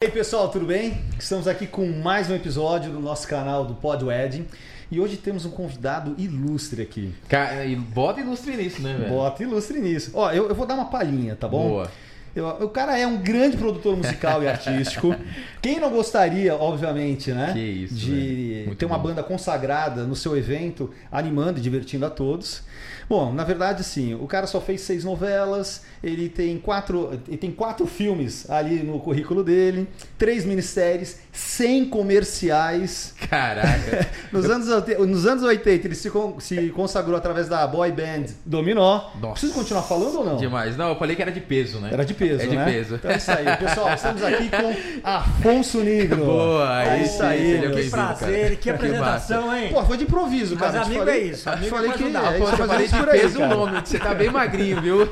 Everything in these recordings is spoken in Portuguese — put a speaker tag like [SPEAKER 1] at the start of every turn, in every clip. [SPEAKER 1] E aí pessoal, tudo bem? Estamos aqui com mais um episódio do nosso canal do Pod Wedding e hoje temos um convidado ilustre aqui.
[SPEAKER 2] Cara, e bota ilustre nisso, né, velho?
[SPEAKER 1] Bota ilustre nisso. Ó, eu, eu vou dar uma palhinha, tá bom?
[SPEAKER 2] Boa.
[SPEAKER 1] Eu- o cara é um grande produtor musical e artístico. Quem não gostaria, obviamente, né?
[SPEAKER 2] Que isso,
[SPEAKER 1] de
[SPEAKER 2] velho. Muito
[SPEAKER 1] ter uma
[SPEAKER 2] bom.
[SPEAKER 1] banda consagrada no seu evento, animando e divertindo a todos. Bom, na verdade, sim, o cara só fez seis novelas, ele tem quatro, ele tem quatro filmes ali no currículo dele, três minisséries, 100 comerciais.
[SPEAKER 2] Caraca.
[SPEAKER 1] Nos anos, oite- nos anos 80, ele se, con- se consagrou através da boy band Dominó.
[SPEAKER 2] Nossa.
[SPEAKER 1] Preciso continuar falando ou não?
[SPEAKER 2] Demais. Não, eu falei que era de peso, né?
[SPEAKER 1] Era de peso,
[SPEAKER 2] É de
[SPEAKER 1] né?
[SPEAKER 2] peso.
[SPEAKER 1] Então é isso aí. Pessoal, estamos aqui com Afonso Negro.
[SPEAKER 2] Boa, aí
[SPEAKER 1] é
[SPEAKER 2] sim,
[SPEAKER 1] isso aí.
[SPEAKER 2] seja
[SPEAKER 1] meu.
[SPEAKER 2] bem-vindo.
[SPEAKER 3] Que
[SPEAKER 2] cara.
[SPEAKER 3] prazer,
[SPEAKER 2] Que
[SPEAKER 3] que apresentação, hein?
[SPEAKER 1] Pô, foi de improviso,
[SPEAKER 3] Mas
[SPEAKER 1] cara. Eu te
[SPEAKER 3] amigo
[SPEAKER 1] falei-
[SPEAKER 3] é isso,
[SPEAKER 1] eu te
[SPEAKER 3] amigo
[SPEAKER 1] falei
[SPEAKER 3] pode
[SPEAKER 1] que
[SPEAKER 3] ajudar.
[SPEAKER 1] é,
[SPEAKER 2] Tá, Pô,
[SPEAKER 1] isso,
[SPEAKER 2] eu
[SPEAKER 1] mas
[SPEAKER 2] falei
[SPEAKER 1] isso
[SPEAKER 2] de
[SPEAKER 1] por aí,
[SPEAKER 2] peso o
[SPEAKER 1] cara.
[SPEAKER 2] nome, que você tá bem magrinho, viu?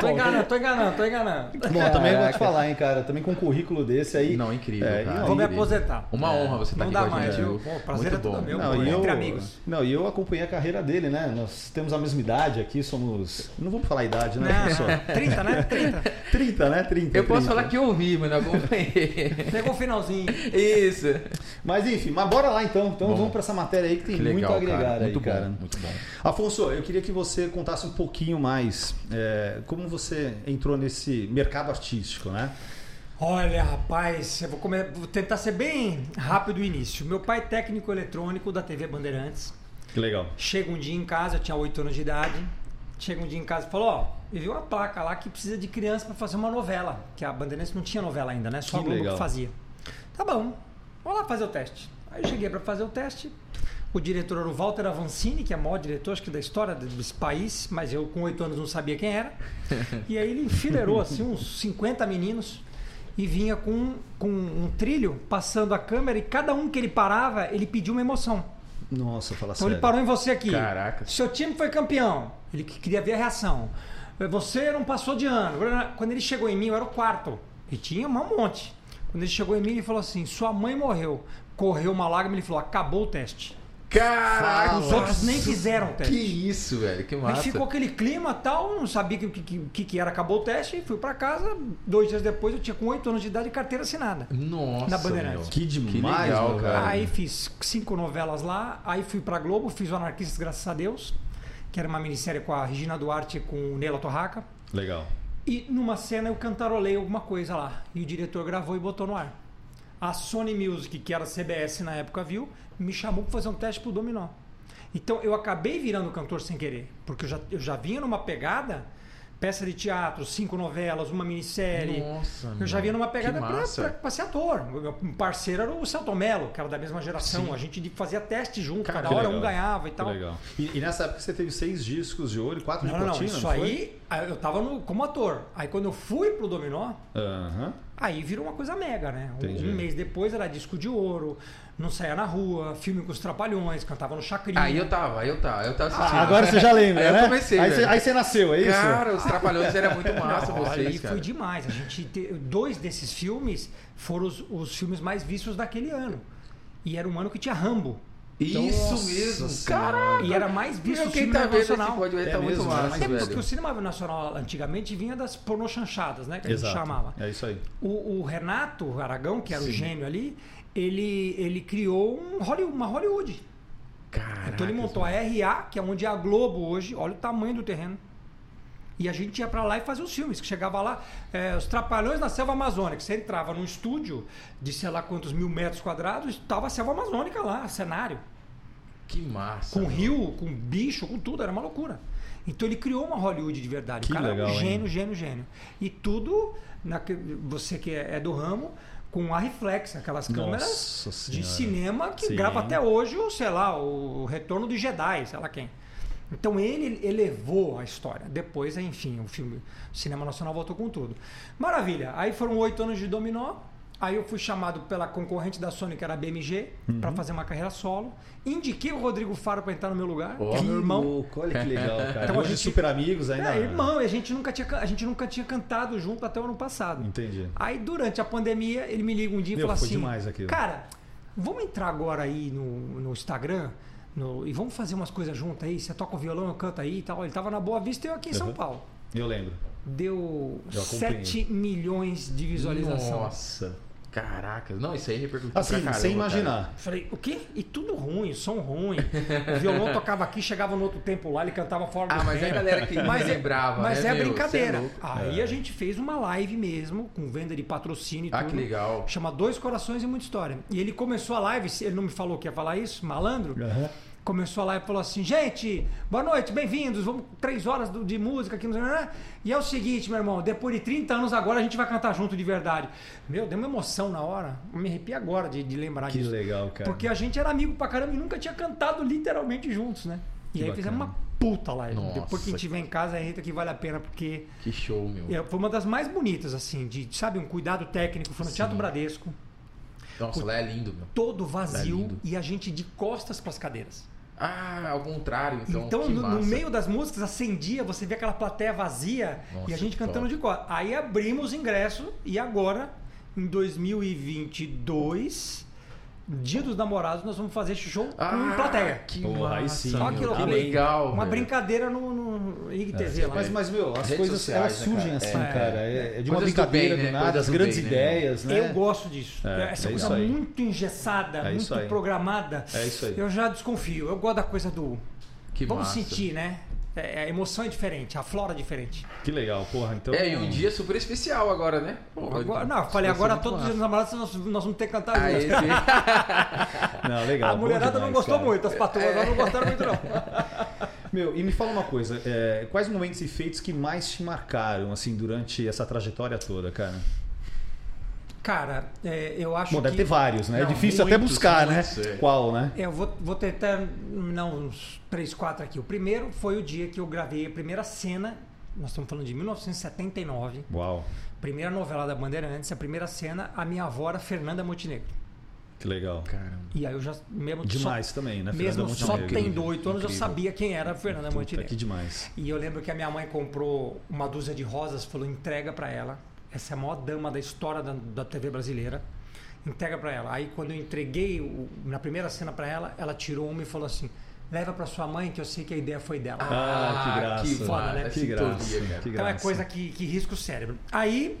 [SPEAKER 3] Tô enganando, tô enganando, tô enganando.
[SPEAKER 1] Bom, eu também vou te
[SPEAKER 2] Caraca.
[SPEAKER 1] falar, hein, cara. Também com um currículo desse aí.
[SPEAKER 2] Não, incrível,
[SPEAKER 1] É,
[SPEAKER 2] cara.
[SPEAKER 1] e não,
[SPEAKER 3] Vou me
[SPEAKER 2] Incrível.
[SPEAKER 3] aposentar.
[SPEAKER 2] Uma
[SPEAKER 1] É,
[SPEAKER 2] honra você estar
[SPEAKER 3] Não
[SPEAKER 2] aqui
[SPEAKER 3] dá
[SPEAKER 2] com a
[SPEAKER 3] mais,
[SPEAKER 2] gente,
[SPEAKER 3] viu? Pô, prazer
[SPEAKER 2] Muito
[SPEAKER 3] é todo
[SPEAKER 2] bom.
[SPEAKER 3] meu,
[SPEAKER 1] Não,
[SPEAKER 3] pô.
[SPEAKER 1] e eu,
[SPEAKER 3] entre amigos.
[SPEAKER 1] Não, e eu acompanhei a carreira dele, né? Nós temos a mesma idade aqui, somos. Não vamos falar a idade, né, pessoal?
[SPEAKER 3] Não, 30, né? 30.
[SPEAKER 1] 30, né? 30.
[SPEAKER 2] Eu posso
[SPEAKER 1] 30.
[SPEAKER 2] falar que eu ouvi, mas não acompanhei.
[SPEAKER 3] Pegou o finalzinho.
[SPEAKER 2] Isso.
[SPEAKER 1] Mas enfim, mas bora lá então. Então
[SPEAKER 2] Vamos.
[SPEAKER 1] vamos pra essa matéria aí que tem
[SPEAKER 2] Que legal,
[SPEAKER 1] muito a agregar
[SPEAKER 2] cara.
[SPEAKER 1] aí,
[SPEAKER 2] Muito bom,
[SPEAKER 1] cara.
[SPEAKER 2] muito bom.
[SPEAKER 1] Afonso, eu queria que você contasse um pouquinho mais é, como você entrou nesse mercado artístico, né?
[SPEAKER 3] Olha, rapaz, eu vou, come- vou tentar ser bem rápido o início. Meu pai é técnico eletrônico da TV Bandeirantes.
[SPEAKER 1] Que legal.
[SPEAKER 3] Chega um dia em casa, eu tinha 8 anos de idade. Chega um dia em casa e falou: Ó, eu vi uma placa lá que precisa de criança pra fazer uma novela. Que a Bandeirantes não tinha novela ainda, né? Só a
[SPEAKER 1] Que
[SPEAKER 3] Globo
[SPEAKER 1] legal.
[SPEAKER 3] que fazia. Tá bom, vamos lá fazer o teste. Aí eu cheguei pra fazer o teste. O diretor era o Walter Avancini, que é o maior diretor, acho que da história desse país, mas eu com 8 anos não sabia quem era. E aí ele enfileirou assim uns 50 meninos e vinha com, com um trilho passando a câmera e cada um que ele parava, ele pedia uma emoção.
[SPEAKER 1] Nossa, fala
[SPEAKER 3] Então
[SPEAKER 1] sério.
[SPEAKER 3] ele parou em você aqui.
[SPEAKER 2] Caraca.
[SPEAKER 3] Seu time foi campeão. Ele que- queria ver a reação. Você não passou de ano. Quando ele chegou em mim, eu era o quarto. E tinha um monte. Quando ele chegou em mim, ele falou assim: sua mãe morreu. Correu uma lágrima e ele falou: acabou o teste.
[SPEAKER 2] Caraca.
[SPEAKER 3] Os outros nem fizeram o
[SPEAKER 2] Que
[SPEAKER 3] teste.
[SPEAKER 2] isso, velho. Que
[SPEAKER 3] Aí
[SPEAKER 2] massa.
[SPEAKER 3] ficou aquele clima tal, não sabia o que, que, que- que era, acabou o teste, e fui pra casa. Dois dias depois, eu tinha com oito anos de idade e carteira assinada.
[SPEAKER 2] Nossa,
[SPEAKER 3] Na Bandeirantes.
[SPEAKER 2] meu.
[SPEAKER 1] Que demais,
[SPEAKER 2] legal,
[SPEAKER 1] meu
[SPEAKER 2] cara.
[SPEAKER 3] Aí fiz cinco novelas lá, aí fui pra Globo, fiz o Anarquistas Graças a Deus, que era uma minissérie com a Regina Duarte e com o Neila Torraca.
[SPEAKER 1] Legal.
[SPEAKER 3] E numa cena eu cantarolei alguma coisa lá, e o diretor gravou e botou no ar. A Sony Music, que era CBS na época, viu, me chamou pra fazer um teste pro Dominó. Então eu acabei virando cantor sem querer, porque eu já, eu já vinha numa pegada, peça de teatro, cinco novelas, uma minissérie.
[SPEAKER 2] Nossa,
[SPEAKER 3] eu já
[SPEAKER 2] meu.
[SPEAKER 3] vinha numa
[SPEAKER 2] Que
[SPEAKER 3] pegada pra,
[SPEAKER 2] massa.
[SPEAKER 3] pra- pra ser ator. O Meu parceiro era o Celton Mello, que era da mesma geração.
[SPEAKER 2] Sim.
[SPEAKER 3] A gente fazia teste junto,
[SPEAKER 1] Cara,
[SPEAKER 3] cada
[SPEAKER 1] que
[SPEAKER 3] hora
[SPEAKER 1] legal.
[SPEAKER 3] um ganhava e tal.
[SPEAKER 1] Que legal. E, e nessa época você teve seis discos de ouro e quatro
[SPEAKER 3] Não,
[SPEAKER 1] de
[SPEAKER 3] não, não.
[SPEAKER 1] platina,
[SPEAKER 3] Isso
[SPEAKER 1] não foi?
[SPEAKER 3] aí, aí eu tava no- como ator. Aí quando eu fui pro Dominó,
[SPEAKER 1] Aham.
[SPEAKER 3] Aí virou uma coisa mega, né? Um-
[SPEAKER 1] Entendi.
[SPEAKER 3] Um mês depois era disco de ouro, não saía na rua, filme com os trapalhões, cantava no chacrinha.
[SPEAKER 2] Aí eu tava, aí eu tava, eu tava assistindo.
[SPEAKER 1] Ah, agora você já lembra,
[SPEAKER 2] Aí eu
[SPEAKER 1] né?
[SPEAKER 2] comecei,
[SPEAKER 1] aí,
[SPEAKER 2] velho.
[SPEAKER 1] você, aí você nasceu, é isso?
[SPEAKER 2] Cara, os Trapalhões era muito massa
[SPEAKER 3] Olha,
[SPEAKER 2] vocês,
[SPEAKER 3] aí
[SPEAKER 2] cara.
[SPEAKER 3] foi demais. A gente te- dois desses filmes foram os, os filmes mais vistos daquele ano. E era um ano que tinha Rambo.
[SPEAKER 2] Isso
[SPEAKER 1] Nossa
[SPEAKER 2] mesmo,
[SPEAKER 1] Senhora.
[SPEAKER 2] caraca.
[SPEAKER 3] E era mais visto
[SPEAKER 2] Meu,
[SPEAKER 3] o
[SPEAKER 2] quem
[SPEAKER 3] cinema
[SPEAKER 2] tá vendo esse
[SPEAKER 3] nacional.
[SPEAKER 2] pode ver,
[SPEAKER 1] É
[SPEAKER 2] tá muito
[SPEAKER 1] mesmo,
[SPEAKER 2] massa,
[SPEAKER 1] mas
[SPEAKER 3] Até
[SPEAKER 2] velho.
[SPEAKER 3] porque o cinema nacional antigamente vinha das pornochanchadas, né? Que a gente
[SPEAKER 1] Exato.
[SPEAKER 3] chamava.
[SPEAKER 1] É isso aí.
[SPEAKER 3] O, o Renato Aragão, que era
[SPEAKER 2] Sim.
[SPEAKER 3] o gênio ali, ele, ele criou um Holly- uma Hollywood.
[SPEAKER 2] Caraca,
[SPEAKER 3] Então ele montou
[SPEAKER 1] né?
[SPEAKER 3] a RA, que é onde é a Globo hoje. Olha o tamanho do terreno. E a gente ia pra lá e fazia os filmes. Que chegava lá, eh, os Trapalhões na Selva Amazônica. Você entrava num estúdio de sei lá quantos mil metros quadrados, estava a Selva Amazônica lá, cenário.
[SPEAKER 2] Que massa.
[SPEAKER 3] Com
[SPEAKER 2] mano.
[SPEAKER 3] rio, com bicho, com tudo. Era uma loucura. Então ele criou uma Hollywood de verdade.
[SPEAKER 1] Que
[SPEAKER 3] o cara
[SPEAKER 1] legal,
[SPEAKER 3] é um
[SPEAKER 1] hein?
[SPEAKER 3] gênio, gênio, gênio. E tudo, naque- você que é é do ramo, com a reflex, aquelas câmeras
[SPEAKER 1] Nossa Senhora.
[SPEAKER 3] de cinema que
[SPEAKER 1] Sim.
[SPEAKER 3] grava até hoje, o, sei lá, o Retorno de Jedi, sei lá quem. Então ele elevou a história. Depois, enfim, o filme, o cinema nacional voltou com tudo. Maravilha. Aí foram oito anos de dominó. Aí eu fui chamado pela concorrente da Sony, que era a BMG,
[SPEAKER 1] Uhum.
[SPEAKER 3] pra fazer uma carreira solo. Indiquei o Rodrigo Faro pra entrar no meu lugar,
[SPEAKER 2] Ó.
[SPEAKER 3] que é
[SPEAKER 1] Que
[SPEAKER 3] meu irmão.
[SPEAKER 1] louco, olha que legal, cara.
[SPEAKER 3] Então a
[SPEAKER 1] Hoje é
[SPEAKER 3] gente-
[SPEAKER 1] super amigos ainda.
[SPEAKER 3] É, irmão, e a gente, nunca tinha, can- a gente nunca tinha cantado junto até o ano passado.
[SPEAKER 1] Entendi.
[SPEAKER 3] Aí durante a pandemia, ele me liga um dia e
[SPEAKER 1] Meu,
[SPEAKER 3] fala
[SPEAKER 1] foi
[SPEAKER 3] assim:
[SPEAKER 1] demais aquilo.
[SPEAKER 3] Cara, vamos entrar agora aí no, no Instagram no- e vamos fazer umas coisas juntas aí. Você toca o violão, eu canto aí e tal. Ele tava na Boa Vista e eu aqui em São
[SPEAKER 1] Uhum.
[SPEAKER 3] Paulo.
[SPEAKER 1] Eu lembro.
[SPEAKER 3] deu
[SPEAKER 1] Eu acompanhei.
[SPEAKER 3] 7 milhões de visualização.
[SPEAKER 2] Nossa. Caraca. Não, isso aí repercutiu
[SPEAKER 1] Assim,
[SPEAKER 2] pra caramba,
[SPEAKER 1] sem
[SPEAKER 2] cara.
[SPEAKER 1] imaginar.
[SPEAKER 3] Falei, o quê? E tudo ruim, som ruim. O violão tocava aqui, chegava no outro tempo lá, ele cantava fora do
[SPEAKER 2] Ah, mas é a
[SPEAKER 3] tempo.
[SPEAKER 2] galera que
[SPEAKER 3] Mas é-
[SPEAKER 2] lembrava,
[SPEAKER 3] Mas
[SPEAKER 2] né,
[SPEAKER 3] é
[SPEAKER 2] meu? Cê
[SPEAKER 3] brincadeira.
[SPEAKER 2] é louco.
[SPEAKER 3] Aí a gente fez uma live mesmo, com venda de patrocínio e
[SPEAKER 2] Ah,
[SPEAKER 3] tudo.
[SPEAKER 2] que legal.
[SPEAKER 3] Chama Dois Corações e Muita História. E ele começou a live, ele não me falou que ia falar isso, malandro.
[SPEAKER 1] Aham.
[SPEAKER 3] Começou a live e falou assim, gente, boa noite, bem-vindos, vamos três horas do- de música aqui. no E é o seguinte, meu irmão, depois de 30 anos agora a gente vai cantar junto de verdade. Meu, deu uma emoção na hora, me arrepio agora de, de lembrar
[SPEAKER 1] Que
[SPEAKER 3] disso.
[SPEAKER 1] legal, cara.
[SPEAKER 3] Porque a gente era amigo pra caramba e nunca tinha cantado literalmente juntos, né? E
[SPEAKER 1] Que
[SPEAKER 3] aí fizemos uma
[SPEAKER 1] bacana.
[SPEAKER 3] puta live.
[SPEAKER 2] Nossa.
[SPEAKER 3] Depois que a gente tiver em casa, entra que vale a pena, porque
[SPEAKER 2] Que show, meu.
[SPEAKER 3] é, foi uma das mais bonitas, assim, de, sabe, um cuidado técnico. Foi no Teatro Bradesco,
[SPEAKER 2] Nossa, lá é lindo, meu.
[SPEAKER 3] todo
[SPEAKER 2] É
[SPEAKER 3] vazio
[SPEAKER 2] lindo.
[SPEAKER 3] e a gente de costas pras cadeiras.
[SPEAKER 2] Ah, ao contrário, então.
[SPEAKER 3] Então,
[SPEAKER 2] que
[SPEAKER 3] no, no
[SPEAKER 2] massa.
[SPEAKER 3] meio das músicas, acendia, você vê aquela plateia vazia
[SPEAKER 2] Nossa,
[SPEAKER 3] e a gente
[SPEAKER 2] que
[SPEAKER 3] cantando
[SPEAKER 2] top.
[SPEAKER 3] de cor. Aí abrimos o ingresso e agora, em 2022, Dia dos Namorados, nós vamos fazer show com
[SPEAKER 2] Ah,
[SPEAKER 3] plateia.
[SPEAKER 2] Que
[SPEAKER 1] Porra, aí
[SPEAKER 2] massa,
[SPEAKER 1] sim,
[SPEAKER 2] meu.
[SPEAKER 1] Olha
[SPEAKER 3] que
[SPEAKER 2] que,
[SPEAKER 3] loucura.
[SPEAKER 2] legal.
[SPEAKER 3] Uma
[SPEAKER 2] velho.
[SPEAKER 3] brincadeira no, no IGTV lá.
[SPEAKER 1] Mas, mas, meu, as
[SPEAKER 2] É. Redes
[SPEAKER 1] coisas
[SPEAKER 2] sociais,
[SPEAKER 1] elas
[SPEAKER 2] né,
[SPEAKER 1] surgem
[SPEAKER 2] cara?
[SPEAKER 1] assim,
[SPEAKER 2] É.
[SPEAKER 1] cara. É, é de uma
[SPEAKER 2] Coisas do
[SPEAKER 1] brincadeira
[SPEAKER 2] bem,
[SPEAKER 1] do
[SPEAKER 2] né?
[SPEAKER 1] nada,
[SPEAKER 2] Coisas
[SPEAKER 1] as
[SPEAKER 2] do
[SPEAKER 1] grandes
[SPEAKER 2] bem, né?
[SPEAKER 1] ideias, né?
[SPEAKER 3] Eu gosto disso.
[SPEAKER 1] É,
[SPEAKER 3] Essa
[SPEAKER 1] é
[SPEAKER 3] coisa
[SPEAKER 1] isso aí.
[SPEAKER 3] muito engessada,
[SPEAKER 1] É isso
[SPEAKER 3] muito
[SPEAKER 1] aí.
[SPEAKER 3] programada.
[SPEAKER 1] É isso aí.
[SPEAKER 3] Eu já desconfio. Eu gosto da coisa do.
[SPEAKER 2] Que
[SPEAKER 3] Vamos
[SPEAKER 2] massa.
[SPEAKER 3] sentir, né? É, a emoção é diferente, a flora é diferente.
[SPEAKER 1] Que legal, porra. Então,
[SPEAKER 2] É, e um dia super especial agora, né? Pô,
[SPEAKER 3] Agora,
[SPEAKER 2] então,
[SPEAKER 3] não, eu falei,
[SPEAKER 2] vai ser
[SPEAKER 3] agora
[SPEAKER 2] muito
[SPEAKER 3] todos os né?
[SPEAKER 2] massa.
[SPEAKER 3] anos namorados nós, nós vamos ter que cantar
[SPEAKER 2] Ah,
[SPEAKER 3] juntos.
[SPEAKER 2] esse-
[SPEAKER 1] Não, legal,
[SPEAKER 3] A
[SPEAKER 1] bom
[SPEAKER 3] mulherada não
[SPEAKER 1] demais,
[SPEAKER 3] gostou
[SPEAKER 1] cara. É.
[SPEAKER 3] muito, as patroas lá não gostaram muito, não.
[SPEAKER 1] Meu, e me fala uma coisa, é, quais momentos e feitos que mais te marcaram, assim, durante essa trajetória toda, cara?
[SPEAKER 3] Cara, é, eu acho
[SPEAKER 1] Bom,
[SPEAKER 3] que.
[SPEAKER 1] deve ter vários, né?
[SPEAKER 3] Não,
[SPEAKER 1] é difícil até
[SPEAKER 2] muitos,
[SPEAKER 1] buscar, né?
[SPEAKER 2] muitos, é.
[SPEAKER 1] Qual, né?
[SPEAKER 3] Eu vou, vou tentar não uns 3, 4 aqui. O primeiro foi o dia que eu gravei a primeira cena. Nós estamos falando de 1979.
[SPEAKER 1] Uau,
[SPEAKER 3] Primeira novela da Bandeirantes, a primeira cena, a minha avó era Fernanda Montenegro.
[SPEAKER 1] que legal.
[SPEAKER 2] Caramba.
[SPEAKER 3] E aí eu já mesmo
[SPEAKER 1] Demais
[SPEAKER 3] só,
[SPEAKER 1] também, né? Fernanda
[SPEAKER 3] mesmo só
[SPEAKER 1] Montenegro.
[SPEAKER 3] tendo oito anos eu
[SPEAKER 2] Incrível.
[SPEAKER 3] sabia né, quem era a Fernanda
[SPEAKER 1] Puta, que
[SPEAKER 3] Montenegro.
[SPEAKER 1] demais.
[SPEAKER 3] E eu lembro que a minha mãe comprou uma dúzia de rosas, falou entrega pra ela. Essa é a maior dama da história da, da TV brasileira. Entrega pra ela. Aí quando eu entreguei o- na primeira cena pra ela, ela tirou uma e falou assim: leva pra sua mãe que eu sei que a ideia foi dela.
[SPEAKER 1] Ah, que graça.
[SPEAKER 2] que foda,
[SPEAKER 3] né?
[SPEAKER 1] Que
[SPEAKER 2] Sintonia,
[SPEAKER 1] graça,
[SPEAKER 2] cara.
[SPEAKER 1] que
[SPEAKER 3] Então é
[SPEAKER 1] graça.
[SPEAKER 3] coisa que, que risca o cérebro. Aí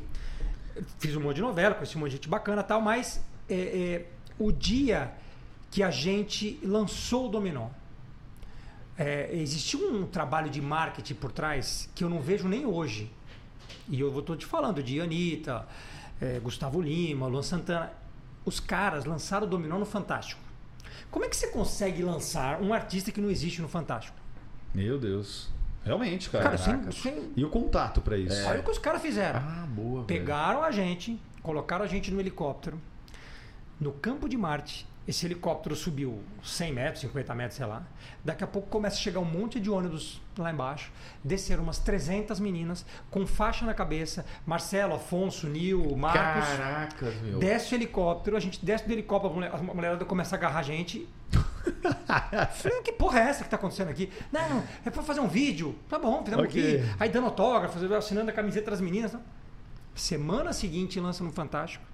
[SPEAKER 3] fiz um monte de novela, conheci um monte de gente bacana e tal, mas é, é, o dia que a gente lançou o Dominó, é, existiu um trabalho de marketing por trás que eu não vejo nem hoje. E eu estou te falando de Anitta, é, Gustavo Lima, Luan Santana. Os caras lançaram o Dominó no Fantástico. Como é que você consegue lançar um artista que não existe no Fantástico?
[SPEAKER 1] Meu Deus. Realmente, cara.
[SPEAKER 3] Cara, sem,
[SPEAKER 1] Caraca.
[SPEAKER 3] sem...
[SPEAKER 1] E o contato pra isso?
[SPEAKER 3] olha o que os caras fizeram.
[SPEAKER 2] Ah, boa. velho.
[SPEAKER 3] Pegaram a gente, colocaram a gente no helicóptero, no campo de Marte. Esse helicóptero subiu 100 metros, 50 metros, sei lá. Daqui a pouco começa a chegar um monte de ônibus lá embaixo. Desceram umas 300 meninas com faixa na cabeça. Marcelo, Afonso, Nil, Marcos.
[SPEAKER 2] Caracas, meu.
[SPEAKER 3] Desce o helicóptero, a gente desce do helicóptero, a mulher- a mulherada começa a agarrar a gente. Falei, que porra é essa que tá acontecendo aqui? Não, é pra fazer um vídeo. Tá bom, fizemos
[SPEAKER 1] Ok.
[SPEAKER 3] um vídeo. Aí dando autógrafos, assinando a camiseta das meninas. né? Semana seguinte lança no Fantástico,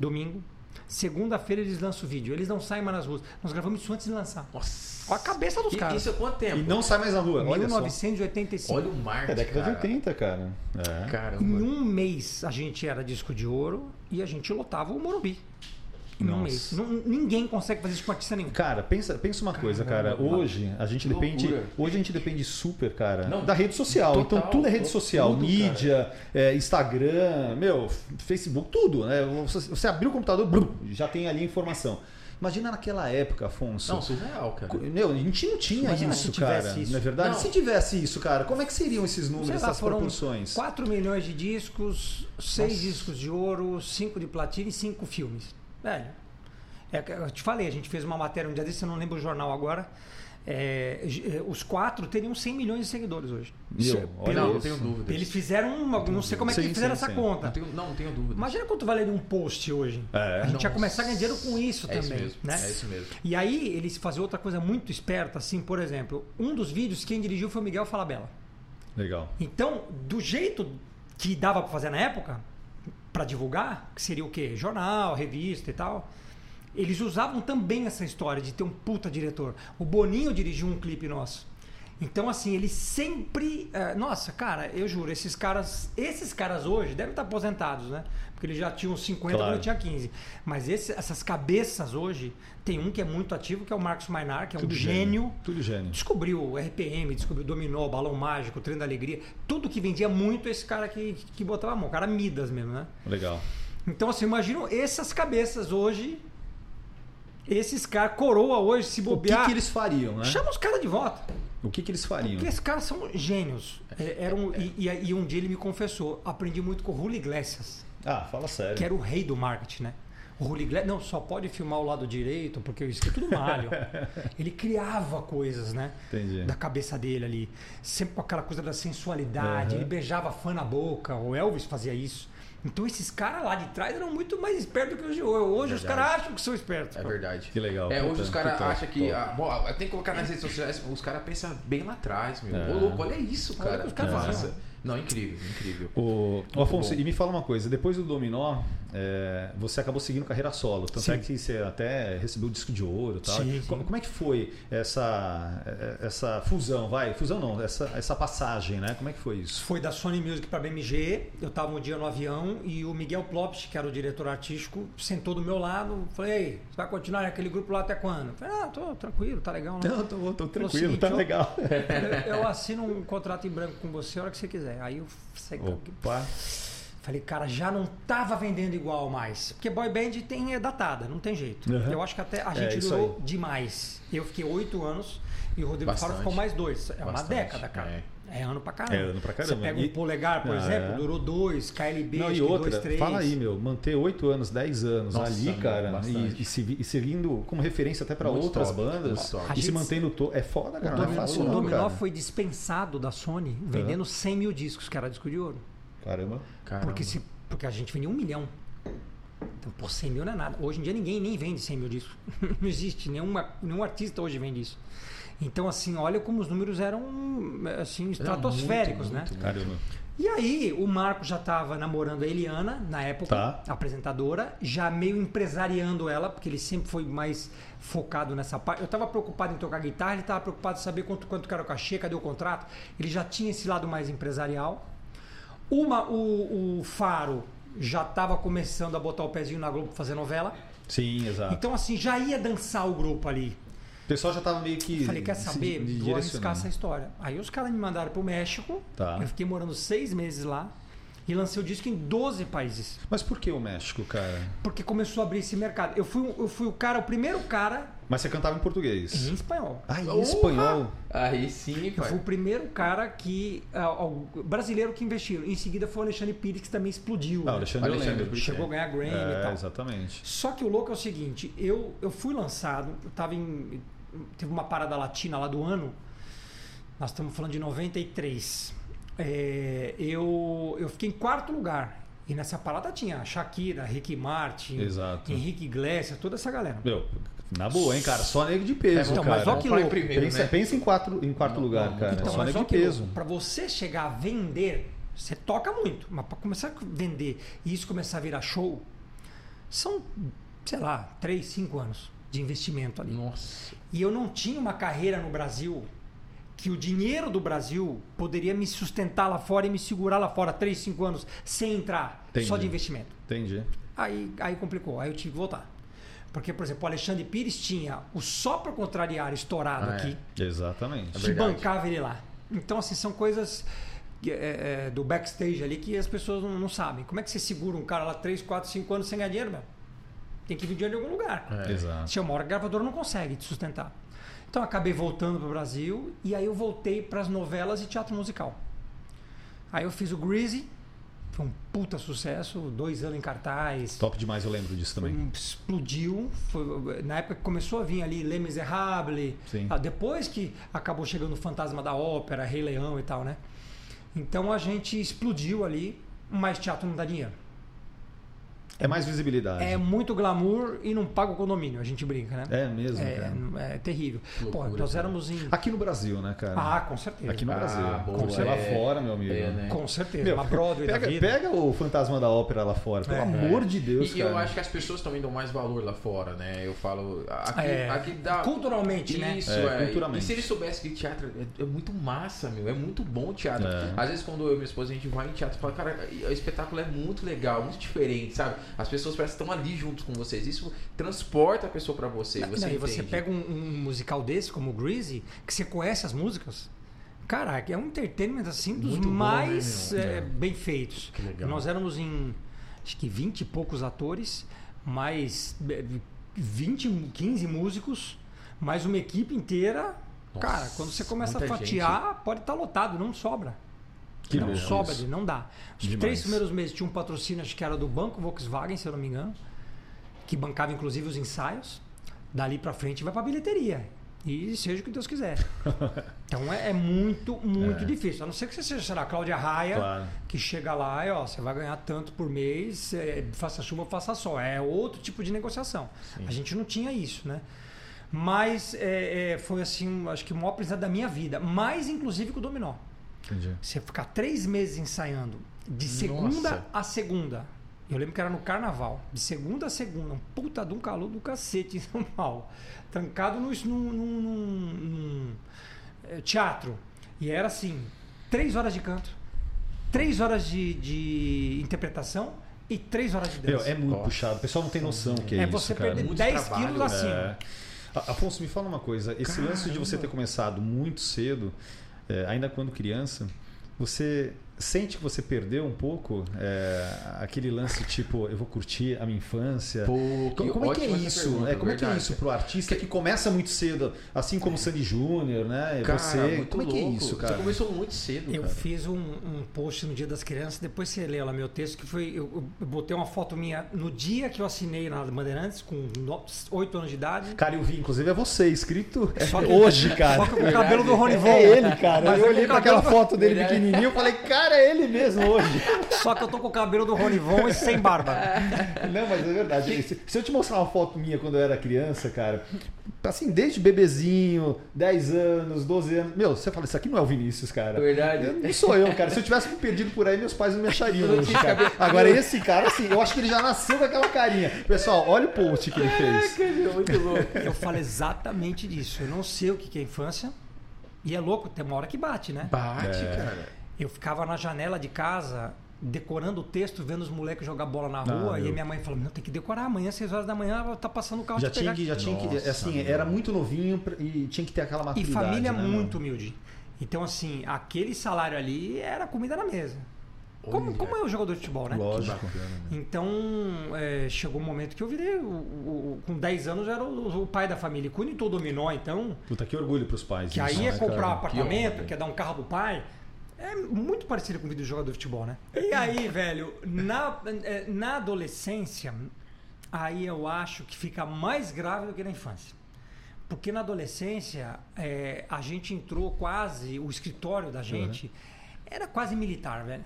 [SPEAKER 3] domingo. Segunda-feira eles lançam o vídeo. Eles não saem mais nas ruas. Nós gravamos isso antes de lançar.
[SPEAKER 2] Nossa.
[SPEAKER 3] Olha a cabeça dos
[SPEAKER 2] E-
[SPEAKER 3] caras.
[SPEAKER 2] Isso é quanto
[SPEAKER 1] E
[SPEAKER 2] tempo?
[SPEAKER 1] não sai mais na rua. Olha só.
[SPEAKER 3] 1985.
[SPEAKER 2] Olha o marketing.
[SPEAKER 1] É década
[SPEAKER 2] cara.
[SPEAKER 1] de 80, cara. É.
[SPEAKER 2] Caramba.
[SPEAKER 3] Em um mês a gente era disco de ouro e a gente lotava o Morumbi. Em um
[SPEAKER 1] Nossa.
[SPEAKER 3] mês. Nun- ninguém consegue fazer isso com artista nenhum.
[SPEAKER 1] Cara, pensa, pensa uma coisa, cara.
[SPEAKER 2] Caramba.
[SPEAKER 1] Hoje a gente
[SPEAKER 2] Que
[SPEAKER 1] depende,
[SPEAKER 2] loucura.
[SPEAKER 1] hoje a gente depende super, cara,
[SPEAKER 2] Não,
[SPEAKER 1] da rede social.
[SPEAKER 2] total,
[SPEAKER 1] então tudo é rede
[SPEAKER 2] to-
[SPEAKER 1] social,
[SPEAKER 2] tudo,
[SPEAKER 1] mídia, é, Instagram, meu, Facebook, tudo, né? Você, você abriu o computador, brum, já tem ali a informação. Imagina naquela época, Afonso.
[SPEAKER 2] Não, surreal, cara.
[SPEAKER 1] Co- Meu, a gente não tinha
[SPEAKER 3] Imagina
[SPEAKER 1] isso,
[SPEAKER 3] se
[SPEAKER 1] cara.
[SPEAKER 3] tivesse isso.
[SPEAKER 1] Não é verdade?
[SPEAKER 2] Não.
[SPEAKER 1] Se tivesse isso, cara, como é que seriam esses números,
[SPEAKER 3] Sei lá,
[SPEAKER 1] essas
[SPEAKER 3] foram
[SPEAKER 1] proporções?
[SPEAKER 3] 4 milhões de discos, 6 discos de ouro, 5 de platina e 5 filmes. Velho, é, que eu te falei, a gente fez uma matéria um dia desse, eu não lembro o jornal agora. é, j- é, os quatro teriam 100 milhões de seguidores hoje.
[SPEAKER 1] Meu,
[SPEAKER 3] Isso é
[SPEAKER 1] olha
[SPEAKER 3] pelo-
[SPEAKER 2] Não,
[SPEAKER 1] isso.
[SPEAKER 2] não tenho dúvida.
[SPEAKER 3] Eles fizeram uma. Não sei como é que
[SPEAKER 1] Sim,
[SPEAKER 3] fizeram
[SPEAKER 1] sim,
[SPEAKER 3] essa
[SPEAKER 1] sim.
[SPEAKER 2] Não
[SPEAKER 3] conta.
[SPEAKER 2] tenho, não tenho dúvida.
[SPEAKER 3] Imagina quanto valeria um post hoje.
[SPEAKER 1] É.
[SPEAKER 3] a gente ia
[SPEAKER 2] Nossa.
[SPEAKER 3] começar a ganhar dinheiro com isso
[SPEAKER 2] é isso
[SPEAKER 3] também.
[SPEAKER 2] mesmo.
[SPEAKER 3] né?
[SPEAKER 2] É isso mesmo.
[SPEAKER 3] E aí eles faziam outra coisa muito esperta, assim, por exemplo, um dos vídeos quem dirigiu foi o Miguel Falabella.
[SPEAKER 1] Legal.
[SPEAKER 3] Então, do jeito que dava pra fazer na época, pra divulgar, que seria o quê? Jornal, revista e tal. Eles usavam também essa história de ter um puta diretor. O Boninho dirigiu um clipe nosso. Então, assim, ele sempre. eh, nossa, cara, eu juro, esses caras. Esses caras hoje devem estar aposentados, né? Porque eles já tinham 50
[SPEAKER 1] Claro.
[SPEAKER 3] quando eu tinha 15. Mas esse- essas cabeças hoje, tem um que é muito ativo, que é o Marcos Mainar, que é um
[SPEAKER 1] Tudo
[SPEAKER 3] gênio.
[SPEAKER 1] Tudo gênio.
[SPEAKER 3] Descobriu o RPM, descobriu o dominó, o balão mágico, o trem da alegria. Tudo que vendia muito é esse cara que, que botava a mão. O cara Midas mesmo, né?
[SPEAKER 1] Legal.
[SPEAKER 3] Então, assim, imaginam essas cabeças hoje. Esses caras, coroa hoje, se
[SPEAKER 1] O que,
[SPEAKER 3] bobear.
[SPEAKER 1] que eles fariam, né?
[SPEAKER 3] Chama os caras de volta.
[SPEAKER 1] O que, que eles fariam?
[SPEAKER 3] Porque esses caras são gênios. É, era um- e, e- e um dia ele me confessou: aprendi muito com o Julio Iglesias,
[SPEAKER 1] Ah, fala sério.
[SPEAKER 3] que era o rei do marketing, né? O Julio Iglesias, não, só pode filmar o lado direito, porque o esquerdo é tudo malho. ele criava coisas, né?
[SPEAKER 1] Entendi.
[SPEAKER 3] Da cabeça dele ali. Sempre com aquela coisa da sensualidade.
[SPEAKER 1] Uhum.
[SPEAKER 3] Ele beijava a fã na boca. O Elvis fazia isso. Então esses caras lá de trás eram muito mais espertos do que hoje. Hoje os
[SPEAKER 2] Verdade.
[SPEAKER 3] caras acham que são espertos.
[SPEAKER 2] É
[SPEAKER 3] pô.
[SPEAKER 2] verdade.
[SPEAKER 1] Que legal,
[SPEAKER 2] É, hoje
[SPEAKER 1] puta,
[SPEAKER 2] os caras
[SPEAKER 1] que top,
[SPEAKER 2] acham que.
[SPEAKER 1] top.
[SPEAKER 2] ah, bom, tem que colocar nas redes sociais. Os caras pensam bem lá atrás, meu.
[SPEAKER 1] É.
[SPEAKER 2] Ô, louco, olha isso,
[SPEAKER 3] Olha o
[SPEAKER 2] cara.
[SPEAKER 3] que os
[SPEAKER 2] que
[SPEAKER 3] caras
[SPEAKER 2] massa.
[SPEAKER 3] fizeram.
[SPEAKER 2] Não, incrível, incrível.
[SPEAKER 1] O, o Afonso,
[SPEAKER 2] bom.
[SPEAKER 1] e me fala uma coisa, depois do Dominó, é, você acabou seguindo carreira solo, tanto
[SPEAKER 3] Sim.
[SPEAKER 1] é que você até recebeu o disco de ouro e tal.
[SPEAKER 3] Sim,
[SPEAKER 1] Como,
[SPEAKER 3] sim.
[SPEAKER 1] como é que foi essa, é, essa fusão, vai, fusão não, essa, essa passagem, né? Como é que foi isso?
[SPEAKER 3] Foi da Sony Music para BMG. Eu tava um dia no avião e o Miguel Plops, que era o diretor artístico, sentou do meu lado. Falei, Ei, você vai continuar naquele grupo lá até quando? Eu Falei, ah, tô tranquilo, tá legal. Né?
[SPEAKER 1] Não, tô, tô
[SPEAKER 3] Falou o
[SPEAKER 1] tranquilo,
[SPEAKER 3] seguinte,
[SPEAKER 1] tá
[SPEAKER 3] ó.
[SPEAKER 1] legal.
[SPEAKER 3] É. Eu, eu assino um contrato em branco com você a hora que você quiser. Aí eu sei que-
[SPEAKER 1] Opa,
[SPEAKER 3] Falei, cara, já não tava vendendo igual mais. Porque boy band tem, é datada, não tem jeito.
[SPEAKER 1] Uhum.
[SPEAKER 3] Eu acho que até a
[SPEAKER 1] É,
[SPEAKER 3] gente
[SPEAKER 1] isso
[SPEAKER 3] durou demais. Eu fiquei oito anos e o Rodrigo Faro
[SPEAKER 2] Bastante.
[SPEAKER 3] ficou mais dois. É uma
[SPEAKER 2] Bastante,
[SPEAKER 3] década, cara. É. ano pra caramba.
[SPEAKER 1] É ano pra caramba.
[SPEAKER 3] Você pega
[SPEAKER 1] E-
[SPEAKER 3] um polegar,
[SPEAKER 1] Ah,
[SPEAKER 3] por exemplo,
[SPEAKER 1] é.
[SPEAKER 3] durou dois, KLB,
[SPEAKER 1] Não,
[SPEAKER 3] acho
[SPEAKER 1] e
[SPEAKER 3] que
[SPEAKER 1] outra,
[SPEAKER 3] dois, três.
[SPEAKER 1] fala aí, meu, manter 8 anos, 10 anos
[SPEAKER 2] Nossa,
[SPEAKER 1] ali,
[SPEAKER 2] meu,
[SPEAKER 1] cara,
[SPEAKER 2] bastante.
[SPEAKER 1] e, e se- e seguindo como referência até pra
[SPEAKER 2] Muito
[SPEAKER 1] outras
[SPEAKER 2] top,
[SPEAKER 1] bandas,
[SPEAKER 2] muito top.
[SPEAKER 1] e
[SPEAKER 3] A
[SPEAKER 1] se
[SPEAKER 3] gente-
[SPEAKER 1] mantendo to... é foda, cara, não é
[SPEAKER 3] Dominó-
[SPEAKER 1] fácil
[SPEAKER 3] o
[SPEAKER 1] não,
[SPEAKER 3] Dominó
[SPEAKER 1] cara.
[SPEAKER 3] foi dispensado da Sony vendendo 100 mil discos, que era disco de ouro.
[SPEAKER 1] Caramba.
[SPEAKER 2] Caramba.
[SPEAKER 3] Porque, se, porque a gente vendia um milhão. Então, por 100 mil não é nada. Hoje em dia ninguém nem vende 100 mil discos. não existe. Nenhuma, nenhum artista hoje vende isso. Então, assim, olha como os números eram
[SPEAKER 2] Era é
[SPEAKER 3] assim,
[SPEAKER 2] muito,
[SPEAKER 3] estratosféricos, né?
[SPEAKER 2] muito, muito.
[SPEAKER 1] Caramba.
[SPEAKER 3] E aí, o Marco já estava namorando a Eliana, na época,
[SPEAKER 1] Tá.
[SPEAKER 3] apresentadora, já meio empresariando ela, porque ele sempre foi mais focado nessa parte. Eu estava preocupado em tocar guitarra, ele estava preocupado em saber quanto, quanto que era o cachê, cadê o contrato. Ele já tinha esse lado mais empresarial. Uma, o, o Faro já estava começando a botar o pezinho na Globo pra fazer novela.
[SPEAKER 1] Sim, exato.
[SPEAKER 3] Então, assim, já ia dançar o grupo ali.
[SPEAKER 1] O pessoal já tava meio que.
[SPEAKER 3] Falei, quer
[SPEAKER 1] se
[SPEAKER 3] saber?
[SPEAKER 1] di-
[SPEAKER 3] Vou arriscar
[SPEAKER 1] direcionando.
[SPEAKER 3] essa história. Aí os caras me mandaram pro México.
[SPEAKER 1] Tá.
[SPEAKER 3] Eu fiquei morando seis meses lá. E lancei o disco em 12 países.
[SPEAKER 1] Mas por que o México, cara?
[SPEAKER 3] Porque começou a abrir esse mercado. Eu fui, um- eu fui o cara, o primeiro cara
[SPEAKER 1] Mas você cantava em português.
[SPEAKER 3] em espanhol.
[SPEAKER 1] Ah, em
[SPEAKER 2] Porra!
[SPEAKER 1] espanhol.
[SPEAKER 2] Aí sim,
[SPEAKER 3] Eu fui
[SPEAKER 2] pai.
[SPEAKER 3] o primeiro cara que. ah, o brasileiro que investiu. Em seguida foi o Alexandre Pires que também explodiu.
[SPEAKER 1] Ah, o
[SPEAKER 3] né?
[SPEAKER 1] Alexandre,
[SPEAKER 2] Alexandre,
[SPEAKER 1] eu lembro.
[SPEAKER 3] Chegou a ganhar Grammy e
[SPEAKER 1] É,
[SPEAKER 3] tal.
[SPEAKER 1] exatamente.
[SPEAKER 3] Só que o louco é o seguinte, eu, eu fui lançado, eu tava em. Teve uma parada latina lá do ano. Nós estamos falando de 93. É, eu, eu fiquei em quarto lugar. E nessa parada tinha Shakira, Rick Martin,
[SPEAKER 1] Exato.
[SPEAKER 3] Henrique Iglesias, toda essa galera.
[SPEAKER 1] Meu, na boa, hein, cara? Só nego de peso,
[SPEAKER 3] É, então,
[SPEAKER 1] cara.
[SPEAKER 3] mas olha que
[SPEAKER 2] Comprar em
[SPEAKER 3] louco.
[SPEAKER 2] primeiro,
[SPEAKER 1] pensa,
[SPEAKER 2] né?
[SPEAKER 1] pensa em, quatro, em quarto
[SPEAKER 2] Não,
[SPEAKER 1] lugar,
[SPEAKER 2] não,
[SPEAKER 1] cara.
[SPEAKER 2] então,
[SPEAKER 1] é, só
[SPEAKER 3] mas
[SPEAKER 1] nego
[SPEAKER 3] só
[SPEAKER 1] de
[SPEAKER 3] que
[SPEAKER 1] peso.
[SPEAKER 3] louco, pra você chegar a vender, você toca muito, mas pra começar a vender e isso começar a virar show, são, sei lá, 3, 5 anos de investimento ali.
[SPEAKER 2] Nossa.
[SPEAKER 3] E eu não tinha uma carreira no Brasil que o dinheiro do Brasil poderia me sustentar lá fora e me segurar lá fora 3, 5 anos sem entrar,
[SPEAKER 1] Entendi.
[SPEAKER 3] só de investimento.
[SPEAKER 1] Entendi.
[SPEAKER 3] Aí, aí complicou, aí eu tive que voltar. Porque, por exemplo, o Alexandre Pires tinha o Só Pra Contrariar estourado
[SPEAKER 2] Ah, é.
[SPEAKER 3] aqui,
[SPEAKER 1] Exatamente.
[SPEAKER 2] É
[SPEAKER 3] que
[SPEAKER 2] verdade.
[SPEAKER 3] bancava ele lá. Então, assim, são coisas que, é, é, do backstage ali que as pessoas não, não sabem. Como é que você segura um cara lá 3, 4, 5 anos sem ganhar dinheiro, meu? Tem que vir dinheiro de algum lugar.
[SPEAKER 2] É.
[SPEAKER 1] Exato.
[SPEAKER 3] Se eu moro, a gravadora não consegue te sustentar. Então eu acabei voltando para o Brasil e aí eu voltei para as novelas e teatro musical. Aí eu fiz o Greasy, foi um puta sucesso, dois anos em cartaz,
[SPEAKER 1] Top demais, eu lembro disso também.
[SPEAKER 3] um- explodiu. Foi, na época que começou a vir ali Les Miserables,
[SPEAKER 1] Sim.
[SPEAKER 3] ah, depois que acabou chegando o Fantasma da Ópera, Rei Leão e tal, né? Então a gente explodiu ali, mas teatro não dá dinheiro.
[SPEAKER 1] É mais visibilidade.
[SPEAKER 3] É muito glamour e não paga o condomínio, a gente brinca, né?
[SPEAKER 1] É mesmo,
[SPEAKER 3] É,
[SPEAKER 1] cara.
[SPEAKER 3] é terrível.
[SPEAKER 2] Loucura,
[SPEAKER 3] Pô, nós
[SPEAKER 2] cara.
[SPEAKER 3] éramos em.
[SPEAKER 1] Aqui no Brasil, né, cara?
[SPEAKER 3] Ah, com certeza.
[SPEAKER 1] Aqui no
[SPEAKER 2] Ah,
[SPEAKER 1] Brasil.
[SPEAKER 2] boa,
[SPEAKER 1] Como sei lá
[SPEAKER 2] é.
[SPEAKER 1] fora, meu amigo.
[SPEAKER 2] É, né?
[SPEAKER 3] Com certeza.
[SPEAKER 1] Meu,
[SPEAKER 3] uma Broadway da
[SPEAKER 1] Pega,
[SPEAKER 3] vida.
[SPEAKER 1] pega o fantasma da ópera lá fora, pelo
[SPEAKER 3] É.
[SPEAKER 1] amor de Deus,
[SPEAKER 2] E
[SPEAKER 1] cara.
[SPEAKER 2] eu acho que as pessoas também dão mais valor lá fora, né? Eu falo. Aqui,
[SPEAKER 3] É,
[SPEAKER 2] aqui dá.
[SPEAKER 3] Culturalmente, né?
[SPEAKER 2] Isso,
[SPEAKER 1] É,
[SPEAKER 2] é.
[SPEAKER 1] culturalmente.
[SPEAKER 2] E se ele soubesse que teatro é, é muito massa, meu, é muito bom o teatro.
[SPEAKER 1] É.
[SPEAKER 2] Às vezes quando eu e minha esposa a gente vai em teatro, fala, cara, o espetáculo é muito legal, muito diferente, sabe? As pessoas parecem que estão ali junto com vocês. Isso transporta a pessoa pra você.
[SPEAKER 3] Não,
[SPEAKER 2] Você,
[SPEAKER 3] e você
[SPEAKER 2] entende.
[SPEAKER 3] pega um, um musical desse, como o Greasy, que você conhece as músicas. Caraca, é um entertainment assim dos
[SPEAKER 2] Muito bom, né,
[SPEAKER 3] mais
[SPEAKER 2] meu?
[SPEAKER 3] eh,
[SPEAKER 2] É.
[SPEAKER 3] bem feitos.
[SPEAKER 2] Que legal.
[SPEAKER 3] Nós éramos em acho que 20 e poucos atores, mais eh, 20, mu- 15 músicos, mais uma equipe inteira.
[SPEAKER 2] Nossa,
[SPEAKER 3] Cara, quando você começa a
[SPEAKER 2] muita
[SPEAKER 3] fatiar, pode estar lotado, não sobra.
[SPEAKER 1] Que
[SPEAKER 3] não
[SPEAKER 1] louco
[SPEAKER 3] sobra,
[SPEAKER 1] isso.
[SPEAKER 3] de- não dá. Os
[SPEAKER 1] Demais.
[SPEAKER 3] três primeiros meses tinha um patrocínio, acho que era do Banco Volkswagen, se eu não me engano, que bancava inclusive os ensaios. Dali pra frente vai pra bilheteria. E seja o que Deus quiser. então é, é muito, muito difícil. A não ser que você seja, sei lá, Cláudia Raia,
[SPEAKER 1] É. Claro.
[SPEAKER 3] que chega lá e ó, você vai ganhar tanto por mês, é, faça chuva, faça sol. É outro tipo de negociação. A gente não tinha isso, né? Mas é, é, foi assim, acho que o maior aprendizado da minha vida. Mais inclusive que o Dominó.
[SPEAKER 1] Entendi.
[SPEAKER 3] Você ficar três meses ensaiando, de segunda
[SPEAKER 2] Nossa.
[SPEAKER 3] a segunda. Eu lembro que era no carnaval, de segunda a segunda, um puta de um calor do cacete em São Paulo. Trancado num, num- num- num- num, eh, teatro. E era assim: três horas de canto, três horas de, de interpretação e três horas de
[SPEAKER 1] Meu,
[SPEAKER 3] dança.
[SPEAKER 1] é muito
[SPEAKER 2] Nossa.
[SPEAKER 1] puxado. O pessoal não tem noção o que é,
[SPEAKER 3] É
[SPEAKER 1] isso,
[SPEAKER 3] você
[SPEAKER 1] cara.
[SPEAKER 3] perder
[SPEAKER 2] Muito
[SPEAKER 3] 10
[SPEAKER 2] trabalho,
[SPEAKER 3] quilos acima.
[SPEAKER 1] É. A- Afonso, me fala uma coisa. Esse lance de você ter começado muito cedo, é, ainda quando criança, você sente que você perdeu um pouco é, aquele lance tipo, eu vou curtir a minha infância?
[SPEAKER 2] Pô,
[SPEAKER 1] Co-
[SPEAKER 2] que
[SPEAKER 1] como é que é
[SPEAKER 2] ótima essa
[SPEAKER 1] isso?
[SPEAKER 2] pergunta,
[SPEAKER 1] é, como é que é
[SPEAKER 2] verdade. É.
[SPEAKER 1] isso pro artista que começa muito cedo, assim como o Sandy Júnior, né?
[SPEAKER 2] Cara,
[SPEAKER 1] você.
[SPEAKER 2] muito
[SPEAKER 1] Como é que é
[SPEAKER 2] louco.
[SPEAKER 1] isso, cara?
[SPEAKER 2] Você começou muito cedo,
[SPEAKER 3] Eu
[SPEAKER 2] cara.
[SPEAKER 3] fiz um, um post no Dia das Crianças, depois você lê lá meu texto, que foi. Eu, eu botei uma foto minha no dia que eu assinei na Bandeirantes, com 8 anos de idade.
[SPEAKER 1] Cara, eu vi, inclusive, é você, escrito
[SPEAKER 2] É,
[SPEAKER 3] Só que-
[SPEAKER 1] hoje, cara.
[SPEAKER 3] Só que com o cabelo do Rony Von.
[SPEAKER 1] É ele, cara.
[SPEAKER 3] Mas
[SPEAKER 1] eu
[SPEAKER 3] eu
[SPEAKER 1] olhei
[SPEAKER 3] com
[SPEAKER 1] pra aquela
[SPEAKER 3] cabelo-
[SPEAKER 1] foto dele
[SPEAKER 2] tá Ele é-
[SPEAKER 1] pequenininho e falei, cara, é ele mesmo hoje.
[SPEAKER 3] Só que eu tô com o cabelo do Rony Von e sem barba.
[SPEAKER 1] Não, mas é verdade. Se, se eu te mostrar uma foto minha quando eu era criança, cara, assim, desde bebezinho, 10 anos, 12 anos. Meu, você fala, isso aqui não é o Vinícius, cara.
[SPEAKER 2] Verdade.
[SPEAKER 1] Eu- Não sou eu, cara. Se eu tivesse me perdido por aí, meus pais não me achariam hoje, cara. Agora, esse cara, assim, eu acho que ele já nasceu com aquela carinha. Pessoal, olha o post que ele fez.
[SPEAKER 2] Caraca, muito louco.
[SPEAKER 3] Eu falo exatamente disso. Eu não sei o que que é infância. E é louco, tem uma hora que bate, né?
[SPEAKER 2] Bate,
[SPEAKER 1] É.
[SPEAKER 2] cara.
[SPEAKER 3] Eu ficava na janela de casa decorando o texto, vendo os moleques jogar bola na rua,
[SPEAKER 1] Ah,
[SPEAKER 3] e
[SPEAKER 1] meu.
[SPEAKER 3] a minha mãe falou: Não, tem que decorar amanhã, 6 horas da manhã, tá passando o carro
[SPEAKER 1] Já
[SPEAKER 3] te
[SPEAKER 1] tinha
[SPEAKER 3] pegar.
[SPEAKER 1] que, já tinha que,
[SPEAKER 2] Nossa,
[SPEAKER 1] assim,
[SPEAKER 2] meu.
[SPEAKER 1] era muito novinho pra- e tinha que ter aquela
[SPEAKER 3] E
[SPEAKER 1] maturidade.
[SPEAKER 3] família
[SPEAKER 1] né, mano?
[SPEAKER 3] muito humilde. Então, assim, aquele salário ali era comida na mesa. Como,
[SPEAKER 2] Olha.
[SPEAKER 3] como é o jogador de futebol, né?
[SPEAKER 1] Lógico.
[SPEAKER 3] Então, é, chegou um momento que eu virei. o- o- o- com 10 anos eu era o, o pai da família. E Quando entrou o dominó, então,
[SPEAKER 1] Puta, que orgulho pros pais.
[SPEAKER 3] que
[SPEAKER 1] isso,
[SPEAKER 3] aí é
[SPEAKER 1] né,
[SPEAKER 3] comprar
[SPEAKER 1] cara?
[SPEAKER 3] apartamento,
[SPEAKER 2] honra,
[SPEAKER 3] que é dar um carro pro pai. É muito parecido com o vídeo do jogador de futebol, né? E aí, velho, na, eh, na adolescência, aí eu acho que fica mais grave do que na infância. Porque na adolescência, eh, a gente entrou quase, o escritório da gente era quase militar, velho.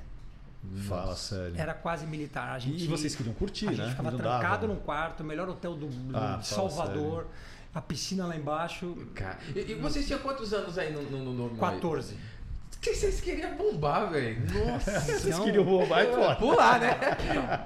[SPEAKER 1] Fala sério.
[SPEAKER 3] Era quase militar. A gente,
[SPEAKER 1] E vocês queriam curtir,
[SPEAKER 3] a
[SPEAKER 1] né?
[SPEAKER 3] gente ficava
[SPEAKER 1] Não dava,
[SPEAKER 3] trancado
[SPEAKER 1] né?
[SPEAKER 3] num quarto, o melhor hotel do do
[SPEAKER 1] Ah, fala
[SPEAKER 3] Salvador, a piscina lá embaixo.
[SPEAKER 2] Cara, e, e vocês tinham quantos anos aí no, no, no normal?
[SPEAKER 3] 14.
[SPEAKER 2] O que vocês queriam bombar, velho? Nossa.
[SPEAKER 1] Vocês
[SPEAKER 3] Então,
[SPEAKER 1] queriam roubar e fora.
[SPEAKER 2] Pular, né?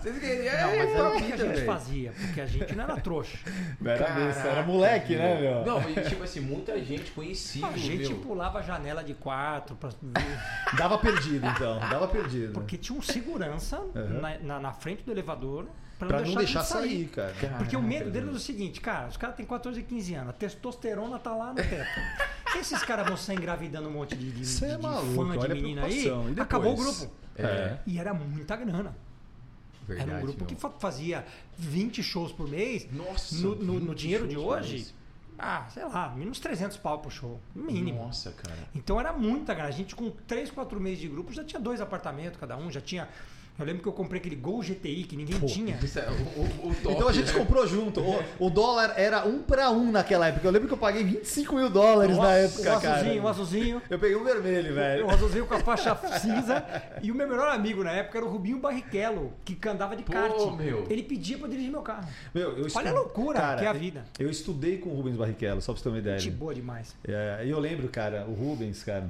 [SPEAKER 2] Vocês queriam.
[SPEAKER 3] Não,
[SPEAKER 2] é,
[SPEAKER 3] mas era o que a
[SPEAKER 2] vida,
[SPEAKER 3] gente
[SPEAKER 2] velho.
[SPEAKER 3] fazia, porque a gente não era trouxa.
[SPEAKER 1] Não Era
[SPEAKER 2] Caraca,
[SPEAKER 1] besta, era moleque, né, meu?
[SPEAKER 2] Não, e tipo assim, muita gente conhecida.
[SPEAKER 3] A gente tipo,
[SPEAKER 2] meu.
[SPEAKER 3] pulava a janela de quarto, pra ver,
[SPEAKER 1] Dava perdido, então. Dava perdido.
[SPEAKER 3] porque tinha um segurança na, na- na frente do elevador pra,
[SPEAKER 1] Pra não deixar
[SPEAKER 3] a gente
[SPEAKER 1] sair, cara.
[SPEAKER 3] Porque o medo deles é o seguinte, cara, os caras têm 14 e 15 anos, a testosterona tá lá no teto. Esses caras vão sair engravidando um monte de, de,
[SPEAKER 1] Você
[SPEAKER 3] de-
[SPEAKER 1] é
[SPEAKER 3] de
[SPEAKER 1] maluco,
[SPEAKER 3] fã de
[SPEAKER 1] olha a
[SPEAKER 3] menina aí.
[SPEAKER 1] preocupação. E depois?
[SPEAKER 3] Acabou o grupo.
[SPEAKER 1] É.
[SPEAKER 3] E era muita grana.
[SPEAKER 2] Verdade,
[SPEAKER 3] era um grupo
[SPEAKER 2] meu.
[SPEAKER 3] que fa- fazia 20 shows por mês.
[SPEAKER 2] Nossa,
[SPEAKER 3] no, no- no
[SPEAKER 2] 20
[SPEAKER 3] dinheiro de
[SPEAKER 2] shows por
[SPEAKER 3] hoje,
[SPEAKER 2] mês.
[SPEAKER 3] ah, sei lá, menos 300 pau por show. Mínimo.
[SPEAKER 2] Nossa, cara.
[SPEAKER 3] Então era muita grana. A gente com 3, 4 meses de grupo já tinha dois apartamentos cada um, já tinha Eu lembro que eu comprei aquele Gol GTI que ninguém
[SPEAKER 1] Pô,
[SPEAKER 3] tinha.
[SPEAKER 2] Isso é o, o- o top,
[SPEAKER 1] Então a gente
[SPEAKER 2] né?
[SPEAKER 1] comprou junto. O, o dólar era um pra um naquela época. Eu lembro que eu paguei 25 mil dólares na época,
[SPEAKER 3] um azulzinho, um
[SPEAKER 1] cara.
[SPEAKER 3] azulzinho.
[SPEAKER 1] Eu peguei um vermelho, velho.
[SPEAKER 3] Um azulzinho com a faixa cinza. E o meu melhor amigo na época era o Rubinho Barrichello, que andava de
[SPEAKER 2] Pô,
[SPEAKER 3] kart.
[SPEAKER 2] meu.
[SPEAKER 3] Ele pedia pra dirigir meu carro.
[SPEAKER 1] Meu, eu estu-
[SPEAKER 3] Olha a loucura
[SPEAKER 1] cara,
[SPEAKER 3] que é a vida.
[SPEAKER 1] Eu estudei com o Rubens Barrichello, só pra você ter uma ideia. né?
[SPEAKER 3] Gente boa demais.
[SPEAKER 1] É, e eu lembro, cara, o Rubens, cara,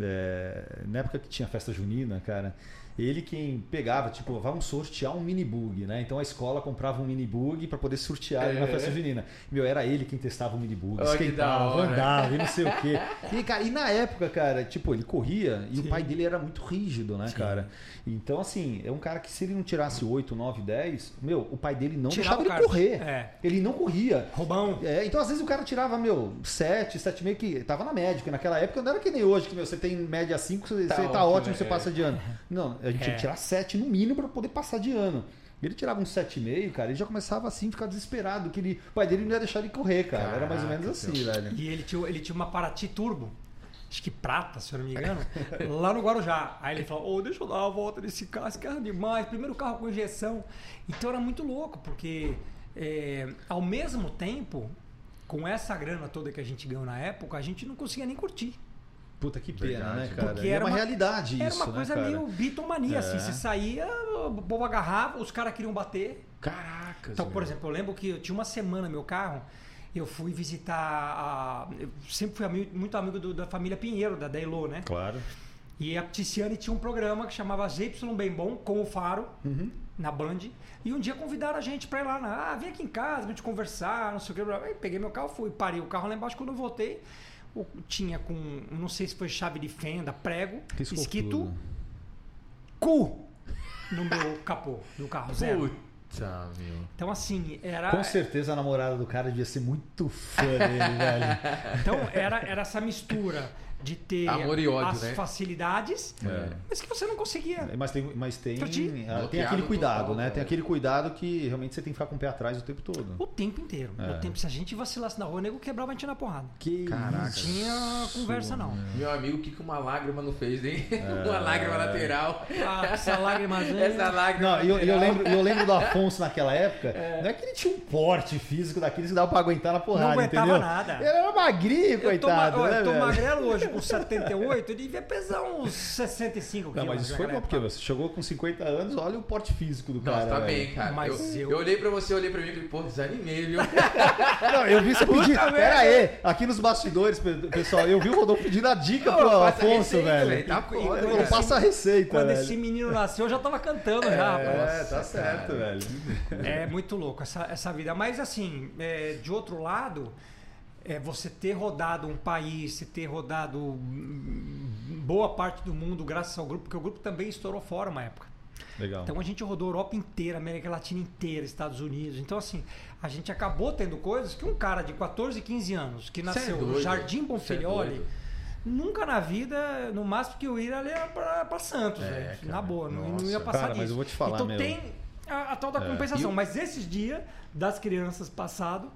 [SPEAKER 1] é, na época que tinha festa junina, cara, ele quem pegava, tipo, vamos sortear um minibug, né? Então a escola comprava um minibug pra poder sortear ali na
[SPEAKER 2] É.
[SPEAKER 1] festa junina. Meu, era ele quem testava o minibug,
[SPEAKER 2] Olha que da
[SPEAKER 1] esquentava,
[SPEAKER 2] hora.
[SPEAKER 1] andava e não sei o quê. E, cara, e na época, cara, tipo, ele corria e o pai dele era muito rígido, né, cara? Então, assim, é um cara que se ele não tirasse 8, 9, 10, meu, o pai dele não
[SPEAKER 3] Tirava
[SPEAKER 1] deixava
[SPEAKER 3] o
[SPEAKER 1] ele
[SPEAKER 3] cara.
[SPEAKER 1] correr.
[SPEAKER 3] É.
[SPEAKER 1] Ele não corria.
[SPEAKER 3] Roubão.
[SPEAKER 1] É, então às vezes o cara tirava, meu, 7, 7,5 que tava na média, porque naquela época não era que nem hoje, que meu, você tem média 5, você
[SPEAKER 2] Tá
[SPEAKER 1] tá, ótimo,
[SPEAKER 2] ótimo,
[SPEAKER 1] você
[SPEAKER 2] é.
[SPEAKER 1] passa de ano. Não, a gente tinha
[SPEAKER 3] É.
[SPEAKER 1] que tirar 7 no mínimo pra poder passar de ano. Ele tirava um 7,5, cara, ele já começava assim, ficar desesperado, que ele, o pai dele não ia deixar ele correr, cara. era mais ou menos
[SPEAKER 2] Caraca,
[SPEAKER 1] assim, velho.
[SPEAKER 3] E ele tinha, ele tinha uma Paraty Turbo. Acho que prata, se eu não me engano, lá no Guarujá. Aí ele falou: Ô, deixa eu dar uma volta nesse carro, esse carro é demais. Primeiro carro com injeção. Então era muito louco, porque é, ao mesmo tempo, com essa grana toda que a gente ganhou na época, a gente não conseguia nem curtir.
[SPEAKER 1] Puta que pena,
[SPEAKER 2] Verdade.
[SPEAKER 1] né, cara?
[SPEAKER 3] Porque
[SPEAKER 1] E é
[SPEAKER 3] era
[SPEAKER 1] uma,
[SPEAKER 3] uma-
[SPEAKER 1] realidade
[SPEAKER 3] era
[SPEAKER 1] isso,
[SPEAKER 3] uma coisa
[SPEAKER 1] né, cara?
[SPEAKER 3] meio bitomania, assim.
[SPEAKER 1] É.
[SPEAKER 3] Você saía, o povo agarrava, os caras queriam bater.
[SPEAKER 2] Caracas.
[SPEAKER 3] Então, por
[SPEAKER 2] meu.
[SPEAKER 3] exemplo, eu lembro que eu tinha uma semana meu carro, eu fui visitar a. Eu sempre fui ami- muito amigo do- da família Pinheiro, da Dailô, né?
[SPEAKER 1] Claro.
[SPEAKER 3] E a Ticiane tinha um programa que chamava ZY Bem Bom com o Faro,
[SPEAKER 1] Uhum.
[SPEAKER 3] na Band. E um dia convidaram a gente pra ir lá. na- Ah, vem aqui em casa, vem te conversar, não sei o que. blá, blá. Aí peguei meu carro, fui, parei o carro lá embaixo. Quando eu voltei, o- tinha com, não sei se foi chave de fenda, prego,
[SPEAKER 1] Riscou
[SPEAKER 3] escrito
[SPEAKER 1] tudo.
[SPEAKER 3] cu no meu capô do carro zero.
[SPEAKER 2] Puta, meu.
[SPEAKER 3] Então, assim, era.
[SPEAKER 1] Com certeza a namorada do cara devia ser muito fã dele, velho.
[SPEAKER 3] Então era, era essa mistura de ter
[SPEAKER 2] Amor e ódio,
[SPEAKER 3] as
[SPEAKER 2] né?
[SPEAKER 3] facilidades,
[SPEAKER 1] É.
[SPEAKER 3] mas que você não conseguia.
[SPEAKER 1] Mas tem, mas tem,
[SPEAKER 3] Entendi.
[SPEAKER 1] ah, tem
[SPEAKER 2] Bloqueado
[SPEAKER 1] aquele cuidado,
[SPEAKER 2] total,
[SPEAKER 1] né?
[SPEAKER 2] velho.
[SPEAKER 1] Tem aquele cuidado que realmente você tem que ficar com o pé atrás o tempo todo.
[SPEAKER 3] O tempo inteiro.
[SPEAKER 1] É.
[SPEAKER 3] O tempo, se a gente vacilasse na rua, o nego quebrava a gente na porrada.
[SPEAKER 1] Que
[SPEAKER 2] Caraca.
[SPEAKER 3] Não tinha conversa, não.
[SPEAKER 2] Meu amigo, o que, que uma lágrima não fez, hein? uma lágrima lateral.
[SPEAKER 1] É.
[SPEAKER 3] Ah, essa lágrimazinha.
[SPEAKER 2] Essa lágrima.
[SPEAKER 1] Não, e eu, e eu
[SPEAKER 2] lateral.
[SPEAKER 1] lembro, e eu lembro do Afonso naquela época, não é que ele tinha um porte físico daqueles que dava pra aguentar na porrada,
[SPEAKER 3] Não aguentava
[SPEAKER 1] entendeu?
[SPEAKER 3] nada.
[SPEAKER 1] Ele era magrinho,
[SPEAKER 3] Eu tô, ma-
[SPEAKER 1] coitado,
[SPEAKER 3] ó,
[SPEAKER 1] né,
[SPEAKER 3] eu tô
[SPEAKER 1] velho?
[SPEAKER 3] magrelo hoje com 78, eu devia pesar uns 65 quilos. né,
[SPEAKER 1] Não, mas isso foi bom,
[SPEAKER 3] naquela
[SPEAKER 1] porque você chegou com 50 anos, olha o porte físico do
[SPEAKER 2] Nossa,
[SPEAKER 1] cara,
[SPEAKER 2] tá
[SPEAKER 1] velho.
[SPEAKER 2] bem, cara.
[SPEAKER 3] Mas
[SPEAKER 2] eu,
[SPEAKER 3] eu-
[SPEAKER 2] eu olhei pra você, olhei pra mim e falei, pô, desanimei, viu?
[SPEAKER 1] Não, eu vi você pedir,
[SPEAKER 2] merda.
[SPEAKER 1] pera aí, aqui nos bastidores, pe- pessoal, eu vi o Rodolfo pedindo a dica
[SPEAKER 2] Ô,
[SPEAKER 1] pro
[SPEAKER 2] passa a
[SPEAKER 1] Afonso,
[SPEAKER 2] receita,
[SPEAKER 1] velho.
[SPEAKER 2] velho, tá foda,
[SPEAKER 1] Ele
[SPEAKER 3] cara.
[SPEAKER 1] falou, passa a receita,
[SPEAKER 3] Quando
[SPEAKER 1] velho.
[SPEAKER 3] esse menino nasceu, eu já tava cantando já, rapaz.
[SPEAKER 1] É, tá certo, velho.
[SPEAKER 3] É muito louco essa, essa vida. Mas assim, é, de outro lado, é, você ter rodado um país, você ter rodado hum, boa parte do mundo graças ao grupo, porque o grupo também estourou fora uma época.
[SPEAKER 1] Legal.
[SPEAKER 3] Então a gente rodou Europa inteira, América Latina inteira, Estados Unidos. Então, assim, a gente acabou tendo coisas que um cara de 14, 15 anos,
[SPEAKER 2] Cê
[SPEAKER 3] que
[SPEAKER 2] é
[SPEAKER 3] nasceu
[SPEAKER 2] doido.
[SPEAKER 3] no Jardim
[SPEAKER 2] Cê é
[SPEAKER 3] Bonfilioli,
[SPEAKER 2] doido.
[SPEAKER 3] nunca na vida, no máximo que eu ia ali era pra, pra Santos,
[SPEAKER 2] É,
[SPEAKER 3] velho.
[SPEAKER 2] cara.
[SPEAKER 3] na boa, não, não
[SPEAKER 1] Nossa.
[SPEAKER 3] ia passar
[SPEAKER 1] Cara,
[SPEAKER 3] disso.
[SPEAKER 1] mas eu vou te falar,
[SPEAKER 3] então
[SPEAKER 1] meu.
[SPEAKER 3] tem a, a tal da
[SPEAKER 1] É.
[SPEAKER 3] compensação.
[SPEAKER 2] E o-
[SPEAKER 3] Mas esses dias das crianças passado.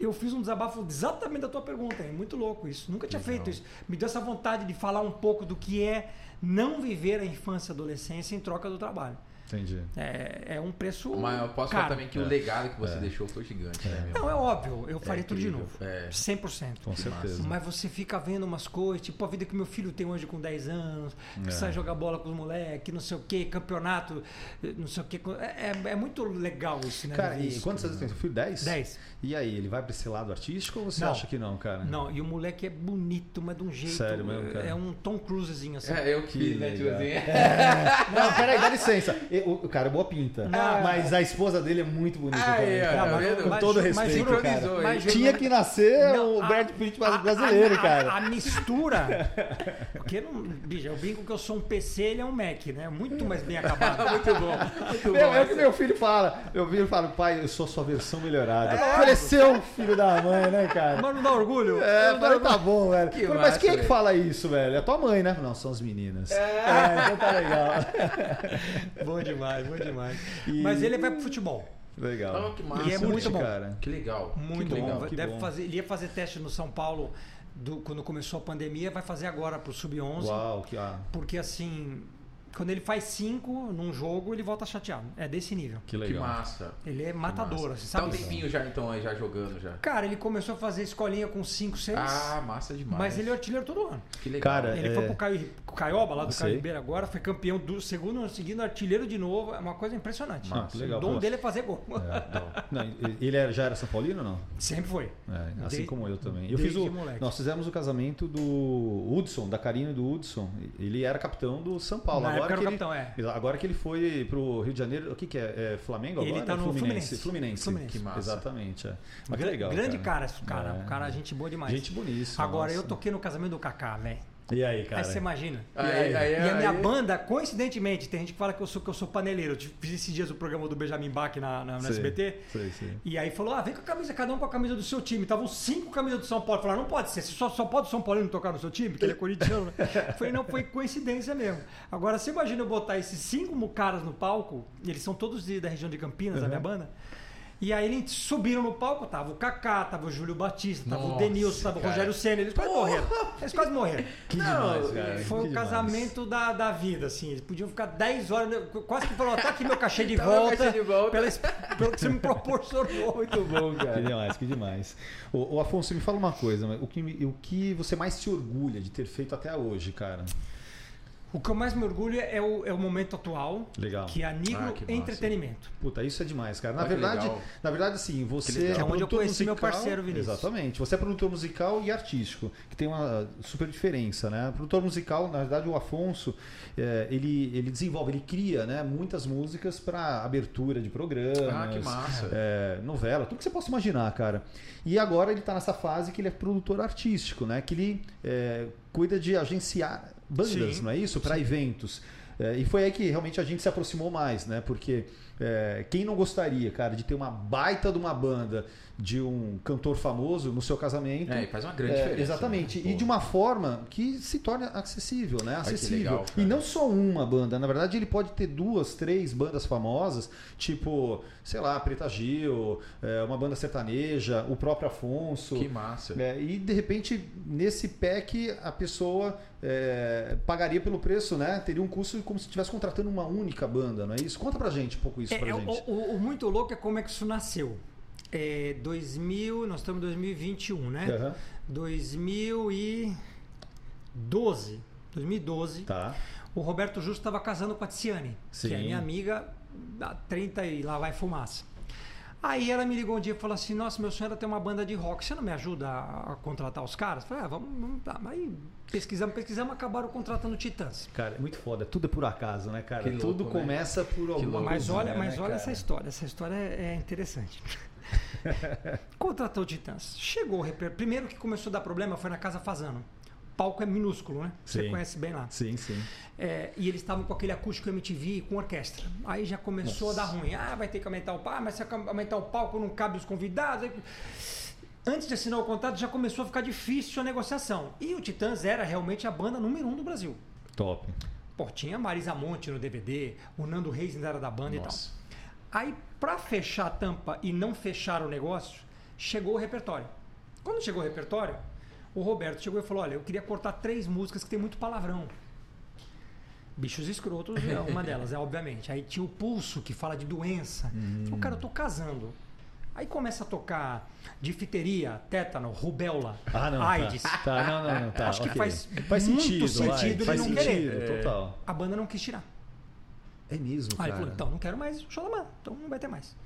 [SPEAKER 3] Eu fiz um desabafo exatamente da tua pergunta, é muito louco isso. Nunca tinha feito isso. Me deu essa vontade de falar um pouco do que é não viver a infância e adolescência em troca do trabalho.
[SPEAKER 1] Entendi.
[SPEAKER 3] É, é um preço.
[SPEAKER 2] Mas eu é. posso falar
[SPEAKER 3] caro.
[SPEAKER 2] também que o legado que você deixou foi gigante, né, meu?
[SPEAKER 3] Não, é óbvio, eu faria tudo de
[SPEAKER 2] incrível,
[SPEAKER 3] novo.
[SPEAKER 2] é.
[SPEAKER 3] 100%.
[SPEAKER 1] Com certeza.
[SPEAKER 3] Mas você fica vendo umas coisas, tipo a vida que meu filho tem hoje com 10 anos, que
[SPEAKER 1] É.
[SPEAKER 3] sai jogar bola com os moleques, não sei o que, campeonato, eh, não sei o que. É, é- é muito legal isso, né?
[SPEAKER 1] Cara,
[SPEAKER 3] ver
[SPEAKER 1] e
[SPEAKER 3] isso.
[SPEAKER 1] quantos anos tem seu filho? 10?
[SPEAKER 3] 10.
[SPEAKER 1] E aí, ele vai pra esse lado artístico ou você
[SPEAKER 3] Não.
[SPEAKER 1] acha que não, cara?
[SPEAKER 3] Não, e o moleque é bonito, mas de um jeito.
[SPEAKER 1] Sério mesmo, cara?
[SPEAKER 3] É um Tom Cruisezinho assim.
[SPEAKER 2] É, eu que fiz, né,
[SPEAKER 1] Que
[SPEAKER 2] tipo assim.
[SPEAKER 1] Não, peraí, dá licença. E- O o cara é boa pinta.
[SPEAKER 3] Não.
[SPEAKER 1] mas a esposa dele é muito bonita
[SPEAKER 2] Ah,
[SPEAKER 1] também.
[SPEAKER 2] é,
[SPEAKER 1] cara.
[SPEAKER 2] tá vendo?
[SPEAKER 1] Com
[SPEAKER 2] Mas-
[SPEAKER 1] todo
[SPEAKER 3] mas
[SPEAKER 1] respeito,
[SPEAKER 2] juro-
[SPEAKER 1] cara.
[SPEAKER 2] juro-
[SPEAKER 3] Mas
[SPEAKER 1] Tinha que nascer
[SPEAKER 3] Não,
[SPEAKER 1] É o
[SPEAKER 3] a-
[SPEAKER 1] Brad Pitt
[SPEAKER 3] a- a-
[SPEAKER 1] brasileiro,
[SPEAKER 3] a-
[SPEAKER 1] cara.
[SPEAKER 3] A, mistura. Porque não, bicho, eu brinco que eu sou um PC, ele é um Mac, né? Muito mais bem acabado. Muito bom.
[SPEAKER 2] Muito
[SPEAKER 1] Meu, é o
[SPEAKER 2] essa.
[SPEAKER 1] que meu filho fala. Meu filho fala, pai, eu sou a sua versão melhorada.
[SPEAKER 3] É.
[SPEAKER 1] Cresceu, filho da mãe, né, cara?
[SPEAKER 3] Mas não dá orgulho?
[SPEAKER 1] É,
[SPEAKER 3] Não dá
[SPEAKER 1] falei,
[SPEAKER 3] orgulho.
[SPEAKER 1] tá bom, velho.
[SPEAKER 2] Que
[SPEAKER 1] Falei, mas
[SPEAKER 2] massa,
[SPEAKER 1] quem é que
[SPEAKER 2] velho.
[SPEAKER 1] fala isso, velho? É tua mãe, né? Não, são as meninas. é então tá legal.
[SPEAKER 3] Bom demais, bom demais.
[SPEAKER 1] E-
[SPEAKER 3] Mas ele vai pro futebol.
[SPEAKER 1] Legal.
[SPEAKER 2] Ah, que massa,
[SPEAKER 3] E é muito
[SPEAKER 2] velho.
[SPEAKER 3] bom.
[SPEAKER 1] cara.
[SPEAKER 2] Que legal.
[SPEAKER 3] Muito
[SPEAKER 1] Que
[SPEAKER 3] bom.
[SPEAKER 1] bom, que
[SPEAKER 3] Deve
[SPEAKER 1] bom.
[SPEAKER 3] Fazer, ele ia fazer teste no São Paulo do- quando começou a pandemia, vai fazer agora pro Sub-11.
[SPEAKER 1] Uau, que ah,
[SPEAKER 3] Porque assim, Quando ele faz cinco num jogo, ele volta chateado. É desse nível.
[SPEAKER 4] Que
[SPEAKER 2] Que
[SPEAKER 4] legal.
[SPEAKER 2] massa.
[SPEAKER 3] Ele é matador, assim,
[SPEAKER 2] Tá um
[SPEAKER 3] sabe? É
[SPEAKER 2] tempinho já então, aí, já jogando já.
[SPEAKER 3] Cara, ele começou a fazer escolinha com 5, 6,
[SPEAKER 2] Ah, massa demais.
[SPEAKER 3] mas ele é artilheiro todo ano.
[SPEAKER 2] Que legal.
[SPEAKER 1] Cara,
[SPEAKER 3] Ele
[SPEAKER 1] É.
[SPEAKER 3] foi pro Caio, pro Caioba, lá do
[SPEAKER 1] Sei.
[SPEAKER 3] Caio Ribeiro agora, foi campeão do segundo ano seguido, artilheiro de novo. É uma coisa impressionante.
[SPEAKER 1] Massa, legal,
[SPEAKER 3] o dom
[SPEAKER 1] pô.
[SPEAKER 3] dele é fazer gol.
[SPEAKER 1] então. Não, ele era- já era São Paulino ou não?
[SPEAKER 3] Sempre foi.
[SPEAKER 1] É, assim
[SPEAKER 3] Desde-
[SPEAKER 1] como eu também. Eu fiz
[SPEAKER 3] desde
[SPEAKER 1] o,
[SPEAKER 3] moleque.
[SPEAKER 1] nós fizemos o casamento do Hudson, da Karine e do Hudson. Ele era capitão do São Paulo. agora
[SPEAKER 3] Na época
[SPEAKER 1] que
[SPEAKER 3] era
[SPEAKER 1] ele,
[SPEAKER 3] capitão, é.
[SPEAKER 1] agora que ele foi pro Rio de Janeiro, o que, que é? É Flamengo
[SPEAKER 3] Ele
[SPEAKER 1] agora?
[SPEAKER 3] tá no
[SPEAKER 1] Fluminense.
[SPEAKER 3] Fluminense.
[SPEAKER 1] Fluminense.
[SPEAKER 3] Fluminense.
[SPEAKER 2] Que massa.
[SPEAKER 1] Exatamente. É. Mas que legal.
[SPEAKER 3] Grande cara, esse cara.
[SPEAKER 1] É.
[SPEAKER 3] Um cara, gente boa demais.
[SPEAKER 1] Gente boníssima.
[SPEAKER 3] Agora,
[SPEAKER 1] nossa.
[SPEAKER 3] eu toquei no casamento do Kaká, velho.
[SPEAKER 1] E aí, cara?
[SPEAKER 3] Aí você imagina.
[SPEAKER 2] Aí, aí, aí,
[SPEAKER 3] E a minha
[SPEAKER 2] aí-
[SPEAKER 3] banda, coincidentemente, tem gente que fala que eu sou, que eu sou paneleiro. Eu fiz esses dias o programa do Benjamin Bach na, na, no
[SPEAKER 1] Sei,
[SPEAKER 3] SBT.
[SPEAKER 1] sei, sei.
[SPEAKER 3] E aí falou: ah, vem com a camisa, cada um com a camisa do seu time. Estavam cinco camisas do São Paulo. Falaram: não pode ser, se só, só pode o São Paulino tocar no seu time, porque ele é corintiano. né? Eu Falei: não, foi coincidência mesmo. Agora, você imagina eu botar esses cinco caras no palco, e eles são todos de- da região de Campinas,
[SPEAKER 2] Uhum.
[SPEAKER 3] da minha banda. E aí eles subiram no palco, tava o Kaká, tava o Júlio Batista, tava o
[SPEAKER 2] Nossa,
[SPEAKER 3] Denilson, tava
[SPEAKER 2] cara.
[SPEAKER 3] o Rogério Senna, eles quase morreram. Eles quase morreram.
[SPEAKER 1] Que
[SPEAKER 2] Não,
[SPEAKER 1] demais, cara.
[SPEAKER 3] Foi
[SPEAKER 1] que
[SPEAKER 3] o
[SPEAKER 1] demais.
[SPEAKER 3] casamento da, da vida, assim. Eles podiam ficar 10 horas. né? Qu- Quase que falou, tá aqui meu cachê de
[SPEAKER 2] Tá meu
[SPEAKER 3] volta.
[SPEAKER 2] cachê de volta.
[SPEAKER 3] Pela, ex- pelo que você me proporcionou. Muito bom,
[SPEAKER 1] Que demais, que demais. Ô, ô, Afonso, me fala uma coisa, mas o que, me- o que você mais se orgulha de ter feito até hoje, cara?
[SPEAKER 3] O que eu mais me orgulho é o, é o momento atual,
[SPEAKER 1] Legal.
[SPEAKER 3] que é a nível
[SPEAKER 2] Ah, que massa.
[SPEAKER 3] entretenimento.
[SPEAKER 1] Puta, isso é demais, cara. Na
[SPEAKER 2] Ah, que
[SPEAKER 1] verdade,
[SPEAKER 2] legal.
[SPEAKER 1] na verdade, assim,
[SPEAKER 2] Que
[SPEAKER 1] você
[SPEAKER 2] legal.
[SPEAKER 1] é
[SPEAKER 3] Que é onde eu
[SPEAKER 1] produtor
[SPEAKER 3] conheci meu
[SPEAKER 1] musical-
[SPEAKER 3] parceiro, Vinícius.
[SPEAKER 1] Exatamente. Você é produtor musical e artístico, que tem uma super diferença, né? Produtor musical, na verdade, o Afonso, eh, ele, ele desenvolve, ele cria, né, muitas músicas para abertura de programas.
[SPEAKER 2] Ah, que massa.
[SPEAKER 1] eh, novela, tudo que você possa imaginar, cara. E agora ele tá nessa fase que ele é produtor artístico, né? Que ele eh, cuida de agenciar bandas,
[SPEAKER 3] Sim.
[SPEAKER 1] não é isso? Para eventos. É, e foi aí que realmente a gente se aproximou mais, né? Porque é, quem não gostaria, cara, de ter uma baita de uma banda de um cantor famoso no seu casamento?
[SPEAKER 2] É, e faz uma grande diferença,
[SPEAKER 1] Exatamente.
[SPEAKER 2] né?
[SPEAKER 1] E de uma forma que se torne acessível, né?
[SPEAKER 2] que
[SPEAKER 1] Acessível.
[SPEAKER 2] legal,
[SPEAKER 1] e
[SPEAKER 2] cara.
[SPEAKER 1] não só uma banda. Na verdade, ele pode ter duas, três bandas famosas, tipo, sei lá, Preta Gil, é, uma banda sertaneja, o próprio Afonso.
[SPEAKER 2] Que massa.
[SPEAKER 1] É, e de repente, nesse pack, a pessoa é, pagaria pelo preço, né? Teria um custo como se estivesse contratando uma única banda, não é isso? Conta pra gente um pouco isso
[SPEAKER 3] É,
[SPEAKER 1] pra
[SPEAKER 3] é,
[SPEAKER 1] gente.
[SPEAKER 3] o, o- o muito louco é como é que isso nasceu. É 2000, nós estamos em 2021, né?
[SPEAKER 1] Aham.
[SPEAKER 3] 2012. 2012.
[SPEAKER 1] Tá.
[SPEAKER 3] O Roberto Justo estava casando com a Tiziane, que
[SPEAKER 1] Sim.
[SPEAKER 3] é minha amiga, há 30 e lá vai fumaça. Aí ela me ligou um dia e falou assim: Nossa, meu sonho era ter uma banda de rock, você não me ajuda a a contratar os caras? Eu Falei, ah, vamos, vamos tá. Aí pesquisamos, pesquisamos, acabaram contratando Titãs.
[SPEAKER 1] Cara, é muito foda. Tudo é por acaso, né, cara?
[SPEAKER 2] Que louco,
[SPEAKER 1] Tudo
[SPEAKER 2] né?
[SPEAKER 1] começa por alguma
[SPEAKER 2] louco,
[SPEAKER 3] Mas
[SPEAKER 1] coisinha,
[SPEAKER 3] olha,
[SPEAKER 1] né,
[SPEAKER 3] mas olha
[SPEAKER 1] cara?
[SPEAKER 3] essa história, essa história é é interessante. Contratou Titãs. Chegou o reper... Primeiro que começou a dar problema foi na Casa Fazano. O palco é minúsculo, né? Você
[SPEAKER 1] Sim.
[SPEAKER 3] conhece bem lá.
[SPEAKER 1] Sim, sim.
[SPEAKER 3] É, e eles estavam com aquele acústico MTV e com orquestra. Aí já começou a dar ruim. Ah, vai ter que aumentar o palco, mas se aumentar o palco não cabe os convidados. Aí- Antes de assinar o contrato já começou a ficar difícil a negociação. E o Titãs era realmente a banda número um do Brasil.
[SPEAKER 1] Top.
[SPEAKER 3] Pô, tinha a Marisa Monte no DVD, o Nando Reis ainda era da banda
[SPEAKER 2] Nossa.
[SPEAKER 3] e tal. Aí, pra fechar a tampa e não fechar o negócio, chegou o repertório. Quando chegou o repertório, o Roberto chegou e falou: Olha, eu queria cortar três músicas que tem muito palavrão. Bichos escrotos é uma delas, é obviamente. Aí tinha o pulso que fala de doença.
[SPEAKER 1] Hum.
[SPEAKER 3] Falou, cara, eu tô casando. Aí começa a tocar difteria, tétano, rubéola,
[SPEAKER 1] Ah, não.
[SPEAKER 3] AIDS.
[SPEAKER 1] Tá. Tá, não, não, não. Tá,
[SPEAKER 3] Acho que
[SPEAKER 1] ok.
[SPEAKER 3] faz
[SPEAKER 1] faz
[SPEAKER 3] muito
[SPEAKER 1] sentido, vai,
[SPEAKER 3] sentido ele
[SPEAKER 1] faz
[SPEAKER 3] não
[SPEAKER 1] sentido,
[SPEAKER 3] querer.
[SPEAKER 1] total.
[SPEAKER 3] A banda não quis tirar.
[SPEAKER 1] É mesmo,
[SPEAKER 3] Aí
[SPEAKER 1] cara.
[SPEAKER 3] ele falou, então, não quero mais o show da banda, então não vai ter mais.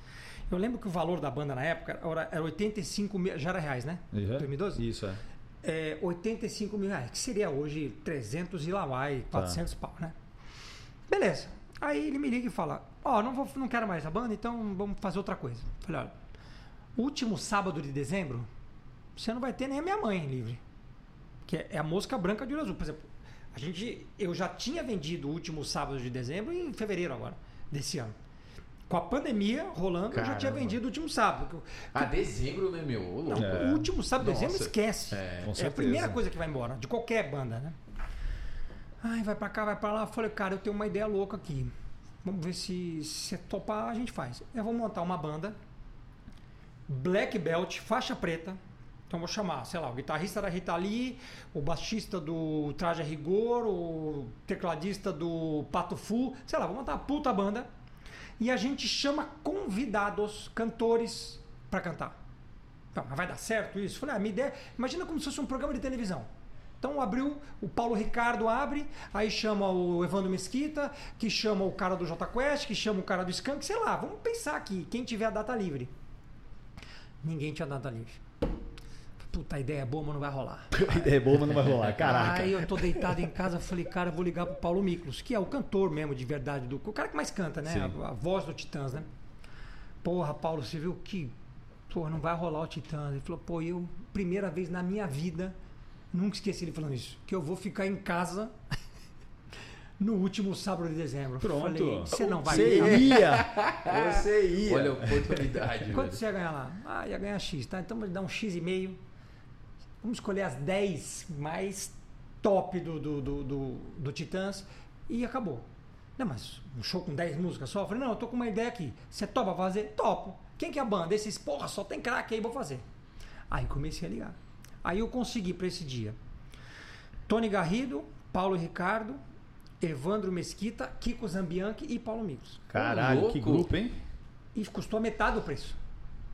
[SPEAKER 3] Eu lembro que o valor da banda na época era- era 85 mil, já era reais, né?
[SPEAKER 1] Uhum.
[SPEAKER 3] 2012?
[SPEAKER 1] Isso, é.
[SPEAKER 3] É, 85 mil reais, que seria hoje 300 e lá vai,
[SPEAKER 2] Tá.
[SPEAKER 3] 400 pau, né? Beleza. Aí ele me liga e fala, ó, não, vou, não quero mais a banda, então vamos fazer outra coisa. Eu Falei, olha, último sábado de dezembro, você não vai ter nem a minha mãe livre. Que é é a mosca branca de olho azul. Por exemplo, a gente, eu já tinha vendido o último sábado de dezembro em fevereiro agora, desse ano. Com a pandemia rolando, eu já tinha
[SPEAKER 2] Caramba.
[SPEAKER 3] vendido o último sábado. que eu-
[SPEAKER 2] Ah, dezembro, né, meu? Ô, louco.
[SPEAKER 3] Não,
[SPEAKER 1] É.
[SPEAKER 3] O último sábado de dezembro
[SPEAKER 2] Nossa.
[SPEAKER 3] esquece.
[SPEAKER 2] É,
[SPEAKER 1] com
[SPEAKER 3] é a
[SPEAKER 1] certeza.
[SPEAKER 3] primeira coisa que vai embora, de qualquer banda, né? Ai, vai pra cá, vai pra lá. Eu falei, cara, eu tenho uma ideia louca aqui. Vamos ver se se é topar, a gente faz. Eu vou montar uma banda, Black Belt, faixa preta, Então vou chamar, sei lá, o guitarrista da Rita Lee, o baixista do Traje a Rigor, o tecladista do Pato Fu, sei lá, vou montar uma puta banda. E a gente chama convidados, cantores, pra cantar. Então, mas vai dar certo isso? Falei, ah, minha ideia. Imagina como se fosse um programa de televisão. Então abriu, o Paulo Ricardo abre, aí chama o Evandro Mesquita, que chama o cara do Jota Quest, que chama o cara do Skank, sei lá, vamos pensar aqui, quem tiver a data livre. Ninguém tinha data livre. Puta, a ideia é boa, mas não vai rolar.
[SPEAKER 1] A ideia é boa, mas não vai rolar. Caraca.
[SPEAKER 3] Aí eu tô deitado em casa, falei, cara, eu vou ligar pro Paulo Miklos, que é o cantor mesmo de verdade, do, o cara que mais canta, né?
[SPEAKER 1] Sim.
[SPEAKER 3] A, a voz do Titãs, né? Porra, Paulo, você viu que. Porra, não vai rolar o Titãs. Ele falou, pô, eu, primeira vez na minha vida, nunca esqueci ele falando isso, que eu vou ficar em casa no último sábado de dezembro. Eu
[SPEAKER 1] Pronto.
[SPEAKER 3] Falei, você não vai
[SPEAKER 1] Você
[SPEAKER 3] ligar.
[SPEAKER 1] ia. Você ia.
[SPEAKER 2] Olha a oportunidade. velho.
[SPEAKER 3] Quanto você ia ganhar lá? Ah, ia ganhar X, tá? Então vou dar um X e meio. Vamos escolher as 10 mais top do, do, do, do, do Titãs. E acabou. Não, mas um show com 10 músicas só? Eu falei, não, eu tô com uma ideia aqui. Você topa fazer? Topo. Quem que é a banda? Esses, porra, só tem craque aí, vou fazer. Aí comecei a ligar. Aí eu consegui pra esse dia. Tony Garrido, Paulo Ricardo, Evandro Mesquita, Kiko Zambianchi e Paulo Micos.
[SPEAKER 1] Caralho, que
[SPEAKER 2] louco.
[SPEAKER 1] grupo, hein?
[SPEAKER 3] E custou metade do preço.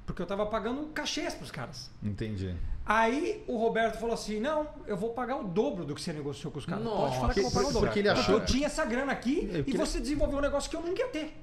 [SPEAKER 3] Porque eu tava pagando cachês pros caras.
[SPEAKER 1] Entendi.
[SPEAKER 3] Aí o Roberto falou assim: não, eu vou pagar o dobro do que você negociou com os caras. Pode falar que eu vou pagar
[SPEAKER 1] Porque-
[SPEAKER 3] o dobro.
[SPEAKER 1] porque ele achou
[SPEAKER 3] eu tinha essa grana aqui
[SPEAKER 1] Eu
[SPEAKER 3] e
[SPEAKER 1] queria-
[SPEAKER 3] você desenvolveu um negócio que eu nunca ia ter.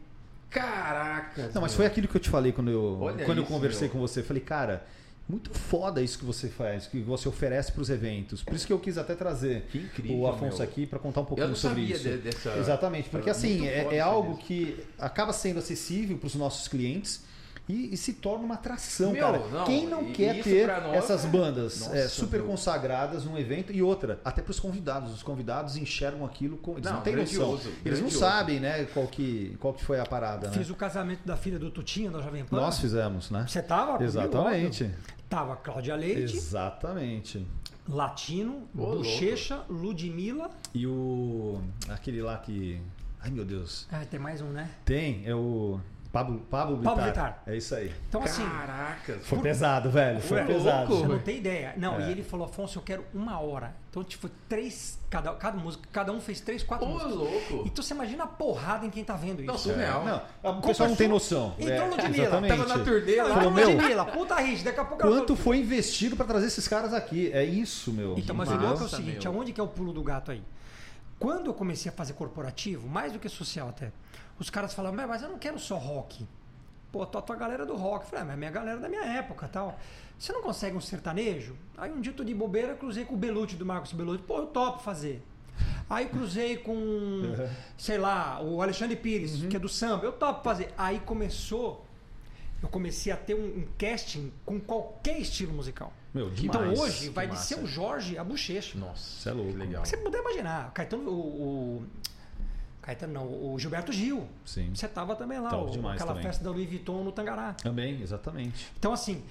[SPEAKER 2] Caraca.
[SPEAKER 1] Não, mas foi aquilo que eu te falei quando eu,
[SPEAKER 2] Olha
[SPEAKER 1] quando eu
[SPEAKER 2] isso,
[SPEAKER 1] conversei
[SPEAKER 2] meu.
[SPEAKER 1] com você. Eu Falei, cara, muito foda isso que você faz, que você oferece pros eventos. Por isso que eu quis até trazer
[SPEAKER 2] Que incrível,
[SPEAKER 1] o Afonso
[SPEAKER 2] meu.
[SPEAKER 1] aqui pra contar um pouquinho
[SPEAKER 2] Eu não
[SPEAKER 1] sobre
[SPEAKER 2] sabia
[SPEAKER 1] isso.
[SPEAKER 2] de- dessa-
[SPEAKER 1] Exatamente, porque
[SPEAKER 2] Muito
[SPEAKER 1] assim,
[SPEAKER 2] foda
[SPEAKER 1] é, é
[SPEAKER 2] isso
[SPEAKER 1] algo
[SPEAKER 2] mesmo.
[SPEAKER 1] que acaba sendo acessível pros nossos clientes. E, e se torna uma atração,
[SPEAKER 2] Meu,
[SPEAKER 1] cara.
[SPEAKER 2] não,
[SPEAKER 1] Quem não
[SPEAKER 2] e-
[SPEAKER 1] quer
[SPEAKER 2] isso
[SPEAKER 1] ter
[SPEAKER 2] pra nós,
[SPEAKER 1] essas
[SPEAKER 2] cara.
[SPEAKER 1] bandas
[SPEAKER 2] Nossa,
[SPEAKER 1] é, super
[SPEAKER 2] meu.
[SPEAKER 1] consagradas num evento e outra, até pros convidados. Os convidados enxergam aquilo com. Eles não,
[SPEAKER 2] Não,
[SPEAKER 1] têm noção.
[SPEAKER 2] grandioso,
[SPEAKER 1] Eles não
[SPEAKER 2] grandioso.
[SPEAKER 1] sabem, né, qual que, qual que foi a parada, né?
[SPEAKER 3] Fiz o casamento da filha do Tutinha, da Jovem Pan.
[SPEAKER 1] Nós fizemos, né?
[SPEAKER 3] Você é tava?
[SPEAKER 1] Exatamente.
[SPEAKER 3] Comigo, óbvio. Tava Cláudia Leite,
[SPEAKER 1] Exatamente.
[SPEAKER 3] Latino,
[SPEAKER 2] louco.
[SPEAKER 3] Bochecha, Ludmilla.
[SPEAKER 1] E o. Aquele lá que. Ai meu Deus.
[SPEAKER 3] Ah, tem mais um, né?
[SPEAKER 1] Tem, é o. Pablo, Pablo,
[SPEAKER 3] Pablo
[SPEAKER 1] Vittar.
[SPEAKER 3] Vittar.
[SPEAKER 1] É isso aí.
[SPEAKER 3] Então, assim,
[SPEAKER 2] Caraca.
[SPEAKER 1] Foi pesado, velho. Foi
[SPEAKER 3] Ué,
[SPEAKER 1] pesado.
[SPEAKER 3] Você não
[SPEAKER 2] velho.
[SPEAKER 3] tem ideia. Não,
[SPEAKER 1] É.
[SPEAKER 3] e ele falou, Afonso, eu quero uma hora. Então, tipo, três. Cada, cada música, cada um fez três,
[SPEAKER 2] Ô,
[SPEAKER 3] quatro músicas.
[SPEAKER 2] louco.
[SPEAKER 3] Então você imagina a porrada em quem tá vendo isso.
[SPEAKER 2] Não, surreal.
[SPEAKER 1] Não, o pessoal não tem noção.
[SPEAKER 3] Entrou
[SPEAKER 1] É,
[SPEAKER 3] Ludmilla,
[SPEAKER 1] Exatamente.
[SPEAKER 2] Tava na turnê
[SPEAKER 3] Não,
[SPEAKER 2] lá.
[SPEAKER 1] Falou,
[SPEAKER 3] então,
[SPEAKER 1] meu,
[SPEAKER 3] Ludmilla, puta rígida, daqui a pouco ela-
[SPEAKER 1] Quanto foi investido pra trazer esses caras aqui? É isso, meu.
[SPEAKER 3] Então, mas o
[SPEAKER 2] Massa,
[SPEAKER 3] louco é o seguinte,
[SPEAKER 2] meu.
[SPEAKER 3] aonde que é o pulo do gato aí? Quando eu comecei a fazer corporativo, mais do que social até, os caras falavam, "Mas- mas eu não quero só rock. Pô, tô a tua galera do rock. Eu falei, "Ah, mas minha galera da minha época tal. Você não consegue um sertanejo? Aí um dia eu tô de bobeira, cruzei com o Belucci do Marcos Belucci. Pô, eu topo fazer. Aí cruzei com, sei lá, o Alexandre Pires, que é do samba. Eu topo fazer. Aí começou, eu comecei a ter um, um casting com qualquer estilo musical.
[SPEAKER 1] Meu,
[SPEAKER 3] Então
[SPEAKER 1] demais,
[SPEAKER 3] hoje
[SPEAKER 1] que
[SPEAKER 3] vai de
[SPEAKER 1] massa.
[SPEAKER 3] seu Jorge a bochecha. O
[SPEAKER 2] Nossa,
[SPEAKER 1] Isso é louco.
[SPEAKER 2] que legal.
[SPEAKER 3] que Você puder imaginar. Caetano, o, o- Caetano não, o Gilberto Gil.
[SPEAKER 1] Sim.
[SPEAKER 3] Você tava também lá,
[SPEAKER 1] Tava
[SPEAKER 3] o-
[SPEAKER 1] demais
[SPEAKER 3] aquela
[SPEAKER 1] também.
[SPEAKER 3] festa da Louis Vuitton no Tangará.
[SPEAKER 1] Também, exatamente.
[SPEAKER 3] Então assim,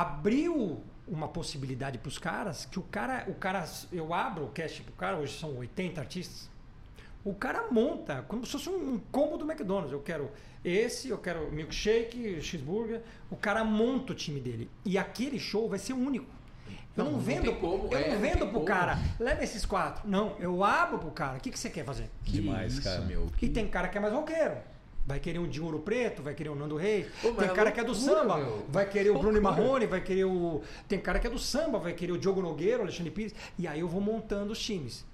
[SPEAKER 3] abriu uma possibilidade para os caras que o cara, o cara, eu abro o cast pro cara, hoje são 80 artistas. O cara monta como se fosse um combo do McDonald's. Eu quero esse, eu quero milkshake, cheeseburger. O cara monta o time dele. E aquele show vai ser único. Eu não,
[SPEAKER 2] Não, não
[SPEAKER 3] vendo,
[SPEAKER 2] tem como,
[SPEAKER 3] eu
[SPEAKER 2] é,
[SPEAKER 3] não
[SPEAKER 2] não
[SPEAKER 3] vendo
[SPEAKER 2] tem
[SPEAKER 3] pro
[SPEAKER 2] como.
[SPEAKER 3] cara. Leva esses quatro. Não, eu abro pro cara. O que, que você quer fazer?
[SPEAKER 2] Que
[SPEAKER 1] Demais,
[SPEAKER 2] isso,
[SPEAKER 1] cara.
[SPEAKER 2] meu.
[SPEAKER 3] E tem cara que é mais roqueiro. Vai querer um de ouro preto, vai querer o Nando Reis.
[SPEAKER 2] Pô, mas
[SPEAKER 3] tem
[SPEAKER 2] é
[SPEAKER 3] cara que é do
[SPEAKER 2] loucura,
[SPEAKER 3] samba,
[SPEAKER 2] meu.
[SPEAKER 3] vai querer o Bruno e
[SPEAKER 2] Loucura.
[SPEAKER 3] Marrone, vai querer o. Tem cara que é do samba, vai querer o Diogo Nogueira, o Alexandre Pires. E aí eu vou montando os times.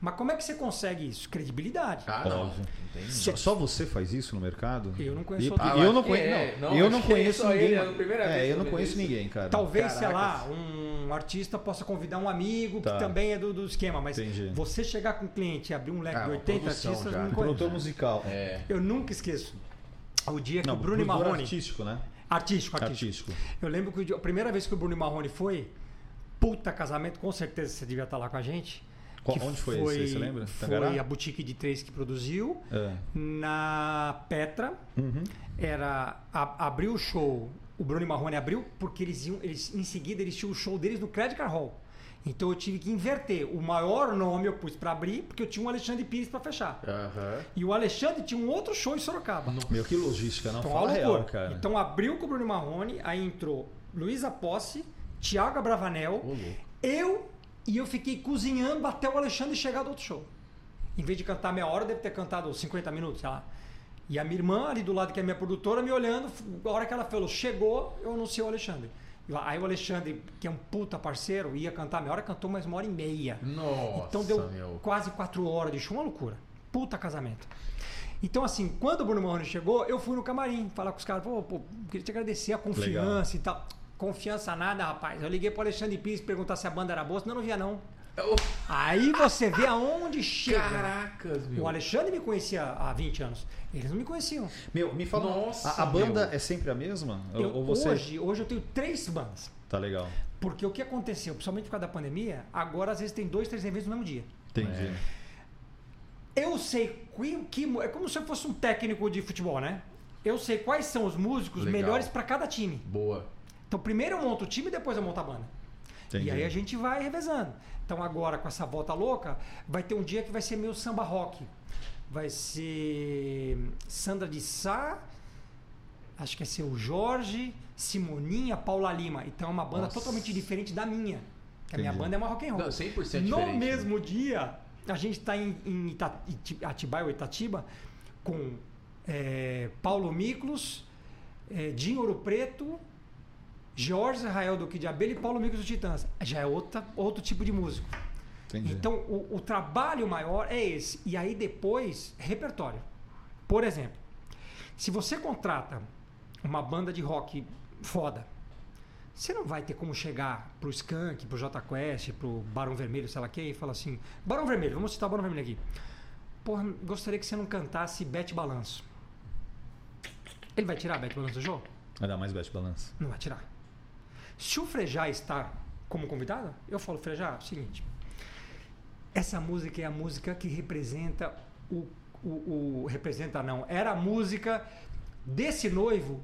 [SPEAKER 3] Mas como é que você consegue isso? Credibilidade.
[SPEAKER 2] Ah, não.
[SPEAKER 1] Óbvio.
[SPEAKER 2] Entendi.
[SPEAKER 1] Só, só você faz isso no mercado?
[SPEAKER 3] Eu não conheço
[SPEAKER 1] E-
[SPEAKER 3] outro.
[SPEAKER 1] e
[SPEAKER 2] Ah,
[SPEAKER 1] eu
[SPEAKER 2] acho
[SPEAKER 1] não
[SPEAKER 2] que
[SPEAKER 1] conheço.
[SPEAKER 2] é.
[SPEAKER 1] não,
[SPEAKER 2] Não,
[SPEAKER 1] eu
[SPEAKER 2] acho
[SPEAKER 1] não
[SPEAKER 2] que é
[SPEAKER 1] conheço
[SPEAKER 2] só ele,
[SPEAKER 1] ninguém.
[SPEAKER 2] é a primeira
[SPEAKER 1] é,
[SPEAKER 2] vez
[SPEAKER 1] eu não
[SPEAKER 2] que eu
[SPEAKER 1] conheço
[SPEAKER 2] vejo isso.
[SPEAKER 1] ninguém, cara.
[SPEAKER 3] Talvez, sei lá,
[SPEAKER 2] Caracas.
[SPEAKER 3] um artista possa convidar um amigo
[SPEAKER 1] Tá.
[SPEAKER 3] que também é do, do esquema, mas
[SPEAKER 1] Entendi.
[SPEAKER 3] você chegar com um cliente e abrir um leque
[SPEAKER 2] Ah,
[SPEAKER 3] de
[SPEAKER 2] uma
[SPEAKER 3] 80
[SPEAKER 2] produção
[SPEAKER 3] artistas,
[SPEAKER 2] já.
[SPEAKER 3] não conheço.
[SPEAKER 1] Produtor musical.
[SPEAKER 2] É.
[SPEAKER 3] Eu nunca esqueço. O dia que
[SPEAKER 1] Não,
[SPEAKER 3] o Bruno e
[SPEAKER 1] produtor
[SPEAKER 3] Marrone.
[SPEAKER 1] artístico, né?
[SPEAKER 3] Artístico, artístico.
[SPEAKER 1] Artístico.
[SPEAKER 3] Eu lembro que o dia- a primeira vez que o Bruno Marrone foi, puta casamento, com certeza você devia estar lá com a gente.
[SPEAKER 1] Qual-
[SPEAKER 3] que
[SPEAKER 1] onde foi esse aí, você lembra?
[SPEAKER 3] Foi
[SPEAKER 1] Tangará?
[SPEAKER 3] a boutique de três que produziu.
[SPEAKER 1] É.
[SPEAKER 3] Na Petra,
[SPEAKER 1] Uhum.
[SPEAKER 3] era a- abriu o show, o Bruno Marrone abriu, porque eles iam, eles, em seguida eles tinham o show deles no Credit Card Hall. Então eu tive que inverter. O maior nome eu pus pra abrir, porque eu tinha um Alexandre Pires pra fechar.
[SPEAKER 2] Aham.
[SPEAKER 3] E o Alexandre tinha um outro show em Sorocaba.
[SPEAKER 1] Meu, que logística, não.
[SPEAKER 3] Então,
[SPEAKER 1] Fala
[SPEAKER 3] a
[SPEAKER 1] real,
[SPEAKER 3] loucura.
[SPEAKER 1] cara.
[SPEAKER 3] Então abriu com o Bruno Marrone, aí entrou Luísa Posse, Tiago Abravanel,
[SPEAKER 2] Ô, louco.
[SPEAKER 3] eu e eu fiquei cozinhando até o Alexandre chegar do outro show. Em vez de cantar meia hora, deve ter cantado 50 minutos, sei lá. E a minha irmã ali do lado, que é minha produtora, me olhando, a hora que ela falou, chegou, eu anunciei o Alexandre. E Aí o Alexandre, que é um puta parceiro, ia cantar meia hora, cantou mais uma hora e meia.
[SPEAKER 2] Nossa,
[SPEAKER 3] Então deu
[SPEAKER 2] meu.
[SPEAKER 3] quase quatro horas de show, uma loucura. Puta casamento. Então, assim, quando o Bruno Marrone chegou, eu fui no camarim falar com os caras, pô, pô, queria te agradecer a confiança e tal. Confiança nada, rapaz. Eu liguei pro Alexandre Pires perguntar se a banda era boa, senão eu não via, não.
[SPEAKER 2] Ô,
[SPEAKER 3] Aí você vê aonde
[SPEAKER 1] é,
[SPEAKER 3] chega.
[SPEAKER 1] né?
[SPEAKER 2] Caracas, meu.
[SPEAKER 3] O Alexandre me conhecia há 20 anos. Eles não me conheciam.
[SPEAKER 1] Meu, me fala.
[SPEAKER 2] Nossa,
[SPEAKER 1] a, a banda
[SPEAKER 2] meu.
[SPEAKER 1] é sempre a mesma? Ou-
[SPEAKER 3] Eu-
[SPEAKER 1] ou você.
[SPEAKER 3] hoje, hoje eu tenho três bandas.
[SPEAKER 1] Tá legal.
[SPEAKER 3] Porque o que aconteceu, principalmente por causa da pandemia, agora às vezes tem dois, três eventos no mesmo dia.
[SPEAKER 1] Entendi.
[SPEAKER 3] Eu sei que, que é como se eu fosse um técnico de futebol, né? Eu sei quais são os músicos
[SPEAKER 2] Legal.
[SPEAKER 3] melhores pra cada time.
[SPEAKER 2] Boa.
[SPEAKER 3] Então primeiro eu monto o time e depois eu monto a banda.
[SPEAKER 1] Entendi.
[SPEAKER 3] E aí a gente vai revezando. Então agora com essa volta louca, vai ter um dia que vai ser meio samba rock. Vai ser Sandra de Sá, acho que é seu Jorge, Simoninha, Paula Lima. Então é uma banda
[SPEAKER 2] Nossa.
[SPEAKER 3] totalmente diferente da minha. Que a minha
[SPEAKER 1] Entendi.
[SPEAKER 3] banda é uma rock and roll.
[SPEAKER 2] Não, 100%
[SPEAKER 3] No
[SPEAKER 2] diferente, né?
[SPEAKER 3] mesmo dia, a gente está em, em Ita- Iti- Atibaia ou Itatiba com eh, Paulo Miklos, eh, Dinho Ouro Preto, Jorge Israel do Kid de Abelha e Paulo Miklos do Titãs. Já é outra, outro tipo de músico.
[SPEAKER 1] Entendi.
[SPEAKER 3] Então, o, o trabalho maior é esse. E aí, depois, repertório. Por exemplo, se você contrata uma banda de rock foda, você não vai ter como chegar pro Skank, pro Jota Quest, pro Barão Vermelho, sei lá quem, e falar assim: Barão Vermelho, vamos citar o Barão Vermelho aqui. Porra, gostaria que você não cantasse Bete Balanço. Ele vai tirar Bete Balanço do jogo?
[SPEAKER 1] Vai dar mais bate balanço.
[SPEAKER 3] Não vai tirar. Se o Frejá está como convidado, eu falo, Frejá, é o seguinte. Essa música é a música que representa o, o, o- Representa não. Era a música desse noivo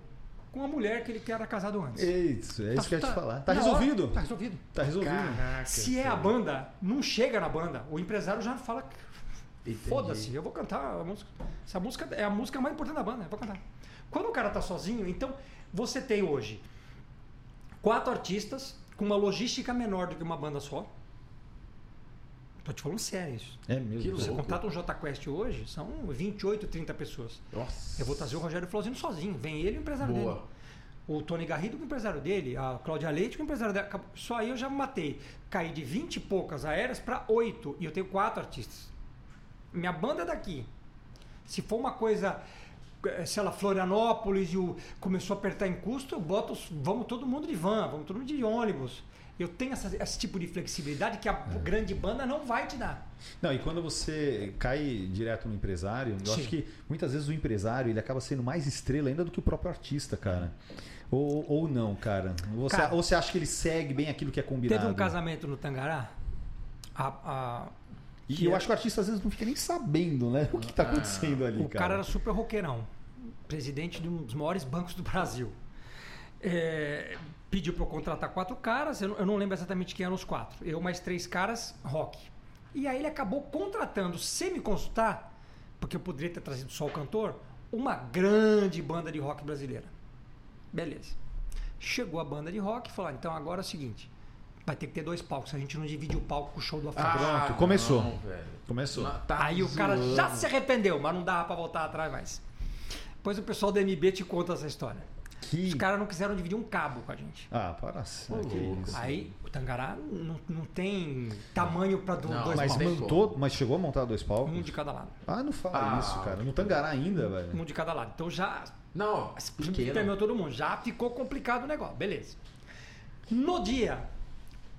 [SPEAKER 3] com a mulher que ele era casado antes.
[SPEAKER 1] É isso, é isso que eu ia te falar. Tá
[SPEAKER 3] na hora,
[SPEAKER 1] resolvido.
[SPEAKER 3] tá resolvido.
[SPEAKER 1] Tá resolvido.
[SPEAKER 3] Se é a banda, não chega na banda. O empresário já fala.
[SPEAKER 2] Entendi.
[SPEAKER 3] Foda-se, eu vou cantar a música. Essa música é a música mais importante da banda, eu vou cantar. Quando o cara tá sozinho, então você tem hoje quatro artistas com uma logística menor do que uma banda só. Tô te falando sério isso.
[SPEAKER 1] É mesmo.
[SPEAKER 2] Que
[SPEAKER 3] Você
[SPEAKER 2] louco.
[SPEAKER 3] contrata um J Quest hoje, são 28, 30 pessoas.
[SPEAKER 2] Nossa.
[SPEAKER 3] Eu vou trazer o Rogério Flauzino sozinho, vem ele e o empresário
[SPEAKER 2] Boa.
[SPEAKER 3] dele. O Tony Garrido com o empresário dele, a Cláudia Leite com o empresário dela. Acabou. Só aí eu já matei. Caí de 20 e poucas aéreas para 8. E eu tenho quatro artistas. Minha banda é daqui. Se for uma coisa, eh, sei lá, Florianópolis e o começou a apertar em custo, eu boto. os- Vamos todo mundo de van, vamos todo mundo de ônibus. Eu tenho essa- esse tipo de flexibilidade que a grande banda não vai te dar.
[SPEAKER 1] Não, e quando você cai direto no empresário, eu
[SPEAKER 3] Sim.
[SPEAKER 1] acho que muitas vezes o empresário ele acaba sendo mais estrela ainda do que o próprio artista, cara. Ou, ou não, cara. Você-
[SPEAKER 3] Cara,
[SPEAKER 1] ou você acha que ele segue bem aquilo que é combinado?
[SPEAKER 3] Teve um casamento no Tangará. A- a-
[SPEAKER 1] E
[SPEAKER 3] que
[SPEAKER 1] eu
[SPEAKER 3] era-
[SPEAKER 1] acho que o artista às vezes não fica nem sabendo, né? O que tá acontecendo ali,
[SPEAKER 3] Ah, O cara, era super roqueirão, presidente de um dos maiores bancos do Brasil. É, pediu para eu contratar quatro caras, eu não, eu não lembro exatamente quem eram os quatro. Eu mais três caras, rock. E aí ele acabou contratando, sem me consultar, porque eu poderia ter trazido só o cantor, uma grande banda de rock brasileira. Beleza. Chegou a banda de rock e falou: "Ah, então agora é o seguinte, vai ter que ter dois palcos, a gente não divide o palco com o show do
[SPEAKER 2] Ah,
[SPEAKER 3] Afonso.
[SPEAKER 1] Pronto, começou.
[SPEAKER 2] Não, velho.
[SPEAKER 1] Começou.
[SPEAKER 2] Na- tá
[SPEAKER 3] Aí o cara
[SPEAKER 2] zoando.
[SPEAKER 3] já se arrependeu, mas não dava pra voltar atrás mais. Depois o pessoal da MB te conta essa história.
[SPEAKER 1] Que...
[SPEAKER 3] Os caras não quiseram dividir um cabo com a gente.
[SPEAKER 1] Ah, para. sim,
[SPEAKER 2] Ô,
[SPEAKER 1] que
[SPEAKER 2] louco.
[SPEAKER 1] isso.
[SPEAKER 3] Aí o Tangará não, não tem tamanho pra do-
[SPEAKER 2] Não,
[SPEAKER 3] dois
[SPEAKER 1] Mas
[SPEAKER 2] Mas
[SPEAKER 3] palcos.
[SPEAKER 2] tem
[SPEAKER 1] mantou,
[SPEAKER 2] como.
[SPEAKER 1] mas chegou a montar dois palcos?
[SPEAKER 3] Um de cada lado.
[SPEAKER 1] Ah, não fala
[SPEAKER 2] Ah.
[SPEAKER 1] isso, cara. No Tangará ainda,
[SPEAKER 3] Um
[SPEAKER 1] velho.
[SPEAKER 3] de cada lado. Então já
[SPEAKER 2] Não,
[SPEAKER 3] Tremeu
[SPEAKER 2] pequeno.
[SPEAKER 3] todo mundo. Já ficou complicado o negócio. Beleza. No dia,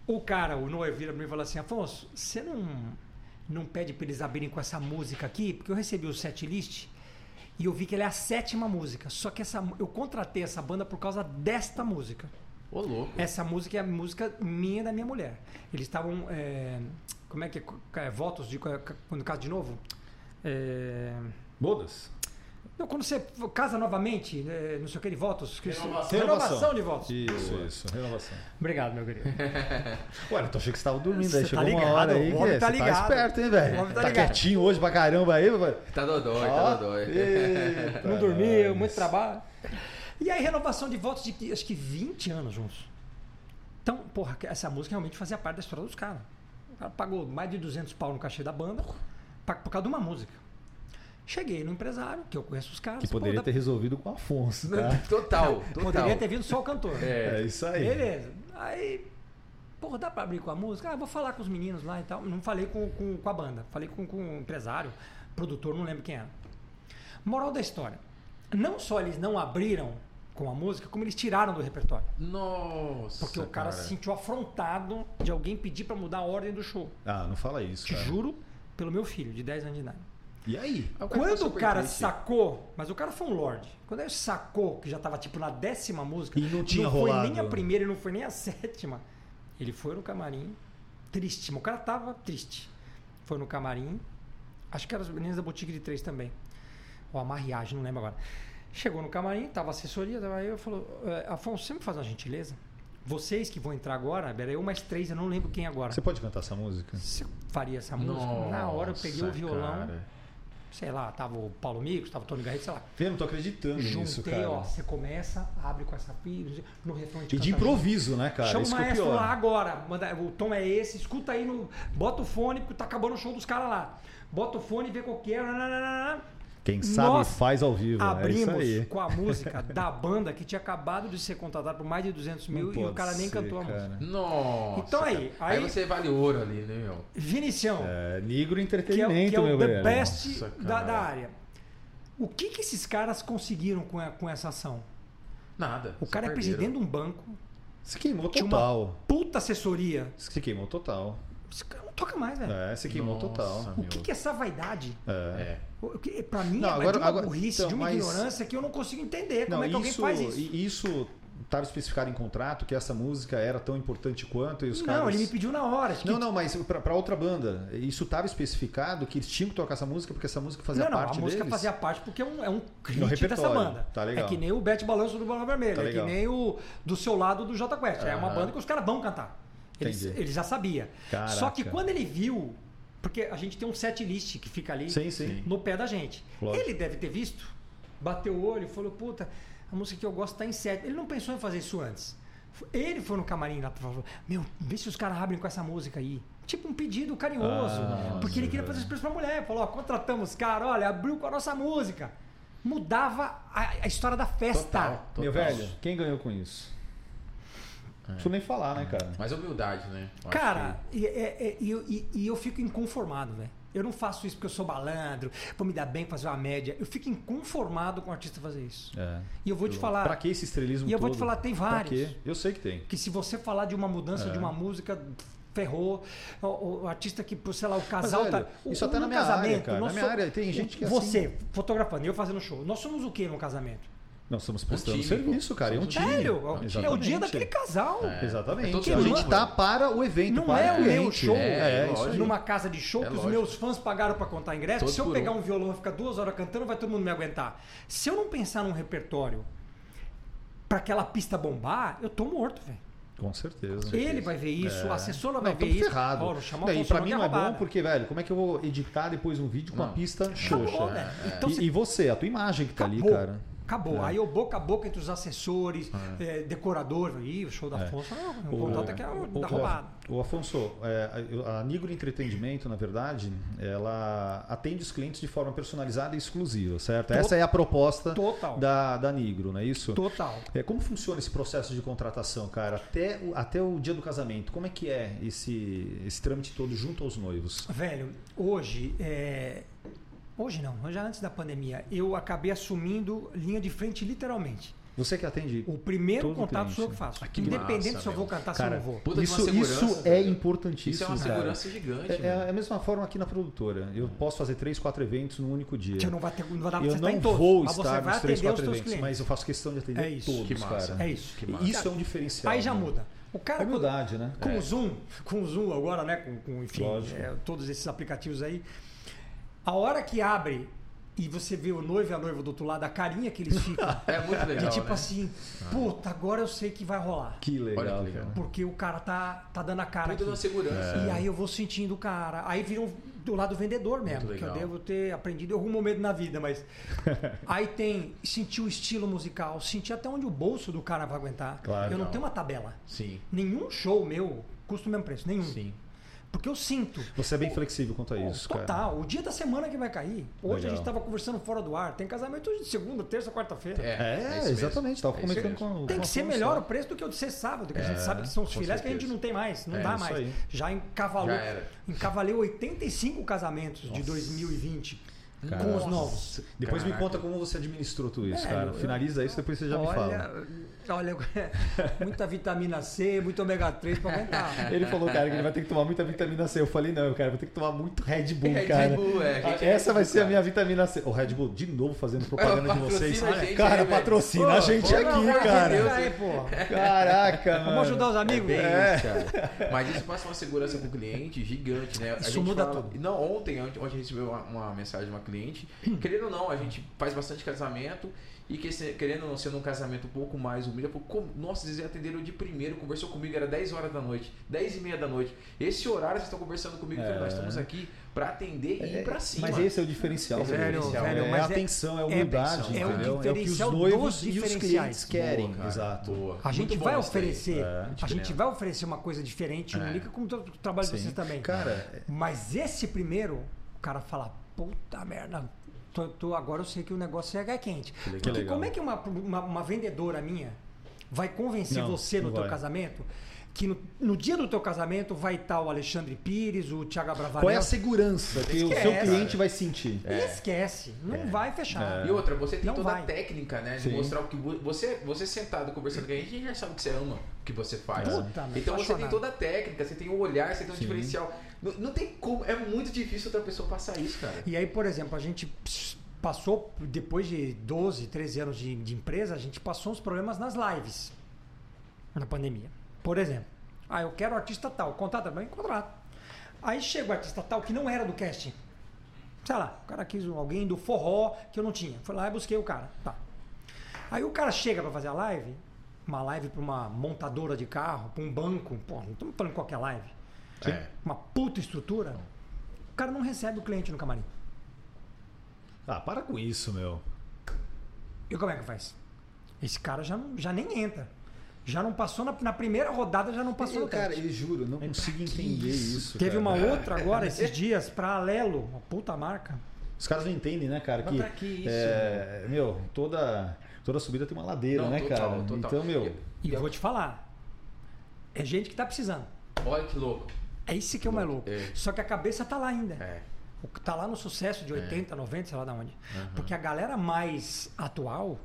[SPEAKER 3] o cara, o noivo, vira pra mim e fala assim: Afonso, você não, não pede pra eles abrirem com essa música aqui? Porque eu recebi o set list e eu vi que ela é a sétima música. Só que essa, eu contratei essa banda por causa desta música.
[SPEAKER 2] Ô, louco.
[SPEAKER 3] Essa música é a música minha e da minha mulher. Eles estavam. é, como é que é? É, Votos de. Quando casa de novo? É,
[SPEAKER 1] Bodas.
[SPEAKER 3] não, quando você casa novamente, é, não sei o que, de votos. que isso-
[SPEAKER 2] Renovação.
[SPEAKER 3] Ah, Renovação de votos.
[SPEAKER 1] Isso, isso. Renovação.
[SPEAKER 3] Obrigado, meu querido.
[SPEAKER 1] Tá, Ué, então achei que você tava dormindo aí.
[SPEAKER 3] Você
[SPEAKER 1] Chegou
[SPEAKER 3] tá
[SPEAKER 1] uma
[SPEAKER 3] ligado,
[SPEAKER 1] hora aí
[SPEAKER 3] o
[SPEAKER 1] que
[SPEAKER 3] homem
[SPEAKER 1] é,
[SPEAKER 3] tá
[SPEAKER 1] você tá
[SPEAKER 3] ligado.
[SPEAKER 1] esperto, hein,
[SPEAKER 3] O
[SPEAKER 1] velho?
[SPEAKER 3] homem tá
[SPEAKER 1] Tá
[SPEAKER 3] ligado.
[SPEAKER 1] quietinho hoje pra caramba aí, velho.
[SPEAKER 2] Tá dodói, tá
[SPEAKER 1] Ó,
[SPEAKER 2] dodói.
[SPEAKER 1] eita,
[SPEAKER 3] Não dormiu,
[SPEAKER 1] nós.
[SPEAKER 3] muito trabalho. E aí, renovação de votos de acho que 20 anos juntos. Então, porra, essa música realmente fazia parte da história dos caras. O cara pagou mais de 200 pau no cachê da banda pra- por causa de uma música. Cheguei no empresário, que eu conheço os caras.
[SPEAKER 1] Que poderia
[SPEAKER 3] pô,
[SPEAKER 1] ter Então.
[SPEAKER 3] dá-
[SPEAKER 1] resolvido com o Afonso, tá?
[SPEAKER 2] Total, total.
[SPEAKER 3] poderia ter vindo só o cantor.
[SPEAKER 1] É
[SPEAKER 2] É,
[SPEAKER 1] isso aí.
[SPEAKER 3] Beleza. Aí, porra, dá pra abrir com a música? Ah, vou falar com os meninos lá e tal. Não falei com, com, com a banda, falei com, com o empresário, produtor, não lembro quem era. Moral da história. Não só eles não abriram com a música, como eles tiraram do repertório.
[SPEAKER 2] Nossa.
[SPEAKER 3] Porque o cara, se sentiu afrontado de alguém pedir pra mudar a ordem do show.
[SPEAKER 1] Ah, não fala isso,
[SPEAKER 3] Te
[SPEAKER 1] cara.
[SPEAKER 3] juro, pelo meu filho, de 10 anos de idade.
[SPEAKER 1] E aí?
[SPEAKER 2] Ah, ficou
[SPEAKER 3] Quando o
[SPEAKER 2] super
[SPEAKER 3] cara
[SPEAKER 2] triste.
[SPEAKER 3] sacou, mas o cara foi um lorde. Quando ele sacou que já tava tipo na décima música,
[SPEAKER 1] E não tinha
[SPEAKER 3] foi
[SPEAKER 1] rolado.
[SPEAKER 3] nem a primeira e não foi nem a sétima. Ele foi no camarim, triste. mas O cara tava triste. Foi no camarim, acho que eram os meninos da Boutique de Três também. Ou a Marriage, não lembro agora. Chegou no camarim, tava a assessoria, tava aí eu falou, "Eh, Afonso, você me faz uma gentileza? Vocês que vão entrar agora, era eu mais três, eu não lembro quem agora.
[SPEAKER 1] Você pode cantar essa música?
[SPEAKER 3] Você faria essa música? Na hora eu peguei o
[SPEAKER 2] Nossa,
[SPEAKER 3] violão,
[SPEAKER 2] cara.
[SPEAKER 3] sei lá, tava o Paulo Micos, tava o Tony Garrido, sei lá.
[SPEAKER 1] Eu não tô acreditando
[SPEAKER 3] Juntei,
[SPEAKER 1] nisso, cara.
[SPEAKER 3] ó, você começa, abre com essa pilha, no refrão
[SPEAKER 1] E de improviso, né, cara?
[SPEAKER 3] Chama o
[SPEAKER 1] Isso que é o
[SPEAKER 3] maestro lá
[SPEAKER 1] pior.
[SPEAKER 3] agora. Manda, o tom é esse, escuta aí no. Bota o fone, porque tá acabando o show dos caras lá. Bota o fone, vê qual que é. nananana.
[SPEAKER 1] Quem sabe
[SPEAKER 3] Nós
[SPEAKER 1] faz ao vivo.
[SPEAKER 3] Abrimos
[SPEAKER 1] é isso aí.
[SPEAKER 3] com a música da banda que tinha acabado de ser contratada por mais de 200
[SPEAKER 1] Não
[SPEAKER 3] mil e o
[SPEAKER 1] pode
[SPEAKER 3] cara nem
[SPEAKER 1] ser,
[SPEAKER 3] cantou a
[SPEAKER 1] cara.
[SPEAKER 3] música.
[SPEAKER 2] Nossa.
[SPEAKER 3] Então aí,
[SPEAKER 2] cara. aí.
[SPEAKER 3] aí-
[SPEAKER 2] você vale ouro ali, né, meu?
[SPEAKER 3] Vinicião,
[SPEAKER 1] É, negro
[SPEAKER 3] que é, o-
[SPEAKER 1] entretenimento,
[SPEAKER 3] que é o
[SPEAKER 1] meu
[SPEAKER 3] the
[SPEAKER 1] velho.
[SPEAKER 3] best
[SPEAKER 2] Nossa,
[SPEAKER 3] da,
[SPEAKER 2] cara.
[SPEAKER 3] da área. O que, que esses caras conseguiram com, a- com essa ação?
[SPEAKER 2] Nada.
[SPEAKER 3] O
[SPEAKER 2] só
[SPEAKER 3] cara é
[SPEAKER 2] perderam.
[SPEAKER 3] presidente de um banco,
[SPEAKER 1] Se queimou
[SPEAKER 3] tinha
[SPEAKER 1] total.
[SPEAKER 3] uma puta assessoria.
[SPEAKER 1] Se queimou total.
[SPEAKER 3] Esse cara não toca mais, velho.
[SPEAKER 1] É, se queimou
[SPEAKER 2] Nossa,
[SPEAKER 1] total.
[SPEAKER 2] meu.
[SPEAKER 3] O que, que é essa vaidade?
[SPEAKER 1] É.
[SPEAKER 2] É.
[SPEAKER 3] O que- Pra mim,
[SPEAKER 1] Não,
[SPEAKER 3] é
[SPEAKER 1] agora-
[SPEAKER 3] de uma
[SPEAKER 1] agora-
[SPEAKER 3] burrice,
[SPEAKER 1] então,
[SPEAKER 3] de uma
[SPEAKER 1] mas-
[SPEAKER 3] ignorância que eu não consigo entender. Como é que alguém faz isso?
[SPEAKER 1] e isso estava especificado em contrato que essa música era tão importante quanto e os
[SPEAKER 3] Não,
[SPEAKER 1] caras.
[SPEAKER 3] ele me pediu na hora.
[SPEAKER 1] Não, não, mas pra, pra outra banda. Isso estava especificado que eles tinham que tocar essa música porque essa música fazia
[SPEAKER 3] não, não,
[SPEAKER 1] parte
[SPEAKER 3] a música
[SPEAKER 1] deles.
[SPEAKER 3] fazia parte porque é um, é um
[SPEAKER 1] No
[SPEAKER 3] hit
[SPEAKER 1] repertório,
[SPEAKER 3] dessa banda.
[SPEAKER 1] tá legal.
[SPEAKER 3] É que nem o Bet Balanço do Balão Vermelho,
[SPEAKER 1] Tá
[SPEAKER 3] é que
[SPEAKER 1] legal.
[SPEAKER 3] nem o do seu lado do Jota Quest. É uma
[SPEAKER 1] Aham.
[SPEAKER 3] banda que os caras vão cantar. Eles,
[SPEAKER 1] Entendi.
[SPEAKER 3] eles já sabia.
[SPEAKER 1] Caraca.
[SPEAKER 3] Só que quando ele viu, porque a gente tem um set list que fica ali
[SPEAKER 1] Sim, sim.
[SPEAKER 3] no pé da gente.
[SPEAKER 1] Lógico.
[SPEAKER 3] Ele deve ter visto, bateu o olho, falou, puta, a música que eu gosto tá em set. Ele não pensou em fazer isso antes. Ele foi no camarim lá, falou, meu, vê se os caras abrem com essa música aí. Tipo um pedido carinhoso.
[SPEAKER 1] Ah,
[SPEAKER 3] porque ele queria
[SPEAKER 1] nossa,
[SPEAKER 3] fazer isso pra mulher. Falou, ó, contratamos cara, olha, abriu com a nossa música. Mudava a, a história da festa.
[SPEAKER 2] É, Total.
[SPEAKER 1] Meu
[SPEAKER 2] Total. É.
[SPEAKER 1] velho, quem ganhou com isso? Não preciso nem falar, né, cara?
[SPEAKER 2] Mas humildade, né? Eu acho
[SPEAKER 3] Cara, e, é- é- e eu- e- e eu fico inconformado, velho. Eu não faço isso porque eu sou balandro, vou me dar bem, fazer uma média. Eu fico inconformado com o artista fazer isso.
[SPEAKER 1] É.
[SPEAKER 3] E eu vou te falar.
[SPEAKER 1] Pra que esse estrelismo
[SPEAKER 3] E eu vou
[SPEAKER 1] todo?
[SPEAKER 3] te falar, tem
[SPEAKER 1] Pra
[SPEAKER 3] vários.
[SPEAKER 1] quê? Eu sei que tem.
[SPEAKER 3] que se você falar de uma mudança
[SPEAKER 1] É.
[SPEAKER 3] de uma música ferrou o, o artista que sei lá o casal
[SPEAKER 1] Mas, velho,
[SPEAKER 3] tá o-
[SPEAKER 1] isso até
[SPEAKER 3] no
[SPEAKER 1] na minha área,
[SPEAKER 3] casamento,
[SPEAKER 1] cara.
[SPEAKER 3] nós
[SPEAKER 1] Na minha
[SPEAKER 3] somos-
[SPEAKER 1] área tem gente que é
[SPEAKER 3] você fotografando eu fazendo show nós somos o que num casamento
[SPEAKER 1] Nós estamos prestando
[SPEAKER 2] Um time,
[SPEAKER 1] serviço, cara. É um
[SPEAKER 2] pô.
[SPEAKER 1] time.
[SPEAKER 3] velho é o- é o dia
[SPEAKER 1] Exatamente.
[SPEAKER 3] daquele casal
[SPEAKER 1] É,
[SPEAKER 2] É
[SPEAKER 1] Exatamente.
[SPEAKER 2] todo
[SPEAKER 1] a
[SPEAKER 2] mundo,
[SPEAKER 1] gente tá para o evento.
[SPEAKER 3] Não
[SPEAKER 1] para
[SPEAKER 3] é o meu
[SPEAKER 1] cliente.
[SPEAKER 3] show
[SPEAKER 1] É,
[SPEAKER 2] É,
[SPEAKER 1] isso aí.
[SPEAKER 3] numa casa de show
[SPEAKER 2] É
[SPEAKER 3] que os
[SPEAKER 2] lógico.
[SPEAKER 3] meus fãs pagaram pra contar ingresso.
[SPEAKER 2] Todo
[SPEAKER 3] se eu
[SPEAKER 2] por
[SPEAKER 3] pegar
[SPEAKER 2] um.
[SPEAKER 3] um violão e ficar duas horas cantando, vai todo mundo me aguentar. Se eu não pensar num repertório pra aquela pista bombar, eu tô morto, velho.
[SPEAKER 1] Com certeza. É.
[SPEAKER 3] Ele vai ver É
[SPEAKER 2] É.
[SPEAKER 3] isso, a assessora vai
[SPEAKER 1] Não,
[SPEAKER 3] ver
[SPEAKER 1] tamo
[SPEAKER 3] isso.
[SPEAKER 1] ferrado.
[SPEAKER 3] Ó, chama o
[SPEAKER 1] Não, e pra
[SPEAKER 3] Bolsonaro
[SPEAKER 1] mim
[SPEAKER 3] que
[SPEAKER 1] não é bom
[SPEAKER 3] roubada.
[SPEAKER 1] porque, velho, como é que eu vou editar depois um vídeo com a
[SPEAKER 2] Não.
[SPEAKER 1] pista
[SPEAKER 3] Acabou,
[SPEAKER 1] xoxa?
[SPEAKER 3] velho. Então
[SPEAKER 1] é. E,
[SPEAKER 3] você
[SPEAKER 1] e você, a tua imagem que tá ali,
[SPEAKER 3] Acabou.
[SPEAKER 1] cara. É.
[SPEAKER 3] Acabou. Aí eu boca a boca entre os assessores, eh, decorador. Ih, o show da Afonso, não, o contato aqui é o da roubada.
[SPEAKER 1] É. o Afonso, é, a a Nigro Entretenimento, na verdade, ela atende os clientes de forma personalizada e exclusiva, certo? Essa é a proposta
[SPEAKER 3] Total.
[SPEAKER 1] da, da Nigro, não é isso?
[SPEAKER 3] Total.
[SPEAKER 1] É, como funciona esse processo de contratação, cara? Até o, até o dia do casamento, como é que é esse, esse trâmite todo junto aos noivos?
[SPEAKER 3] Velho, hoje, é, hoje não, já antes da pandemia, eu acabei assumindo linha de frente literalmente.
[SPEAKER 1] Você que atende.
[SPEAKER 3] O primeiro
[SPEAKER 1] Todo
[SPEAKER 3] contato
[SPEAKER 1] cliente,
[SPEAKER 3] sou eu que
[SPEAKER 1] né?
[SPEAKER 3] faço.
[SPEAKER 2] Ah, que
[SPEAKER 3] Independente
[SPEAKER 2] massa,
[SPEAKER 3] se eu vou
[SPEAKER 2] meu.
[SPEAKER 1] Cara,
[SPEAKER 3] cantar, se eu não vou.
[SPEAKER 2] Puta de uma
[SPEAKER 1] isso,
[SPEAKER 2] segurança,
[SPEAKER 1] isso é
[SPEAKER 2] velho. que
[SPEAKER 1] importantíssimo.
[SPEAKER 2] Isso é uma
[SPEAKER 1] cara.
[SPEAKER 2] segurança gigante.
[SPEAKER 1] É, é a mesma forma aqui na produtora. Eu posso fazer três, quatro eventos num único dia.
[SPEAKER 3] Que É. não vai, ter, não vai dar pra
[SPEAKER 1] eu
[SPEAKER 3] você estar
[SPEAKER 1] não
[SPEAKER 3] em todos,
[SPEAKER 1] vou
[SPEAKER 3] mas você
[SPEAKER 1] estar
[SPEAKER 3] vai
[SPEAKER 1] nos três,
[SPEAKER 3] atender os
[SPEAKER 1] quatro
[SPEAKER 3] seus
[SPEAKER 1] eventos,
[SPEAKER 3] clientes.
[SPEAKER 1] mas eu faço questão de atender
[SPEAKER 3] É isso.
[SPEAKER 1] todos,
[SPEAKER 2] Que massa.
[SPEAKER 1] cara.
[SPEAKER 3] É isso.
[SPEAKER 2] Que massa.
[SPEAKER 1] Isso é um diferencial.
[SPEAKER 3] Aí já
[SPEAKER 1] né?
[SPEAKER 3] muda. O cara
[SPEAKER 1] É
[SPEAKER 3] quando-
[SPEAKER 1] humildade, né?
[SPEAKER 3] com o Zoom, com o Zoom agora, né? Com, com, enfim,
[SPEAKER 1] Lógico.
[SPEAKER 3] é, todos esses aplicativos aí. A hora que abre e você vê o noivo e a noiva do outro lado, a carinha que eles ficam.
[SPEAKER 2] É muito
[SPEAKER 3] de
[SPEAKER 2] legal.
[SPEAKER 3] tipo
[SPEAKER 2] né?
[SPEAKER 3] assim, puta, agora eu sei que vai rolar.
[SPEAKER 1] Que legal,
[SPEAKER 2] Olha que legal.
[SPEAKER 1] cara.
[SPEAKER 3] Porque o cara tá, tá dando a cara.
[SPEAKER 2] Puta de
[SPEAKER 3] aqui.
[SPEAKER 2] uma segurança.
[SPEAKER 3] E aí eu vou sentindo o cara. Aí vira um do lado vendedor mesmo,
[SPEAKER 2] Muito
[SPEAKER 3] que eu
[SPEAKER 2] legal.
[SPEAKER 3] devo ter aprendido em algum momento na vida, mas. Aí tem sentir o estilo musical, sentir até onde o bolso do cara vai aguentar.
[SPEAKER 1] Claro.
[SPEAKER 3] eu não
[SPEAKER 2] Legal.
[SPEAKER 3] tenho uma tabela.
[SPEAKER 2] Sim,
[SPEAKER 3] Nenhum show meu custa o mesmo preço, nenhum.
[SPEAKER 2] sim.
[SPEAKER 3] Porque eu sinto.
[SPEAKER 1] Você é bem flexível quanto a isso, cara.
[SPEAKER 3] Total, o dia da semana que vai cair. Hoje a
[SPEAKER 1] Legal.
[SPEAKER 3] gente estava conversando fora do ar. Tem casamento hoje de segunda, terça, quarta-feira.
[SPEAKER 2] É,
[SPEAKER 1] É,
[SPEAKER 2] isso mesmo.
[SPEAKER 1] exatamente. Tava
[SPEAKER 2] É isso
[SPEAKER 1] comentando
[SPEAKER 2] mesmo.
[SPEAKER 1] com
[SPEAKER 3] Tem
[SPEAKER 1] com a
[SPEAKER 3] que ser
[SPEAKER 1] Flávia.
[SPEAKER 3] melhor o preço do que o de ser sábado, que a gente sabe que são os
[SPEAKER 2] com
[SPEAKER 3] filés que a
[SPEAKER 2] certeza.
[SPEAKER 3] gente não tem mais, não
[SPEAKER 1] É,
[SPEAKER 3] dá
[SPEAKER 1] isso
[SPEAKER 3] mais.
[SPEAKER 1] aí.
[SPEAKER 3] Já encavalou,
[SPEAKER 2] Já era.
[SPEAKER 3] encavaleu 85 casamentos de 2020 com os
[SPEAKER 1] Nossa.
[SPEAKER 3] novos.
[SPEAKER 1] Depois me
[SPEAKER 2] Caraca.
[SPEAKER 1] conta como você administrou tudo isso,
[SPEAKER 3] É,
[SPEAKER 1] cara.
[SPEAKER 3] eu-
[SPEAKER 1] Finaliza isso, depois você já me fala.
[SPEAKER 3] olha, olha, muita vitamina C, muito ômega 3 para aguentar.
[SPEAKER 1] Ele falou, cara, que ele vai ter que tomar muita vitamina C. Eu falei, não, cara, vou ter que tomar muito Red Bull,
[SPEAKER 2] Red
[SPEAKER 1] cara.
[SPEAKER 2] Bull, é,
[SPEAKER 1] Ah,
[SPEAKER 2] gente,
[SPEAKER 1] Essa
[SPEAKER 2] Red
[SPEAKER 1] vai
[SPEAKER 2] Bull,
[SPEAKER 1] ser a
[SPEAKER 2] cara.
[SPEAKER 1] minha vitamina C. O Red Bull, de novo
[SPEAKER 3] É,
[SPEAKER 1] fazendo propaganda de
[SPEAKER 2] Patrocina
[SPEAKER 1] vocês.
[SPEAKER 2] a gente
[SPEAKER 1] cara,
[SPEAKER 2] aí, velho.
[SPEAKER 1] patrocina
[SPEAKER 2] Pô,
[SPEAKER 1] a gente
[SPEAKER 2] pô,
[SPEAKER 1] aqui,
[SPEAKER 2] pelo amor de
[SPEAKER 1] cara.
[SPEAKER 2] Deus.
[SPEAKER 3] Aí, pô.
[SPEAKER 1] Caraca, mano.
[SPEAKER 3] Vamos ajudar os amigos?
[SPEAKER 2] Bem
[SPEAKER 1] É.
[SPEAKER 2] isso, cara. Mas isso passa uma segurança pro cliente gigante, né?
[SPEAKER 3] Isso muda tudo.
[SPEAKER 2] Não, ontem, ontem a gente recebeu uma, uma mensagem de uma cliente.
[SPEAKER 1] Hum.
[SPEAKER 2] Querendo ou não, a gente faz bastante casamento. E que, se- querendo ou não, sendo um casamento um pouco mais humilde, ela falou, "Como- nossa, vocês atenderam de primeiro, conversou comigo, era 10 horas da noite, 10 e meia da noite. Esse horário vocês estão conversando comigo, eu falei, nós estamos aqui pra atender e ir pra cima.
[SPEAKER 1] Mas esse é o diferencial,
[SPEAKER 2] Esse é o
[SPEAKER 1] velho.
[SPEAKER 2] diferencial,
[SPEAKER 1] é
[SPEAKER 3] velho, mas
[SPEAKER 1] a
[SPEAKER 3] é-
[SPEAKER 1] atenção, é a
[SPEAKER 3] é
[SPEAKER 1] humildade,
[SPEAKER 2] atenção,
[SPEAKER 1] entendeu? É
[SPEAKER 3] é o
[SPEAKER 1] o que os
[SPEAKER 3] diferencial
[SPEAKER 1] noivos
[SPEAKER 3] dos
[SPEAKER 1] e os clientes
[SPEAKER 3] diferenciais.
[SPEAKER 1] querem.
[SPEAKER 2] Boa, cara,
[SPEAKER 1] Exato.
[SPEAKER 2] boa.
[SPEAKER 3] A gente
[SPEAKER 2] Muito
[SPEAKER 3] vai
[SPEAKER 2] bom isso daí.
[SPEAKER 1] É.
[SPEAKER 3] oferecer, a gente
[SPEAKER 2] diferente.
[SPEAKER 3] vai oferecer uma coisa diferente, única com o tra- trabalho de
[SPEAKER 1] Sim.
[SPEAKER 3] vocês também.
[SPEAKER 1] Cara,
[SPEAKER 3] Mas esse primeiro, o cara fala, puta merda, tô, tô- agora eu sei que o negócio é quente.
[SPEAKER 1] legal.
[SPEAKER 3] Porque
[SPEAKER 1] Que legal.
[SPEAKER 3] como é que uma, uma, uma vendedora minha vai convencer
[SPEAKER 1] Não,
[SPEAKER 3] você no
[SPEAKER 1] não
[SPEAKER 3] teu
[SPEAKER 1] vai.
[SPEAKER 3] casamento que no, no dia do teu casamento vai estar o Alexandre Pires, o Thiago Abravanel?
[SPEAKER 1] qual é a segurança que o seu
[SPEAKER 3] Esquece.
[SPEAKER 1] cliente vai sentir?
[SPEAKER 3] E esquece, não
[SPEAKER 1] É.
[SPEAKER 3] vai fechar.
[SPEAKER 2] E outra, você tem
[SPEAKER 3] Não
[SPEAKER 2] toda
[SPEAKER 3] vai.
[SPEAKER 2] a técnica, né? De
[SPEAKER 1] Sim.
[SPEAKER 2] mostrar o que vo- você, você sentado conversando com a gente, a gente já sabe que você ama o que você faz.
[SPEAKER 3] Puta, me
[SPEAKER 2] então você tem
[SPEAKER 3] apaixonado.
[SPEAKER 2] toda a técnica, você tem o olhar, você tem o
[SPEAKER 1] Sim.
[SPEAKER 2] diferencial. Não, não tem como, é muito difícil outra pessoa passar isso, cara.
[SPEAKER 3] E aí, por exemplo, a gente ps- passou, depois de 12, 13 anos de, de empresa, a gente passou uns problemas nas lives na pandemia. Por exemplo, ah, eu quero artista tal, contrata bem, contrato. Aí chega o artista tal que não era do casting. Sei lá, o cara quis alguém do forró que eu não tinha. Fui lá e busquei o cara. Tá. Aí o cara chega pra fazer a live, uma live pra uma montadora de carro, pra um banco, pô, não estamos falando qualquer live
[SPEAKER 2] É.
[SPEAKER 3] uma puta estrutura, o cara não recebe o cliente no camarim.
[SPEAKER 1] Ah, para com isso, meu.
[SPEAKER 3] E como é que faz? Esse cara já, não- já nem entra. Já não passou na, na primeira rodada, já não passou
[SPEAKER 1] Eu,
[SPEAKER 3] no
[SPEAKER 1] cara,
[SPEAKER 3] teste.
[SPEAKER 1] eu juro, não consigo entender isso.
[SPEAKER 3] Teve
[SPEAKER 1] cara. É,
[SPEAKER 3] uma outra agora esses dias, pra Alelo, uma puta marca.
[SPEAKER 1] Os caras não entendem, né, cara?
[SPEAKER 2] Mas pra que isso,
[SPEAKER 1] é, meu, toda, toda subida tem uma ladeira,
[SPEAKER 2] Não,
[SPEAKER 1] né,
[SPEAKER 2] total,
[SPEAKER 1] cara?
[SPEAKER 2] total.
[SPEAKER 1] Então, meu,
[SPEAKER 3] E eu vou te falar. É gente que tá precisando.
[SPEAKER 2] Olha que louco.
[SPEAKER 3] É esse que é o mais louco.
[SPEAKER 2] É.
[SPEAKER 3] Só que a cabeça tá lá ainda.
[SPEAKER 2] É.
[SPEAKER 3] O que tá lá no sucesso
[SPEAKER 1] É.
[SPEAKER 3] de 80, 90, sei lá de onde. Porque a galera mais atual,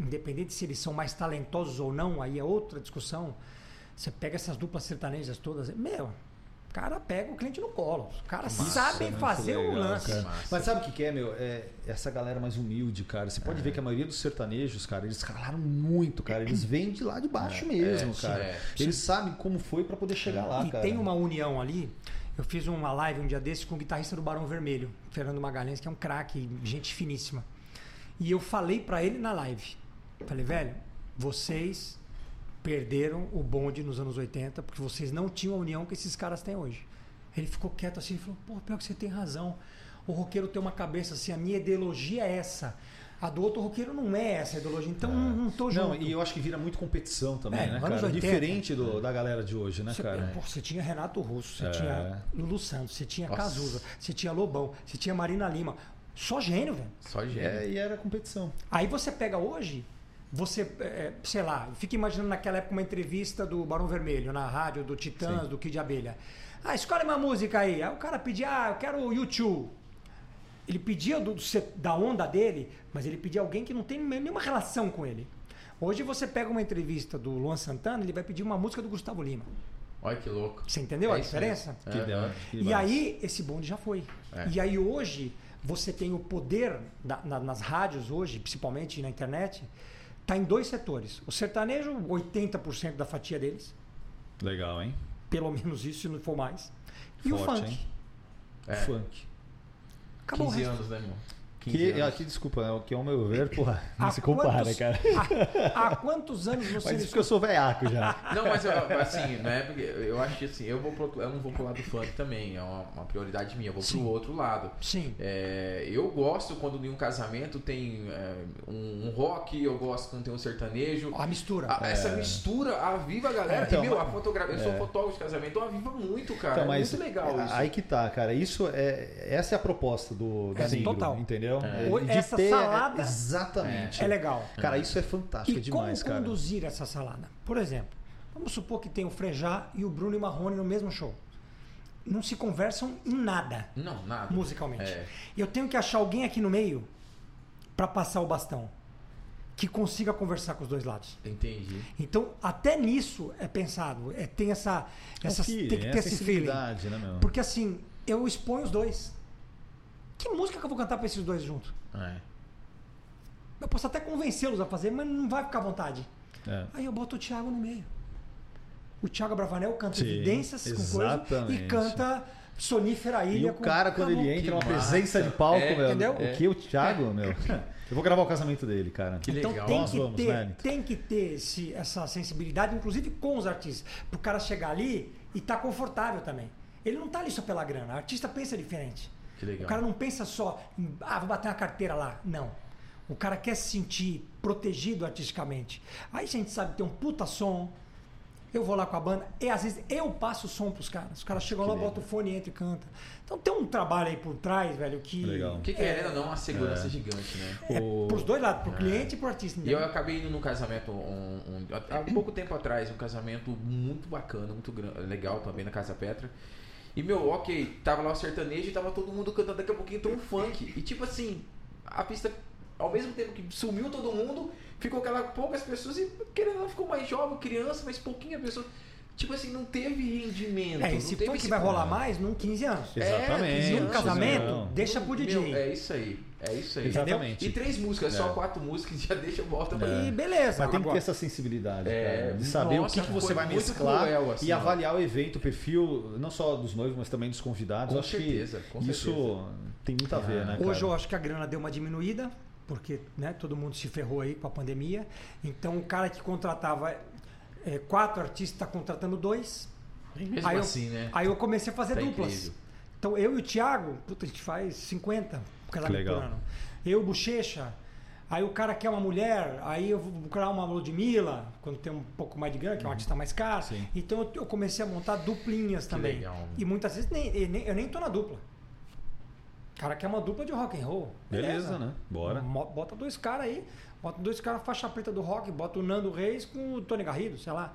[SPEAKER 3] independente se eles são mais talentosos ou não, aí é outra discussão. Você pega essas duplas sertanejas todas, meu, o cara pega o cliente no colo. Os caras sabem
[SPEAKER 1] muito
[SPEAKER 3] fazer o
[SPEAKER 1] né? legal,
[SPEAKER 3] lance.
[SPEAKER 1] cara.
[SPEAKER 2] Massa.
[SPEAKER 1] Mas sabe o que, que é, meu? É essa galera mais humilde, cara. Você
[SPEAKER 3] É.
[SPEAKER 1] pode ver que a maioria dos sertanejos, cara, eles ralaram muito, cara. Eles vêm de lá de baixo mesmo,
[SPEAKER 2] sim,
[SPEAKER 1] cara.
[SPEAKER 2] é.
[SPEAKER 1] Eles sabem como foi pra poder chegar lá,
[SPEAKER 3] É. e
[SPEAKER 1] cara.
[SPEAKER 3] tem uma união ali. Eu fiz uma live um dia desse com o guitarrista do Barão Vermelho, Fernando Magalhães, que é um craque, gente finíssima. E eu falei pra ele na live. Falei, velho, vocês perderam o bonde nos anos 80 porque vocês não tinham a união que esses caras têm hoje. Ele ficou quieto assim e falou: pô, pior que você tem razão. O roqueiro tem uma cabeça assim, a minha ideologia é essa. A do outro roqueiro não é essa a ideologia, então não, não tô junto.
[SPEAKER 1] Não, e eu acho que vira muito competição também,
[SPEAKER 3] É,
[SPEAKER 1] né,
[SPEAKER 3] anos É.
[SPEAKER 1] cara?
[SPEAKER 3] 80.
[SPEAKER 1] Diferente do- da galera de hoje, né,
[SPEAKER 3] Você,
[SPEAKER 1] cara?
[SPEAKER 3] pô, você tinha Renato Russo, você
[SPEAKER 1] É.
[SPEAKER 3] tinha Lulu Santos, você tinha
[SPEAKER 2] Nossa.
[SPEAKER 3] Cazuza, você tinha Lobão, você tinha Marina Lima. Só gênio, velho.
[SPEAKER 2] Só gente.
[SPEAKER 1] É, e era competição.
[SPEAKER 3] Aí você pega hoje, você, é, sei lá, fica imaginando naquela época uma entrevista do Barão Vermelho na rádio, do Titãs, do Kid Abelha. Ah, escolhe uma música aí. Aí o cara pedia, ah, eu quero o YouTube. Ele pedia do- do se- da onda dele, mas ele pedia alguém que não tem nenhuma relação com ele. Hoje você pega uma entrevista do Luan Santana, ele vai pedir uma música do Gustavo Lima.
[SPEAKER 2] Olha que louco.
[SPEAKER 3] Você entendeu
[SPEAKER 2] É
[SPEAKER 3] a
[SPEAKER 2] isso
[SPEAKER 3] diferença?
[SPEAKER 2] mesmo.
[SPEAKER 1] Que né?
[SPEAKER 2] É.
[SPEAKER 1] da- que
[SPEAKER 3] E
[SPEAKER 1] massa.
[SPEAKER 3] aí, esse bonde já foi.
[SPEAKER 2] É.
[SPEAKER 3] E aí, hoje, você tem o poder, da- na- nas rádios hoje, principalmente na internet, tá em dois setores. O sertanejo, 80% da fatia deles,
[SPEAKER 1] Legal, hein?
[SPEAKER 3] pelo menos isso, se não for mais. E o
[SPEAKER 1] Forte,
[SPEAKER 3] funk.
[SPEAKER 1] hein?
[SPEAKER 2] É.
[SPEAKER 1] Funk.
[SPEAKER 3] Acabou o
[SPEAKER 2] 15
[SPEAKER 3] resto.
[SPEAKER 2] anos, né, irmão?
[SPEAKER 1] Que,
[SPEAKER 2] 15 anos.
[SPEAKER 1] aqui, desculpa, é o que é o meu ver, porra, não
[SPEAKER 3] Há
[SPEAKER 1] se compara, né,
[SPEAKER 3] quantos-
[SPEAKER 1] cara.
[SPEAKER 3] Há, há quantos anos você
[SPEAKER 1] Mas isso
[SPEAKER 3] escuta?
[SPEAKER 1] porque eu sou veiaco já.
[SPEAKER 2] Não, mas eu- assim, não é porque eu acho que assim, eu, vou pro- eu não vou pro lado do funk também, é uma, uma prioridade minha, eu vou
[SPEAKER 3] Sim.
[SPEAKER 2] pro outro lado.
[SPEAKER 3] Sim.
[SPEAKER 2] É, eu gosto quando em um casamento tem é, um, um rock, eu gosto quando tem um sertanejo.
[SPEAKER 3] A mistura.
[SPEAKER 1] Ah, é,
[SPEAKER 3] É
[SPEAKER 2] A- Essa mistura aviva a galera.
[SPEAKER 1] Então,
[SPEAKER 2] e, meu, a fotografia. Eu sou fotógrafo de casamento, então aviva muito, cara.
[SPEAKER 1] Então, mas
[SPEAKER 2] é muito legal isso.
[SPEAKER 1] Aí que tá, cara. Isso é, essa é a proposta do da
[SPEAKER 3] É, sim.
[SPEAKER 1] Nigro,
[SPEAKER 3] Total.
[SPEAKER 1] entendeu?
[SPEAKER 2] É.
[SPEAKER 1] Ele
[SPEAKER 3] Essa salada
[SPEAKER 1] exatamente.
[SPEAKER 3] É legal.
[SPEAKER 1] Cara, isso é fantástico,
[SPEAKER 3] E
[SPEAKER 1] é demais,
[SPEAKER 3] como
[SPEAKER 1] cara.
[SPEAKER 3] conduzir essa salada? Por exemplo, vamos supor que tem o Frejá e o Bruno e Marrone no mesmo show. Não se conversam em nada
[SPEAKER 2] Não, nada.
[SPEAKER 3] musicalmente.
[SPEAKER 2] É.
[SPEAKER 3] Eu tenho que achar alguém aqui no meio para passar o bastão que consiga conversar com os dois lados.
[SPEAKER 2] Entendi.
[SPEAKER 3] Então, até nisso é pensado, é, tem essa,
[SPEAKER 1] É um
[SPEAKER 3] essa
[SPEAKER 1] feeling,
[SPEAKER 3] tem que
[SPEAKER 1] é
[SPEAKER 3] ter
[SPEAKER 1] a
[SPEAKER 3] esse feeling.
[SPEAKER 1] sensibilidade, né, meu?
[SPEAKER 3] Porque assim, eu exponho os dois. Que música que eu vou cantar pra esses dois juntos?
[SPEAKER 2] É.
[SPEAKER 3] Eu posso até convencê-los a fazer, mas não vai ficar à vontade.
[SPEAKER 1] É.
[SPEAKER 3] Aí eu boto o Thiago no meio. O Thiago Bravanel canta
[SPEAKER 1] Sim,
[SPEAKER 3] evidências com coisa e
[SPEAKER 1] exatamente.
[SPEAKER 3] canta Sonífera
[SPEAKER 1] E
[SPEAKER 3] Ilha
[SPEAKER 1] o
[SPEAKER 3] com
[SPEAKER 1] cara, quando ele
[SPEAKER 3] acabou.
[SPEAKER 1] entra, é uma
[SPEAKER 2] Que massa.
[SPEAKER 1] presença de palco,
[SPEAKER 2] É,
[SPEAKER 1] meu.
[SPEAKER 3] entendeu?
[SPEAKER 1] O que? O Thiago, meu. Eu vou gravar o casamento dele, cara.
[SPEAKER 2] Que
[SPEAKER 3] É. Então
[SPEAKER 2] legal.
[SPEAKER 3] tem
[SPEAKER 1] Nós
[SPEAKER 3] que,
[SPEAKER 1] vamos,
[SPEAKER 3] ter,
[SPEAKER 1] né, Nito?
[SPEAKER 3] tem que ter esse- essa sensibilidade, inclusive com os artistas, pro cara chegar ali e tá confortável também. Ele não tá ali só pela grana, o artista pensa diferente.
[SPEAKER 2] Que legal.
[SPEAKER 3] O cara não pensa só, em, ah, vou bater uma carteira lá. Não. O cara quer se sentir protegido artisticamente. Aí a gente sabe ter um puta som. Eu vou lá com a banda e às vezes eu passo o som pros caras. Os caras chegam lá,
[SPEAKER 1] legal.
[SPEAKER 3] botam o fone, entra e canta. Então tem um trabalho aí por trás, velho, que.
[SPEAKER 1] Legal.
[SPEAKER 2] Que querendo ou não, uma segurança gigante, né?
[SPEAKER 1] O-
[SPEAKER 3] Pros dois lados, pro cliente e pro artista.
[SPEAKER 2] E eu
[SPEAKER 3] entendeu?
[SPEAKER 2] acabei indo num casamento um, um- há pouco tempo atrás, um casamento muito bacana, muito gran- legal também na Casa Petra. E meu, ok, tava lá o sertanejo e tava todo mundo cantando, daqui a pouquinho entrou um funk. E tipo assim, a pista, ao mesmo tempo que sumiu todo mundo, ficou aquela poucas pessoas e querendo ou não, ficou mais jovem, criança, mas pouquinha pessoa. Tipo assim, não teve rendimento.
[SPEAKER 1] Então,
[SPEAKER 3] É,
[SPEAKER 2] não
[SPEAKER 3] esse
[SPEAKER 2] teve
[SPEAKER 3] funk
[SPEAKER 2] esse-
[SPEAKER 3] vai rolar mais num 15 anos.
[SPEAKER 2] É,
[SPEAKER 1] Exatamente.
[SPEAKER 2] e um
[SPEAKER 3] Num casamento,
[SPEAKER 1] não.
[SPEAKER 3] deixa pro DJ.
[SPEAKER 2] Meu, é isso aí, é isso aí.
[SPEAKER 1] Exatamente.
[SPEAKER 2] Entendeu? E três músicas, só
[SPEAKER 1] É.
[SPEAKER 2] quatro músicas, já deixa volta pra
[SPEAKER 3] E beleza.
[SPEAKER 1] Mas tem que
[SPEAKER 3] agora.
[SPEAKER 1] ter essa sensibilidade,
[SPEAKER 2] É,
[SPEAKER 1] cara, de saber
[SPEAKER 2] nossa,
[SPEAKER 1] o que, que você
[SPEAKER 2] foi
[SPEAKER 1] vai
[SPEAKER 2] muito
[SPEAKER 1] mesclar
[SPEAKER 2] cruel, assim,
[SPEAKER 1] e
[SPEAKER 2] ó.
[SPEAKER 1] avaliar o evento, o perfil, não só dos noivos, mas também dos convidados.
[SPEAKER 2] Com
[SPEAKER 1] Eu acho
[SPEAKER 2] certeza, Ah.
[SPEAKER 1] que
[SPEAKER 2] com
[SPEAKER 1] isso tem muito a ver, né, cara?
[SPEAKER 3] Hoje eu acho que a grana deu uma diminuída, porque né, todo mundo se ferrou aí com a pandemia. Então o cara que contratava é, quatro artistas está contratando dois.
[SPEAKER 2] Mesmo
[SPEAKER 3] aí
[SPEAKER 2] assim,
[SPEAKER 3] eu,
[SPEAKER 2] né?
[SPEAKER 3] Aí eu comecei a fazer
[SPEAKER 2] Tá
[SPEAKER 3] duplas.
[SPEAKER 2] incrível.
[SPEAKER 3] Então eu e o Thiago, puta, a gente faz 50 casamento
[SPEAKER 1] legal.
[SPEAKER 3] por ano. Eu, Bochecha. Aí o cara quer uma mulher, aí eu vou procurar uma Ludmilla, quando tem um pouco mais de grana, que
[SPEAKER 2] Uhum.
[SPEAKER 3] é um artista mais caro.
[SPEAKER 1] Sim.
[SPEAKER 3] Então eu, eu comecei a montar duplinhas também.
[SPEAKER 2] legal, né?
[SPEAKER 3] E muitas vezes nem, eu, nem, eu nem tô na dupla. O cara quer uma dupla de rock and roll.
[SPEAKER 1] Beleza, né? Bora.
[SPEAKER 3] Mo- Bota dois caras aí, bota dois caras faixa preta do rock, bota o Nando Reis com o Tony Garrido, sei lá.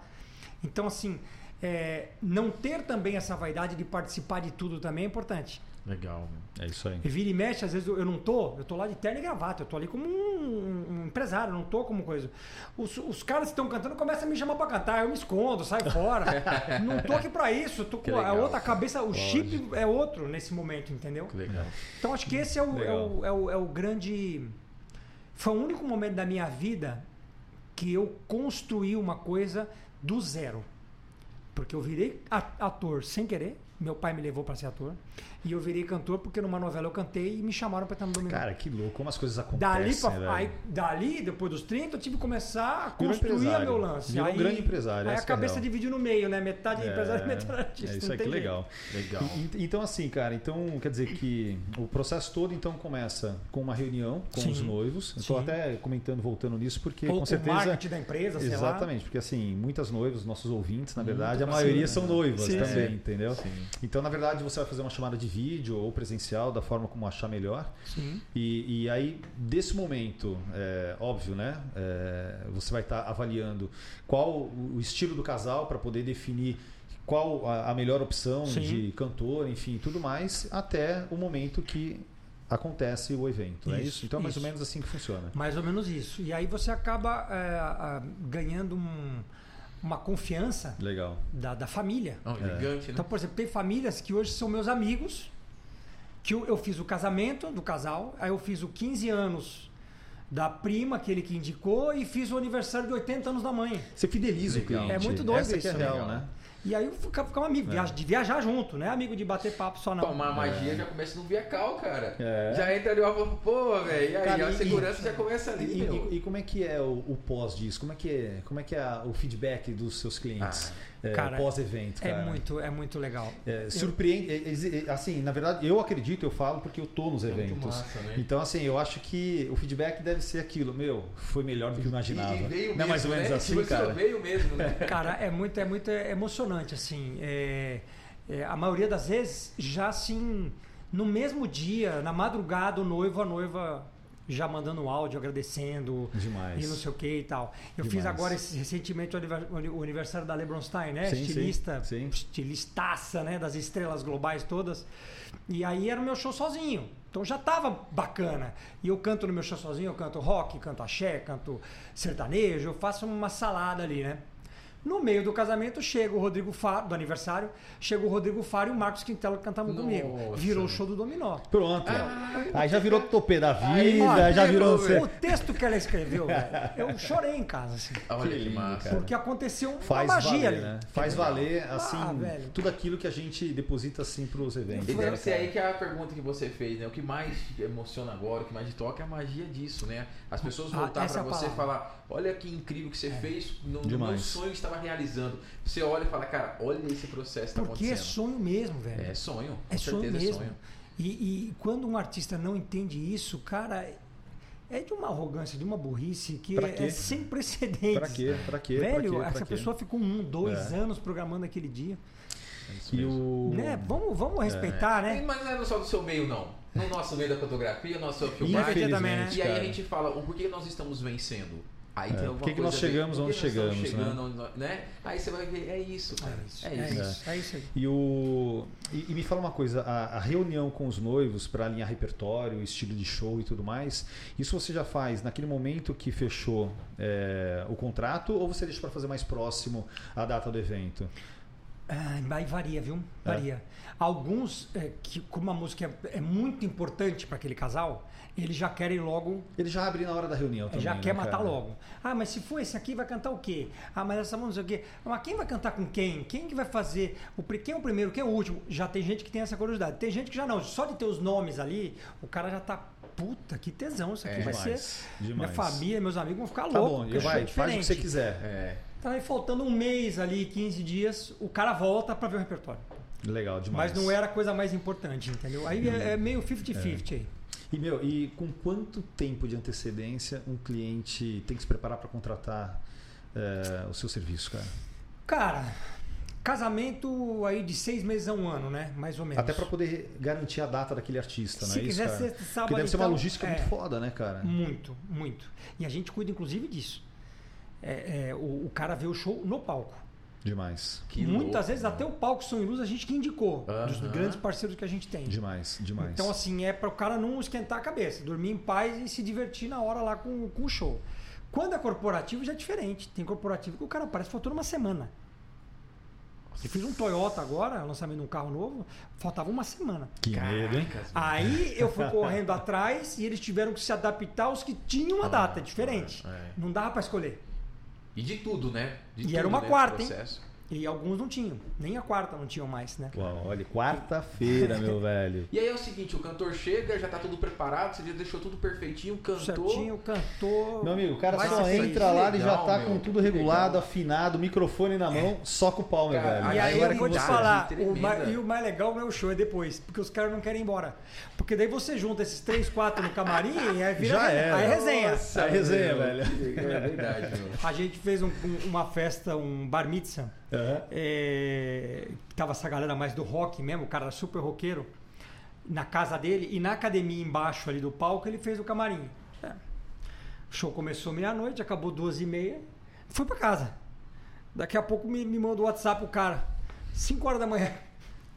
[SPEAKER 3] Então, assim, é, não ter também essa vaidade de participar de tudo também é importante.
[SPEAKER 2] Legal, meu.
[SPEAKER 1] É isso aí.
[SPEAKER 3] E vira e mexe, às vezes eu eu não tô, eu tô lá de terno e gravata, eu tô ali como um, um empresário, eu não tô como coisa. Os, os caras que estão cantando começam a me chamar pra cantar, eu me escondo, saio fora. não tô aqui pra isso, eu tô
[SPEAKER 2] Que
[SPEAKER 3] com a
[SPEAKER 2] legal.
[SPEAKER 3] outra cabeça, o chip é outro nesse momento, entendeu?
[SPEAKER 2] Que legal.
[SPEAKER 3] Então acho que esse é o, é
[SPEAKER 1] Legal.
[SPEAKER 3] o, é o, é o grande. Foi o único momento da minha vida que eu construí uma coisa do zero. Porque eu virei a- ator sem querer. Meu pai me levou para ser ator. E eu virei cantor porque numa novela eu cantei e me chamaram para estar no domingo.
[SPEAKER 1] Cara, que louco, como as coisas
[SPEAKER 3] dali,
[SPEAKER 1] acontecem,
[SPEAKER 3] pra-
[SPEAKER 1] velho.
[SPEAKER 3] aí, dali, depois dos 30, eu tive que começar a
[SPEAKER 1] Virou
[SPEAKER 3] construir a
[SPEAKER 1] empresário.
[SPEAKER 3] meu lance.
[SPEAKER 1] Virou um
[SPEAKER 3] aí,
[SPEAKER 1] grande empresário,
[SPEAKER 3] Aí a
[SPEAKER 1] essa que é a
[SPEAKER 3] cabeça
[SPEAKER 1] real.
[SPEAKER 3] dividiu no meio, né? Metade
[SPEAKER 1] É,
[SPEAKER 3] empresário, metade artista.
[SPEAKER 1] É isso
[SPEAKER 3] não
[SPEAKER 1] aí, que
[SPEAKER 3] tem jeito.
[SPEAKER 1] legal.
[SPEAKER 2] Legal.
[SPEAKER 1] E- e- então, assim, cara, então quer dizer que o processo todo então começa com uma reunião com
[SPEAKER 3] Sim.
[SPEAKER 1] os noivos. Estou
[SPEAKER 3] Sim.
[SPEAKER 1] até comentando, voltando nisso, porque
[SPEAKER 3] Ou
[SPEAKER 1] com
[SPEAKER 3] o
[SPEAKER 1] certeza.
[SPEAKER 3] marketing da empresa, sei lá.
[SPEAKER 1] Exatamente, porque assim, muitas noivas, nossos ouvintes, na verdade, a
[SPEAKER 3] Muitas,
[SPEAKER 1] maioria
[SPEAKER 3] sim.
[SPEAKER 1] são noivas
[SPEAKER 3] né? Sim.
[SPEAKER 1] também,
[SPEAKER 2] Sim.
[SPEAKER 1] entendeu?
[SPEAKER 2] Sim.
[SPEAKER 1] Então, na verdade, você vai fazer uma chamada de vídeo ou presencial, da forma como achar melhor.
[SPEAKER 3] Sim.
[SPEAKER 1] E, e aí, desse momento, é, óbvio, né? é, você vai estar avaliando qual o o estilo do casal para poder definir qual a, a melhor opção
[SPEAKER 3] Sim.
[SPEAKER 1] de cantor, enfim, tudo mais, até o momento que acontece o evento. é
[SPEAKER 3] Isso,
[SPEAKER 1] isso? Então é mais
[SPEAKER 3] isso.
[SPEAKER 1] ou menos assim que funciona.
[SPEAKER 3] Mais ou menos isso. E aí você acaba é, a- ganhando um- uma confiança
[SPEAKER 1] Legal.
[SPEAKER 3] da, da família.
[SPEAKER 1] É.
[SPEAKER 2] Não, elegante, né?
[SPEAKER 3] Então, por exemplo, tem famílias que hoje são meus amigos, que eu, eu fiz o casamento do casal, aí eu fiz o 15 anos da prima, aquele que indicou, e fiz o aniversário de 80 anos da mãe.
[SPEAKER 1] Você fideliza
[SPEAKER 2] Legal.
[SPEAKER 1] o cliente.
[SPEAKER 3] É muito doido
[SPEAKER 1] Essa que
[SPEAKER 3] isso,
[SPEAKER 1] é real,
[SPEAKER 2] legal.
[SPEAKER 1] né?
[SPEAKER 3] E aí ficamos amigos, viaja- de viajar junto, né? Amigo de bater papo só não.
[SPEAKER 2] Tomar magia já começa no Viacal, cara.
[SPEAKER 1] É.
[SPEAKER 2] Já entra ali, ó, falando, pô, velho. E aí
[SPEAKER 1] Cara,
[SPEAKER 2] a
[SPEAKER 1] e-
[SPEAKER 2] segurança já começa ali,
[SPEAKER 1] E,
[SPEAKER 2] meu.
[SPEAKER 1] e- e como é que é o, o pós disso? Como é que é, como é, que é a- o feedback dos seus clientes
[SPEAKER 2] Ah.
[SPEAKER 1] é,
[SPEAKER 3] cara,
[SPEAKER 1] pós-evento?
[SPEAKER 3] É
[SPEAKER 1] cara?
[SPEAKER 3] muito, é muito legal.
[SPEAKER 1] É, surpreende. é, é, Assim, na verdade, eu acredito, eu falo porque eu tô nos
[SPEAKER 2] muito
[SPEAKER 1] eventos.
[SPEAKER 2] massa, né?
[SPEAKER 1] Então, assim, eu acho que o feedback deve ser aquilo. Meu, foi melhor do que eu imaginava.
[SPEAKER 2] E- e veio
[SPEAKER 1] Não é mais ou
[SPEAKER 2] mesmo,
[SPEAKER 1] menos
[SPEAKER 2] né?
[SPEAKER 1] assim,
[SPEAKER 2] Tipo,
[SPEAKER 1] cara?
[SPEAKER 2] Veio mesmo, né?
[SPEAKER 3] Cara, é muito, é muito emocionante, assim. É, é, a maioria das vezes, já assim, no mesmo dia, na madrugada, o noivo, a noiva já mandando um áudio, agradecendo.
[SPEAKER 1] Demais.
[SPEAKER 3] E não sei o que e tal. Eu
[SPEAKER 1] Demais.
[SPEAKER 3] fiz agora esse- recentemente o aniver- o aniversário da Lebronstein, né?
[SPEAKER 1] Sim, sim,
[SPEAKER 3] Estilista,
[SPEAKER 1] sim.
[SPEAKER 3] estilistaça, né? Das estrelas globais todas. E aí era o meu show sozinho. Então já tava bacana. E eu canto no meu show sozinho, eu canto rock, canto axé, canto sertanejo, eu faço uma salada ali, né? No meio do casamento chega o Rodrigo Faro, do aniversário, chega o Rodrigo Faro e o Marcos Quintela que cantavam comigo.
[SPEAKER 2] Nossa.
[SPEAKER 3] Virou o show do Dominó.
[SPEAKER 1] Pronto. aí já virou topê da
[SPEAKER 2] Ah, tá. Aí,
[SPEAKER 1] vida,
[SPEAKER 2] olha,
[SPEAKER 1] já virou. um
[SPEAKER 2] pegou,
[SPEAKER 1] você-
[SPEAKER 3] O texto que ela escreveu, velho, eu chorei em casa. assim.
[SPEAKER 2] Olha que,
[SPEAKER 1] lindo,
[SPEAKER 2] massa.
[SPEAKER 1] cara.
[SPEAKER 3] Porque aconteceu uma
[SPEAKER 1] Faz
[SPEAKER 3] magia
[SPEAKER 1] valer,
[SPEAKER 3] ali. Ah,
[SPEAKER 1] né? Faz valer, assim,
[SPEAKER 3] velho.
[SPEAKER 1] tudo aquilo que a gente deposita, assim, pros eventos.
[SPEAKER 2] E
[SPEAKER 1] né,
[SPEAKER 2] deve ser
[SPEAKER 1] cara?
[SPEAKER 2] aí que é a pergunta que você fez, né? O que mais te emociona agora, o que mais te toca é a magia disso, né? As pessoas
[SPEAKER 3] Ah,
[SPEAKER 2] voltar
[SPEAKER 3] essa
[SPEAKER 2] pra
[SPEAKER 3] é a
[SPEAKER 2] você e
[SPEAKER 3] palavra.
[SPEAKER 2] falar, olha que incrível que você fez, no, no meu
[SPEAKER 1] Demais.
[SPEAKER 2] sonho que estava realizando. Você olha e fala, cara, olha esse processo que tá
[SPEAKER 3] Porque é
[SPEAKER 2] acontecendo.
[SPEAKER 3] sonho mesmo, velho.
[SPEAKER 2] É sonho, com
[SPEAKER 3] É sonho
[SPEAKER 2] certeza
[SPEAKER 3] mesmo.
[SPEAKER 2] é sonho.
[SPEAKER 3] E, e quando um artista não entende isso, cara, é de uma arrogância, de uma burrice que
[SPEAKER 1] Pra
[SPEAKER 3] é,
[SPEAKER 1] quê?
[SPEAKER 3] é sem precedentes.
[SPEAKER 1] Pra quê? Pra quê? Pra
[SPEAKER 3] Velho,
[SPEAKER 1] quê? Pra
[SPEAKER 3] essa
[SPEAKER 1] quê?
[SPEAKER 3] pessoa ficou um, dois
[SPEAKER 1] É.
[SPEAKER 3] anos programando aquele dia.
[SPEAKER 2] É isso
[SPEAKER 1] E
[SPEAKER 2] mesmo.
[SPEAKER 1] o.
[SPEAKER 3] Né? Vamos, vamos respeitar,
[SPEAKER 2] É,
[SPEAKER 3] né?
[SPEAKER 2] Mas não é só do seu meio, não. No nosso meio da fotografia, nosso filmagem.
[SPEAKER 3] Infelizmente, também, né?
[SPEAKER 1] Infelizmente,
[SPEAKER 2] E aí a
[SPEAKER 1] cara.
[SPEAKER 2] gente fala o porquê nós estamos vencendo. Aí tem
[SPEAKER 1] É,
[SPEAKER 2] alguma
[SPEAKER 1] por que que nós
[SPEAKER 2] coisa a ver.
[SPEAKER 1] chegamos
[SPEAKER 2] Por que
[SPEAKER 1] onde
[SPEAKER 2] nós estamos
[SPEAKER 1] chegamos, né?
[SPEAKER 2] chegando onde nós- né? Aí você vai ver, é isso, cara. É isso.
[SPEAKER 3] É isso, é isso aí.
[SPEAKER 1] E, o... e, e me fala uma coisa, a, a reunião com os noivos para alinhar repertório, estilo de show e tudo mais, isso você já faz naquele momento que fechou é, o contrato ou você deixa para fazer mais próximo a data do evento?
[SPEAKER 3] Ah, Aí varia,
[SPEAKER 1] É.
[SPEAKER 3] viu? Varia. Alguns, é, que, como a música é, é muito importante para aquele casal, eles já querem logo
[SPEAKER 1] Ele já abre na hora da reunião também.
[SPEAKER 3] É, já
[SPEAKER 1] né,
[SPEAKER 3] quer matar
[SPEAKER 1] cara?
[SPEAKER 3] logo. Ah, mas se for esse aqui, vai cantar o quê? Ah, mas essa música não sei o quê. Ah, Mas quem vai cantar com quem? Quem que vai fazer? O, pri- quem é o primeiro? Quem é o último? Já tem gente que tem essa curiosidade. Tem gente que já não. Só de ter os nomes ali, o cara já tá. Puta, que tesão isso aqui.
[SPEAKER 2] É,
[SPEAKER 3] vai
[SPEAKER 1] demais,
[SPEAKER 3] ser. Minha
[SPEAKER 1] demais.
[SPEAKER 3] família, meus amigos vão ficar
[SPEAKER 1] Tá
[SPEAKER 3] loucos.
[SPEAKER 1] bom,
[SPEAKER 3] porque é
[SPEAKER 1] vai,
[SPEAKER 3] show
[SPEAKER 1] faz o que você
[SPEAKER 3] diferente.
[SPEAKER 1] quiser.
[SPEAKER 2] É.
[SPEAKER 3] Tá aí faltando um mês ali, 15 dias, o cara volta pra ver o repertório.
[SPEAKER 1] É, Legal demais.
[SPEAKER 3] Mas não é era a coisa mais importante, entendeu? Aí é, é meio 50-50 aí.
[SPEAKER 1] E meu, e com quanto tempo de antecedência um cliente tem que se preparar para contratar é, o seu serviço, cara?
[SPEAKER 3] Cara, casamento aí de seis meses a um ano, né? Mais ou menos.
[SPEAKER 1] Até para poder garantir a data daquele artista,
[SPEAKER 3] Se
[SPEAKER 1] né? Isso,
[SPEAKER 3] quiser
[SPEAKER 1] cara?
[SPEAKER 3] ser sábado,
[SPEAKER 1] Porque deve ser uma
[SPEAKER 3] então,
[SPEAKER 1] logística
[SPEAKER 3] é. Hum.
[SPEAKER 1] muito foda, né, cara?
[SPEAKER 3] Muito, muito. E a gente cuida, inclusive, disso. É, é, o, o cara vê o show no palco.
[SPEAKER 1] Demais.
[SPEAKER 2] Que
[SPEAKER 3] Muitas
[SPEAKER 2] louco,
[SPEAKER 3] vezes
[SPEAKER 2] mano.
[SPEAKER 3] até o palco Som e Luz a gente que indicou, dos
[SPEAKER 2] Aham.
[SPEAKER 3] grandes parceiros que a gente tem.
[SPEAKER 1] Demais, demais.
[SPEAKER 3] Então, assim, é para o cara não esquentar a cabeça, dormir em paz e se divertir na hora lá com, com o show. Quando é corporativo, já é diferente. Tem corporativo que o cara parece que faltou uma semana. Eu fiz um Toyota agora, lançamento de um carro novo, faltava uma semana.
[SPEAKER 1] que medo, hein?
[SPEAKER 2] Caracas,
[SPEAKER 3] Ah.
[SPEAKER 2] mano.
[SPEAKER 3] Aí eu fui correndo atrás e eles tiveram que se adaptar aos que tinham uma data diferente.
[SPEAKER 2] Ah, é, é.
[SPEAKER 3] Não dava pra escolher.
[SPEAKER 2] E de tudo, né? De
[SPEAKER 3] E
[SPEAKER 2] tudo,
[SPEAKER 3] era uma
[SPEAKER 2] né,
[SPEAKER 3] quarta, hein?
[SPEAKER 2] processo.
[SPEAKER 3] E alguns não tinham. Nem a quarta não tinham mais, né?
[SPEAKER 1] Uau, olha, quarta-feira, meu velho.
[SPEAKER 2] E aí é o seguinte, o cantor chega, já tá tudo preparado, você já deixou tudo perfeitinho, cantou.
[SPEAKER 3] Certinho, cantor.
[SPEAKER 1] Meu amigo, o cara
[SPEAKER 3] vai
[SPEAKER 1] só
[SPEAKER 3] ser feito.
[SPEAKER 1] entra lá e já
[SPEAKER 2] legal,
[SPEAKER 1] tá
[SPEAKER 2] meu,
[SPEAKER 1] com tudo
[SPEAKER 2] que
[SPEAKER 1] regulado,
[SPEAKER 2] legal.
[SPEAKER 1] afinado, microfone na mão, só é com o pau, meu
[SPEAKER 2] Cara,
[SPEAKER 1] velho.
[SPEAKER 3] E
[SPEAKER 2] Ah,
[SPEAKER 3] aí
[SPEAKER 2] agora
[SPEAKER 3] eu vou
[SPEAKER 2] que
[SPEAKER 3] te
[SPEAKER 2] você-
[SPEAKER 3] falar,
[SPEAKER 2] Tremenda.
[SPEAKER 3] o mais, e o mais legal do meu show é depois, porque os caras não querem ir embora. Porque daí você junta esses três, quatro no camarim e aí vira
[SPEAKER 1] Já era.
[SPEAKER 3] aí resenha.
[SPEAKER 1] Nossa, é resenha,
[SPEAKER 2] meu,
[SPEAKER 1] velho.
[SPEAKER 2] que legal, É verdade, meu.
[SPEAKER 3] A gente fez um- um- uma festa, um bar mitzvah,
[SPEAKER 1] Aham.
[SPEAKER 3] é, tava essa galera mais do rock mesmo, o cara era super roqueiro, na casa dele e na academia embaixo ali do palco ele fez o camarim. É. O show começou meia-noite, acabou duas e meia, fui pra casa. Daqui a pouco me, me manda o WhatsApp o cara, 5 horas da manhã.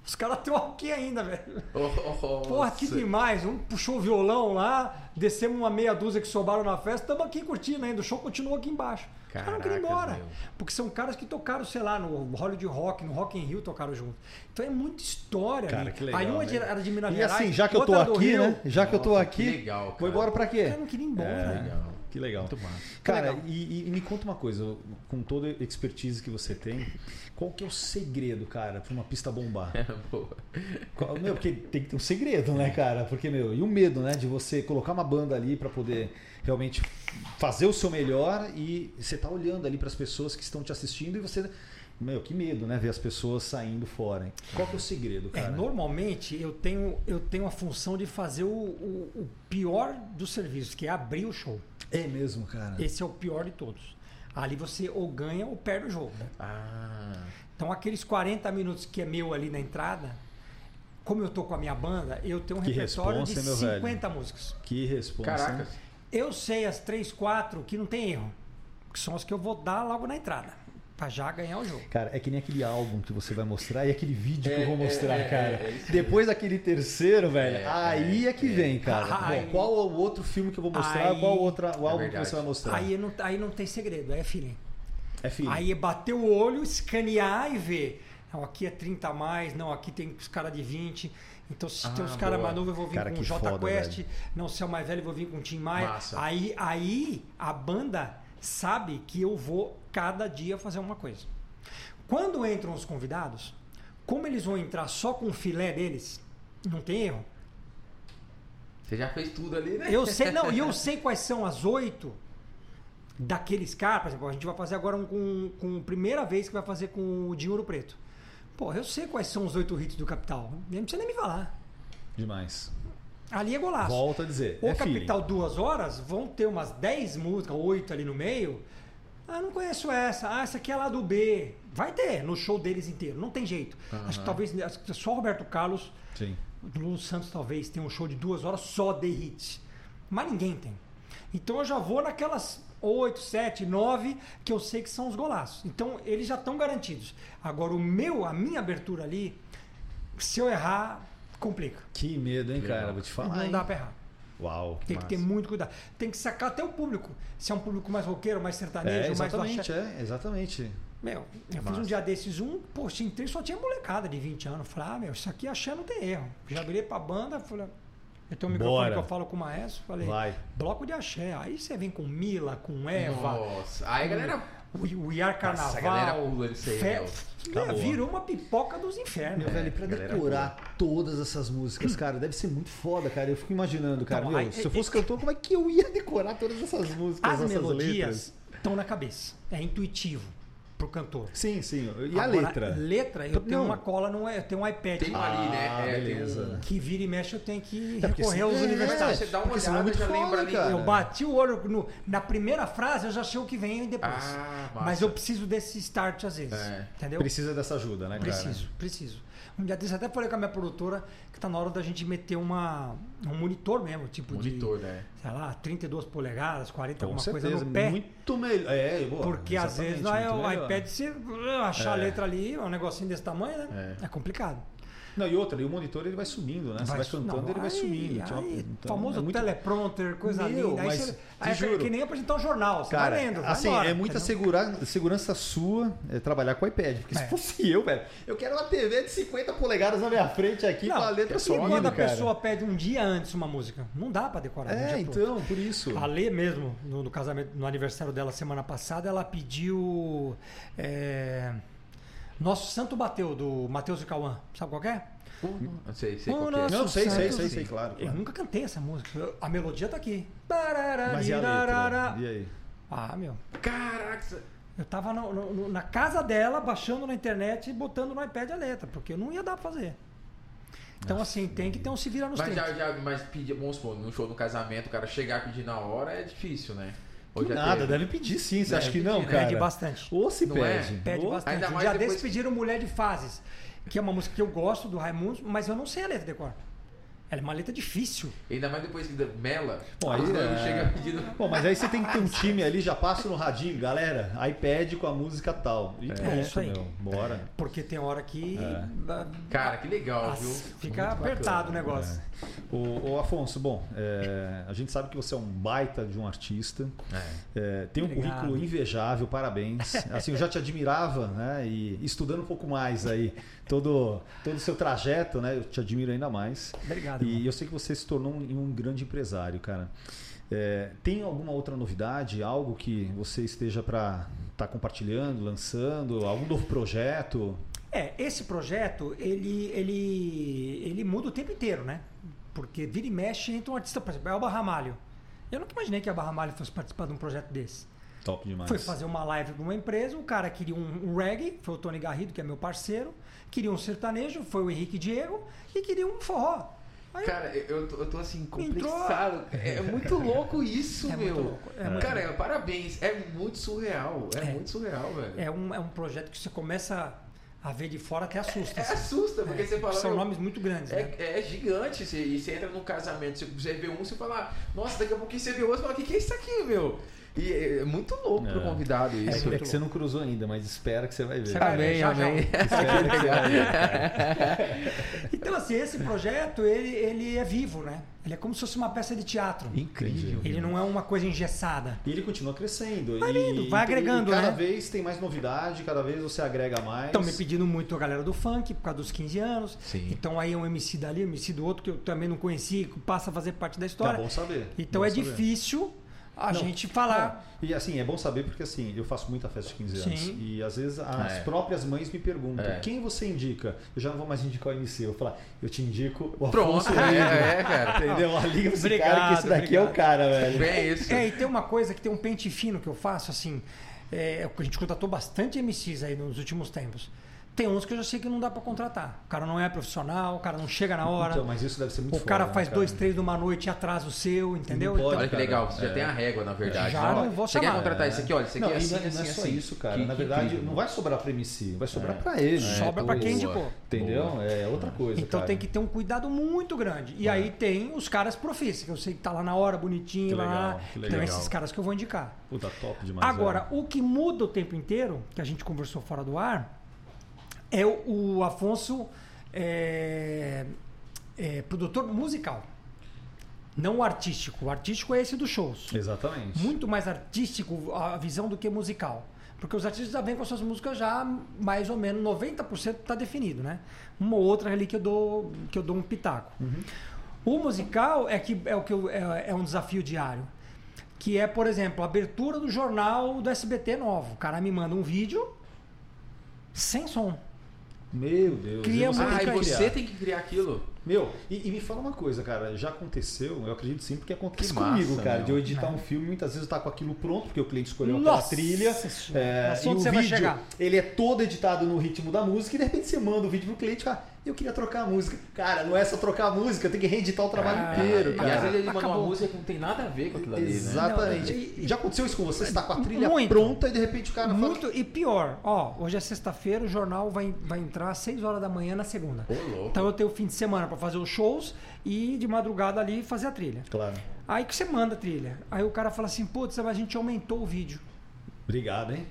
[SPEAKER 3] Os caras estão aqui ainda, velho.
[SPEAKER 2] Oh, oh,
[SPEAKER 3] Porra, que
[SPEAKER 2] nossa.
[SPEAKER 3] demais. Um puxou o violão lá, descemos uma meia dúzia que sobraram na festa, estamos aqui curtindo ainda. O show continuou aqui embaixo. Os caras não querem ir
[SPEAKER 2] Caracas,
[SPEAKER 3] embora.
[SPEAKER 2] meu.
[SPEAKER 3] Porque são caras que tocaram, sei lá, no Hollywood Rock, no Rock in Rio tocaram junto. Então é muita história.
[SPEAKER 1] Cara,
[SPEAKER 3] ali.
[SPEAKER 1] que legal,
[SPEAKER 3] Aí uma
[SPEAKER 1] né?
[SPEAKER 3] de- era de Minas
[SPEAKER 1] E
[SPEAKER 3] Gerais,
[SPEAKER 1] assim, já que eu tô
[SPEAKER 3] outra do
[SPEAKER 1] aqui,
[SPEAKER 3] Rio.
[SPEAKER 1] né? Já que eu tô
[SPEAKER 2] Nossa, que
[SPEAKER 1] aqui,
[SPEAKER 2] legal,
[SPEAKER 1] vou
[SPEAKER 2] cara. É,
[SPEAKER 1] embora pra
[SPEAKER 3] Os
[SPEAKER 1] quê?
[SPEAKER 3] caras não queriam ir embora.
[SPEAKER 2] Legal.
[SPEAKER 1] Que legal.
[SPEAKER 2] Muito massa.
[SPEAKER 1] Cara,
[SPEAKER 3] legal.
[SPEAKER 1] e, e me conta uma coisa, com toda a expertise que você tem, qual que é o segredo, cara, pra uma pista bombar?
[SPEAKER 2] É, boa.
[SPEAKER 1] Qual- Meu, porque tem que ter um segredo, né, cara? Porque, meu, e o medo, né, de você colocar uma banda ali pra poder realmente fazer o seu melhor e você tá olhando ali pras pessoas que estão te assistindo e você. Meu, que medo, né? Ver as pessoas saindo fora. hein? Qual que é o segredo,
[SPEAKER 3] É,
[SPEAKER 1] cara?
[SPEAKER 3] normalmente eu tenho, eu tenho a função de fazer o, o- o pior do serviço, que é abrir o show.
[SPEAKER 1] É mesmo, cara.
[SPEAKER 3] Esse é o pior de todos. Ali você ou ganha ou perde o jogo. né?
[SPEAKER 2] Ah.
[SPEAKER 3] Então aqueles 40 minutos que é meu ali na entrada, como eu tô com a minha banda, eu tenho um
[SPEAKER 1] Que
[SPEAKER 3] repertório
[SPEAKER 1] responsa,
[SPEAKER 3] de
[SPEAKER 1] meu velho.
[SPEAKER 3] 50 músicas.
[SPEAKER 1] Que resposta.
[SPEAKER 2] Caraca.
[SPEAKER 1] hein?
[SPEAKER 3] Eu sei as 3, 4 que não tem erro, que são as que eu vou dar logo na entrada, pra já ganhar o jogo.
[SPEAKER 1] Cara, é que nem aquele álbum que você vai mostrar e aquele vídeo que
[SPEAKER 2] É,
[SPEAKER 1] eu vou
[SPEAKER 2] é,
[SPEAKER 1] mostrar,
[SPEAKER 2] é,
[SPEAKER 1] cara.
[SPEAKER 2] é, é isso
[SPEAKER 1] Depois daquele terceiro, velho,
[SPEAKER 2] É,
[SPEAKER 1] aí é, que vem, cara.
[SPEAKER 3] Aí-
[SPEAKER 1] Bom, qual é o outro filme que eu vou mostrar?
[SPEAKER 3] Aí-
[SPEAKER 1] qual outra, o álbum que
[SPEAKER 2] verdade.
[SPEAKER 1] você vai mostrar?
[SPEAKER 3] Aí não, aí não tem segredo, aí é feeling.
[SPEAKER 1] é filho.
[SPEAKER 3] Aí é bater o olho, escanear e ver. Não, aqui é 30 a mais, não, aqui tem os caras de 20. Então, se
[SPEAKER 2] Ah,
[SPEAKER 3] tem os caras
[SPEAKER 2] boa.
[SPEAKER 3] mais novos, eu vou vir
[SPEAKER 1] Cara,
[SPEAKER 3] com
[SPEAKER 1] que
[SPEAKER 3] o Jota
[SPEAKER 1] foda,
[SPEAKER 3] Quest.
[SPEAKER 1] velho.
[SPEAKER 3] Não, se é o mais velho, eu vou vir com o Tim Maia.
[SPEAKER 2] Massa.
[SPEAKER 3] Aí, aí a banda sabe que eu vou cada dia fazer uma coisa. Quando entram os convidados, como eles vão entrar só com o filé deles, não tem erro.
[SPEAKER 2] Você já fez tudo ali, né?
[SPEAKER 3] Eu sei, não, e eu sei quais são as oito daqueles caras, por exemplo, a gente vai fazer agora um com, com primeira vez que vai fazer com o de Ouro Preto. Pô, eu sei quais são os oito hits do Capital. Nem precisa nem me falar.
[SPEAKER 1] Demais.
[SPEAKER 3] Ali é golaço.
[SPEAKER 1] Volto a dizer.
[SPEAKER 3] o
[SPEAKER 1] é feeling.
[SPEAKER 3] Capital duas horas vão ter umas dez músicas, oito ali no meio. Ah, não conheço essa. Ah, essa aqui é lá do B. Vai ter no show deles inteiro. Não tem jeito. Acho que talvez acho que só o Roberto Carlos
[SPEAKER 1] Sim.
[SPEAKER 3] o Lulu Santos talvez tenha um show de duas horas só de hits. Mas ninguém tem. Então eu já vou naquelas oito, sete, nove que eu sei que são os golaços. Então eles já estão garantidos. Agora o meu, a minha abertura ali, se eu errar, complica.
[SPEAKER 1] Que medo, hein,
[SPEAKER 2] Legal.
[SPEAKER 1] cara? Vou te falar.
[SPEAKER 3] Não
[SPEAKER 1] hein?
[SPEAKER 3] dá pra errar.
[SPEAKER 1] Uau.
[SPEAKER 3] Tem
[SPEAKER 2] Massa.
[SPEAKER 3] que ter muito cuidado. Tem que sacar até o público. Se é um público mais roqueiro, mais
[SPEAKER 1] É,
[SPEAKER 3] sertanejo, mais
[SPEAKER 1] exatamente,
[SPEAKER 3] baixo.
[SPEAKER 1] é, exatamente.
[SPEAKER 3] Meu, eu fiz
[SPEAKER 2] Massa.
[SPEAKER 3] um dia desses um, poxa, entrei só tinha molecada de 20 anos. Falei, ah, meu, isso aqui achando não tem erro. Já virei pra banda, falei, eu tenho um microfone
[SPEAKER 1] Bora.
[SPEAKER 3] que eu falo com o maestro, falei,
[SPEAKER 1] Vai.
[SPEAKER 3] bloco de axé. Aí você vem com Mila, com Eva,
[SPEAKER 2] Nossa. Aí, galera.
[SPEAKER 3] o o Iar
[SPEAKER 2] Nossa, a galera
[SPEAKER 3] Carnaval.
[SPEAKER 2] pula nisso aí,
[SPEAKER 3] fe-
[SPEAKER 2] meu.
[SPEAKER 3] Meu,
[SPEAKER 1] Acabou.
[SPEAKER 3] virou uma pipoca dos
[SPEAKER 1] Meu
[SPEAKER 3] infernos.
[SPEAKER 1] velho, e pra
[SPEAKER 3] é
[SPEAKER 2] galera
[SPEAKER 1] decorar todas essas músicas, cara, deve ser muito foda, cara. Eu fico imaginando, cara.
[SPEAKER 3] Não,
[SPEAKER 1] meu,
[SPEAKER 3] aí-
[SPEAKER 1] se eu fosse cantor, como é que eu ia decorar todas essas músicas,
[SPEAKER 3] As
[SPEAKER 1] essas
[SPEAKER 3] melodias
[SPEAKER 1] letras?
[SPEAKER 3] estão na cabeça. É intuitivo pro cantor.
[SPEAKER 1] Sim, sim. E a
[SPEAKER 3] Agora,
[SPEAKER 1] letra?
[SPEAKER 3] Letra, eu tenho
[SPEAKER 1] Não.
[SPEAKER 3] uma cola, no, eu tenho um iPad.
[SPEAKER 2] Tem uma ali, né?
[SPEAKER 1] Ah,
[SPEAKER 2] É, tem
[SPEAKER 1] beleza.
[SPEAKER 2] um-
[SPEAKER 3] Que vira e mexe, eu tenho que
[SPEAKER 1] É, porque
[SPEAKER 3] recorrer aos
[SPEAKER 1] senão-
[SPEAKER 3] universitários.
[SPEAKER 2] Você dá uma
[SPEAKER 1] Porque senão é
[SPEAKER 2] olhada,
[SPEAKER 1] muito
[SPEAKER 2] já lembra
[SPEAKER 1] foda,
[SPEAKER 2] ali.
[SPEAKER 1] cara.
[SPEAKER 3] Eu bati o olho no- na primeira frase, eu já sei o que vem depois.
[SPEAKER 2] Ah, massa.
[SPEAKER 3] Mas eu preciso desse start às vezes.
[SPEAKER 2] É.
[SPEAKER 3] Entendeu?
[SPEAKER 1] Precisa dessa ajuda, né, cara?
[SPEAKER 3] Preciso, preciso. Um dia desse eu até falei com a minha produtora que tá na hora da gente meter uma, um monitor mesmo, tipo
[SPEAKER 2] Monitor,
[SPEAKER 3] de.
[SPEAKER 2] né?
[SPEAKER 3] Sei lá, 32 polegadas, 40,
[SPEAKER 1] Com
[SPEAKER 3] alguma
[SPEAKER 1] certeza.
[SPEAKER 3] coisa no pé.
[SPEAKER 1] Muito melhor. É, boa,
[SPEAKER 3] porque às vezes
[SPEAKER 1] exatamente,
[SPEAKER 3] não é
[SPEAKER 1] muito
[SPEAKER 3] o
[SPEAKER 1] melhor.
[SPEAKER 3] iPad, se achar a letra ali, é um negocinho desse tamanho, né?
[SPEAKER 2] É.
[SPEAKER 3] É, complicado.
[SPEAKER 1] Não, e outra, e o monitor ele vai sumindo, né? Você vai
[SPEAKER 3] su-
[SPEAKER 1] cantando,
[SPEAKER 3] não,
[SPEAKER 1] ele vai
[SPEAKER 3] aí-
[SPEAKER 1] sumindo. Então,
[SPEAKER 3] aí,
[SPEAKER 1] então,
[SPEAKER 3] famoso
[SPEAKER 1] é muito-
[SPEAKER 3] teleprompter, coisa
[SPEAKER 1] Meu,
[SPEAKER 3] linda. Aí,
[SPEAKER 1] mas
[SPEAKER 3] você,
[SPEAKER 1] te
[SPEAKER 3] aí é
[SPEAKER 1] juro.
[SPEAKER 3] que nem apresentar um jornal, você
[SPEAKER 1] Cara,
[SPEAKER 3] vai lendo. vai
[SPEAKER 1] assim,
[SPEAKER 3] embora,
[SPEAKER 1] é muita
[SPEAKER 3] entendeu?
[SPEAKER 1] segura- segurança sua é, trabalhar com iPad. Porque se
[SPEAKER 3] É.
[SPEAKER 1] fosse eu, velho, eu quero uma TV de 50 polegadas na minha frente aqui
[SPEAKER 3] Não,
[SPEAKER 1] com a
[SPEAKER 2] é
[SPEAKER 1] letra
[SPEAKER 2] só
[SPEAKER 1] subindo,
[SPEAKER 3] Quando a
[SPEAKER 1] cara.
[SPEAKER 3] pessoa pede um dia antes uma música, não dá pra decorar. de um
[SPEAKER 1] É,
[SPEAKER 3] dia pro outro.
[SPEAKER 1] então, por isso.
[SPEAKER 3] A Lê mesmo, no, no casamento, no aniversário dela semana passada, ela pediu. é, Nosso Santo Bateu, do Matheus e Cauã. Sabe qual que é?
[SPEAKER 2] Não sei, sei
[SPEAKER 3] Um
[SPEAKER 2] qual que é.
[SPEAKER 3] nosso-
[SPEAKER 1] Não, sei, sei, sei,
[SPEAKER 2] Sim.
[SPEAKER 1] sei, claro.
[SPEAKER 3] Eu
[SPEAKER 1] claro.
[SPEAKER 3] nunca cantei essa música. Eu- A melodia tá aqui.
[SPEAKER 1] Mas e a letra? E aí?
[SPEAKER 3] Ah, meu.
[SPEAKER 2] Caraca.
[SPEAKER 3] Eu tava no- no- no- na casa dela, baixando na internet e botando no iPad a letra, porque não ia dar pra fazer. Então, assim, tem que ter um se vira nos
[SPEAKER 2] Mas
[SPEAKER 3] 30.
[SPEAKER 2] já, já, mas pedir, vamos supor, num show, no casamento, o cara chegar e pedir na hora é difícil, né? Ou já
[SPEAKER 1] Nada,
[SPEAKER 2] teve?
[SPEAKER 1] deve pedir sim. Você acha que
[SPEAKER 2] Deve
[SPEAKER 1] não,
[SPEAKER 2] pedir, né?
[SPEAKER 1] cara?
[SPEAKER 3] Pede bastante.
[SPEAKER 1] Ou se
[SPEAKER 2] Não
[SPEAKER 1] pede.
[SPEAKER 2] é?
[SPEAKER 3] Pede
[SPEAKER 1] ou-
[SPEAKER 3] bastante.
[SPEAKER 2] ainda
[SPEAKER 3] Um
[SPEAKER 2] mais
[SPEAKER 3] dia
[SPEAKER 2] depois
[SPEAKER 3] desses
[SPEAKER 2] que-
[SPEAKER 3] pediram Mulher de Fases, que é uma música que eu gosto do Raimundo, mas eu não sei a letra de cor. Ela é uma letra difícil.
[SPEAKER 2] Ainda mais depois que da- mela,
[SPEAKER 1] Bom,
[SPEAKER 2] os
[SPEAKER 1] aí
[SPEAKER 2] noivos
[SPEAKER 1] é-
[SPEAKER 2] chegam pedindo.
[SPEAKER 1] Bom, mas aí você tem que ter um time ali, já passa no radinho, galera, iPad com a música tal. E pronto,
[SPEAKER 3] É. isso aí.
[SPEAKER 1] meu. Bora.
[SPEAKER 3] Porque tem hora que. ah,
[SPEAKER 2] Cara, que legal,
[SPEAKER 3] ah,
[SPEAKER 2] É. viu?
[SPEAKER 3] fica
[SPEAKER 2] Muito
[SPEAKER 3] apertado
[SPEAKER 2] bacana. É.
[SPEAKER 3] o negócio.
[SPEAKER 1] É. Ô, ô, Afonso, bom, é, a gente sabe que você é um baita de um artista. É, tem um
[SPEAKER 3] Obrigado.
[SPEAKER 1] currículo invejável, parabéns. Assim, eu já te admirava, né? E estudando um pouco mais aí todo todo o seu trajeto, né? Eu te admiro ainda mais.
[SPEAKER 3] Obrigado.
[SPEAKER 1] E
[SPEAKER 3] irmão.
[SPEAKER 1] eu sei que você se tornou um, um grande empresário, cara. É, tem alguma outra novidade, algo que você esteja para estar compartilhando, lançando, algum novo projeto?
[SPEAKER 3] É, esse projeto, ele, ele, ele muda o tempo inteiro, né? Porque vira e mexe entra um artista, por exemplo, Elba Ramalho. Eu nunca imaginei que Elba Ramalho fosse participar de um projeto desse.
[SPEAKER 1] Top demais.
[SPEAKER 3] Foi fazer uma live para uma empresa, o cara queria um, um reggae, foi o Tony Garrido, que é meu parceiro, queria um sertanejo, foi o Henrique Diego, e queria um forró. Aí,
[SPEAKER 2] Cara, eu, eu tô- eu tô assim, complexado. É muito louco isso,
[SPEAKER 3] É
[SPEAKER 2] meu.
[SPEAKER 3] muito louco, é muito
[SPEAKER 2] Cara, parabéns. É muito surreal. É, muito surreal, velho. É,
[SPEAKER 3] é, um, é um projeto que você começa a ver de fora até assusta. assim.
[SPEAKER 2] assusta, É, porque você fala.
[SPEAKER 3] São
[SPEAKER 2] meu,
[SPEAKER 3] nomes muito grandes, né?
[SPEAKER 2] É, é gigante. Você, e você entra num casamento, você, você vê um, você fala, nossa, daqui a pouquinho você vê outro, você fala, o que, que é isso aqui, meu? E é, é muito louco pro
[SPEAKER 1] É.
[SPEAKER 2] convidado
[SPEAKER 1] É,
[SPEAKER 2] isso.
[SPEAKER 1] que você não cruzou ainda, mas espera que você vai ver.
[SPEAKER 3] um Você vai ver, já, já.
[SPEAKER 2] É
[SPEAKER 1] Espera que você vai ver.
[SPEAKER 3] Então, assim, esse projeto, ele, ele é vivo, né? Ele é como se fosse uma peça de teatro.
[SPEAKER 1] Incrível.
[SPEAKER 3] Ele não é uma coisa engessada.
[SPEAKER 1] E ele continua crescendo.
[SPEAKER 3] Vai
[SPEAKER 1] e-
[SPEAKER 3] lindo, vai
[SPEAKER 1] e tem-
[SPEAKER 3] agregando,
[SPEAKER 1] Cada
[SPEAKER 3] né?
[SPEAKER 1] vez tem mais novidade, cada vez você agrega mais.
[SPEAKER 3] Estão me pedindo muito a galera do funk, por causa dos 15 anos.
[SPEAKER 2] Sim.
[SPEAKER 3] Então aí é um MC dali, um MC do outro, que eu também não conheci, que passa a fazer parte
[SPEAKER 1] Tá
[SPEAKER 3] da história.
[SPEAKER 1] bom saber.
[SPEAKER 3] então
[SPEAKER 1] Bom
[SPEAKER 3] é
[SPEAKER 1] saber.
[SPEAKER 3] difícil a
[SPEAKER 1] Não.
[SPEAKER 3] gente falar.
[SPEAKER 1] É. E assim, é bom saber porque assim, eu faço muita festa de 15 anos.
[SPEAKER 3] Sim.
[SPEAKER 1] E às vezes as
[SPEAKER 2] É.
[SPEAKER 1] próprias mães me perguntam:
[SPEAKER 2] É.
[SPEAKER 1] quem você indica? Eu já não vou mais indicar o MC. Eu vou falar: eu te indico o
[SPEAKER 2] Pronto,
[SPEAKER 1] Afonso Lima.
[SPEAKER 2] é, é, cara.
[SPEAKER 1] Entendeu? A liga esse
[SPEAKER 3] Obrigado,
[SPEAKER 1] cara que esse daqui é o
[SPEAKER 3] obrigado.
[SPEAKER 1] cara, velho.
[SPEAKER 2] Bem isso.
[SPEAKER 3] É, e tem uma coisa que tem um pente fino que eu faço, assim. É, a gente contratou bastante MCs aí nos últimos tempos. Tem uns que eu já sei que não dá pra contratar. O cara não é profissional, o cara não chega na hora.
[SPEAKER 1] Então, mas isso deve ser muito
[SPEAKER 3] o cara
[SPEAKER 1] foda,
[SPEAKER 3] faz
[SPEAKER 1] né,
[SPEAKER 3] dois, três numa noite e atrasa o seu, entendeu? Então,
[SPEAKER 1] pode,
[SPEAKER 2] Olha que
[SPEAKER 1] cara.
[SPEAKER 2] legal, você já
[SPEAKER 1] É.
[SPEAKER 2] tem a régua, na verdade.
[SPEAKER 3] Já
[SPEAKER 2] Não,
[SPEAKER 3] não vou
[SPEAKER 2] você quer
[SPEAKER 3] chamar.
[SPEAKER 2] contratar esse aqui, olha, esse aqui
[SPEAKER 1] Não,
[SPEAKER 2] é
[SPEAKER 1] e
[SPEAKER 2] assim,
[SPEAKER 1] não é,
[SPEAKER 2] assim,
[SPEAKER 1] não é só
[SPEAKER 2] assim.
[SPEAKER 1] isso, cara.
[SPEAKER 2] Que-
[SPEAKER 1] Na
[SPEAKER 2] que
[SPEAKER 1] verdade,
[SPEAKER 2] incrível. É.
[SPEAKER 1] não vai sobrar pra MC, vai sobrar pra ele.
[SPEAKER 3] É, Sobra pra quem tipo, indicou.
[SPEAKER 2] tipo?
[SPEAKER 1] Entendeu?
[SPEAKER 2] Boa.
[SPEAKER 1] É outra coisa.
[SPEAKER 3] Então
[SPEAKER 1] cara. É.
[SPEAKER 3] tem que ter um cuidado muito grande. E aí tem os caras profissos, que eu sei que tá lá na hora, bonitinho,
[SPEAKER 1] Que
[SPEAKER 3] lá,
[SPEAKER 1] legal,
[SPEAKER 3] lá.
[SPEAKER 1] que
[SPEAKER 3] Então
[SPEAKER 1] legal.
[SPEAKER 3] é esses caras que eu vou indicar.
[SPEAKER 1] Puta, top demais. é.
[SPEAKER 3] Agora,
[SPEAKER 1] velho.
[SPEAKER 3] o que muda o tempo inteiro, que a gente conversou fora do ar, é o, o Afonso é, é, produtor musical. Não o artístico. O artístico é esse dos shows.
[SPEAKER 1] Exatamente.
[SPEAKER 3] Muito mais artístico a visão do que musical. Porque os artistas já vêm com suas músicas já mais ou menos 90% está definido, né? Uma ou outra ali que eu dou, que eu dou um pitaco. O musical é que é o que eu- é, é um desafio diário, que é, por exemplo, a abertura do jornal do SBT novo. O cara me manda um vídeo sem som.
[SPEAKER 1] Meu Deus.
[SPEAKER 3] Cria
[SPEAKER 1] eu não sei
[SPEAKER 3] muito-
[SPEAKER 1] o
[SPEAKER 2] Ah,
[SPEAKER 1] que
[SPEAKER 2] e
[SPEAKER 1] criar.
[SPEAKER 2] você tem que criar aquilo.
[SPEAKER 1] Meu, e, e me fala uma coisa, cara. Já aconteceu, eu acredito sim, porque acontece
[SPEAKER 2] Que massa,
[SPEAKER 1] comigo, cara.
[SPEAKER 2] meu.
[SPEAKER 1] De eu editar um filme, muitas vezes eu tá com aquilo pronto, porque o cliente escolheu aquela
[SPEAKER 3] É. Nossa
[SPEAKER 1] trilha.
[SPEAKER 3] Senhora.
[SPEAKER 1] É, e
[SPEAKER 3] Assunto
[SPEAKER 1] o
[SPEAKER 3] você
[SPEAKER 1] vídeo,
[SPEAKER 3] vai chegar.
[SPEAKER 1] ele é todo editado no ritmo da música, e de repente você manda o vídeo pro cliente, cara, eu queria trocar a música. Cara, não é só trocar a música, tem que reeditar o trabalho inteiro,
[SPEAKER 2] Ah, e
[SPEAKER 1] cara.
[SPEAKER 2] às vezes ele manda uma
[SPEAKER 3] Acabou.
[SPEAKER 2] música que não tem nada a ver com aquilo ali, né?
[SPEAKER 1] Exatamente.
[SPEAKER 3] Não, e- e-
[SPEAKER 1] Já aconteceu isso com você? Você tá com a trilha
[SPEAKER 3] Muito.
[SPEAKER 1] pronta e de repente o cara fala.
[SPEAKER 3] Muito e pior. Ó, hoje é sexta-feira, o jornal vai, vai entrar às 6 horas da manhã na segunda.
[SPEAKER 2] Ô, louco.
[SPEAKER 3] Então eu tenho o fim de semana pra fazer os shows e de madrugada ali fazer a trilha.
[SPEAKER 1] Claro.
[SPEAKER 3] Aí que você manda a trilha. Aí o cara fala assim: putz, mas a gente aumentou o vídeo.
[SPEAKER 1] Obrigado, hein?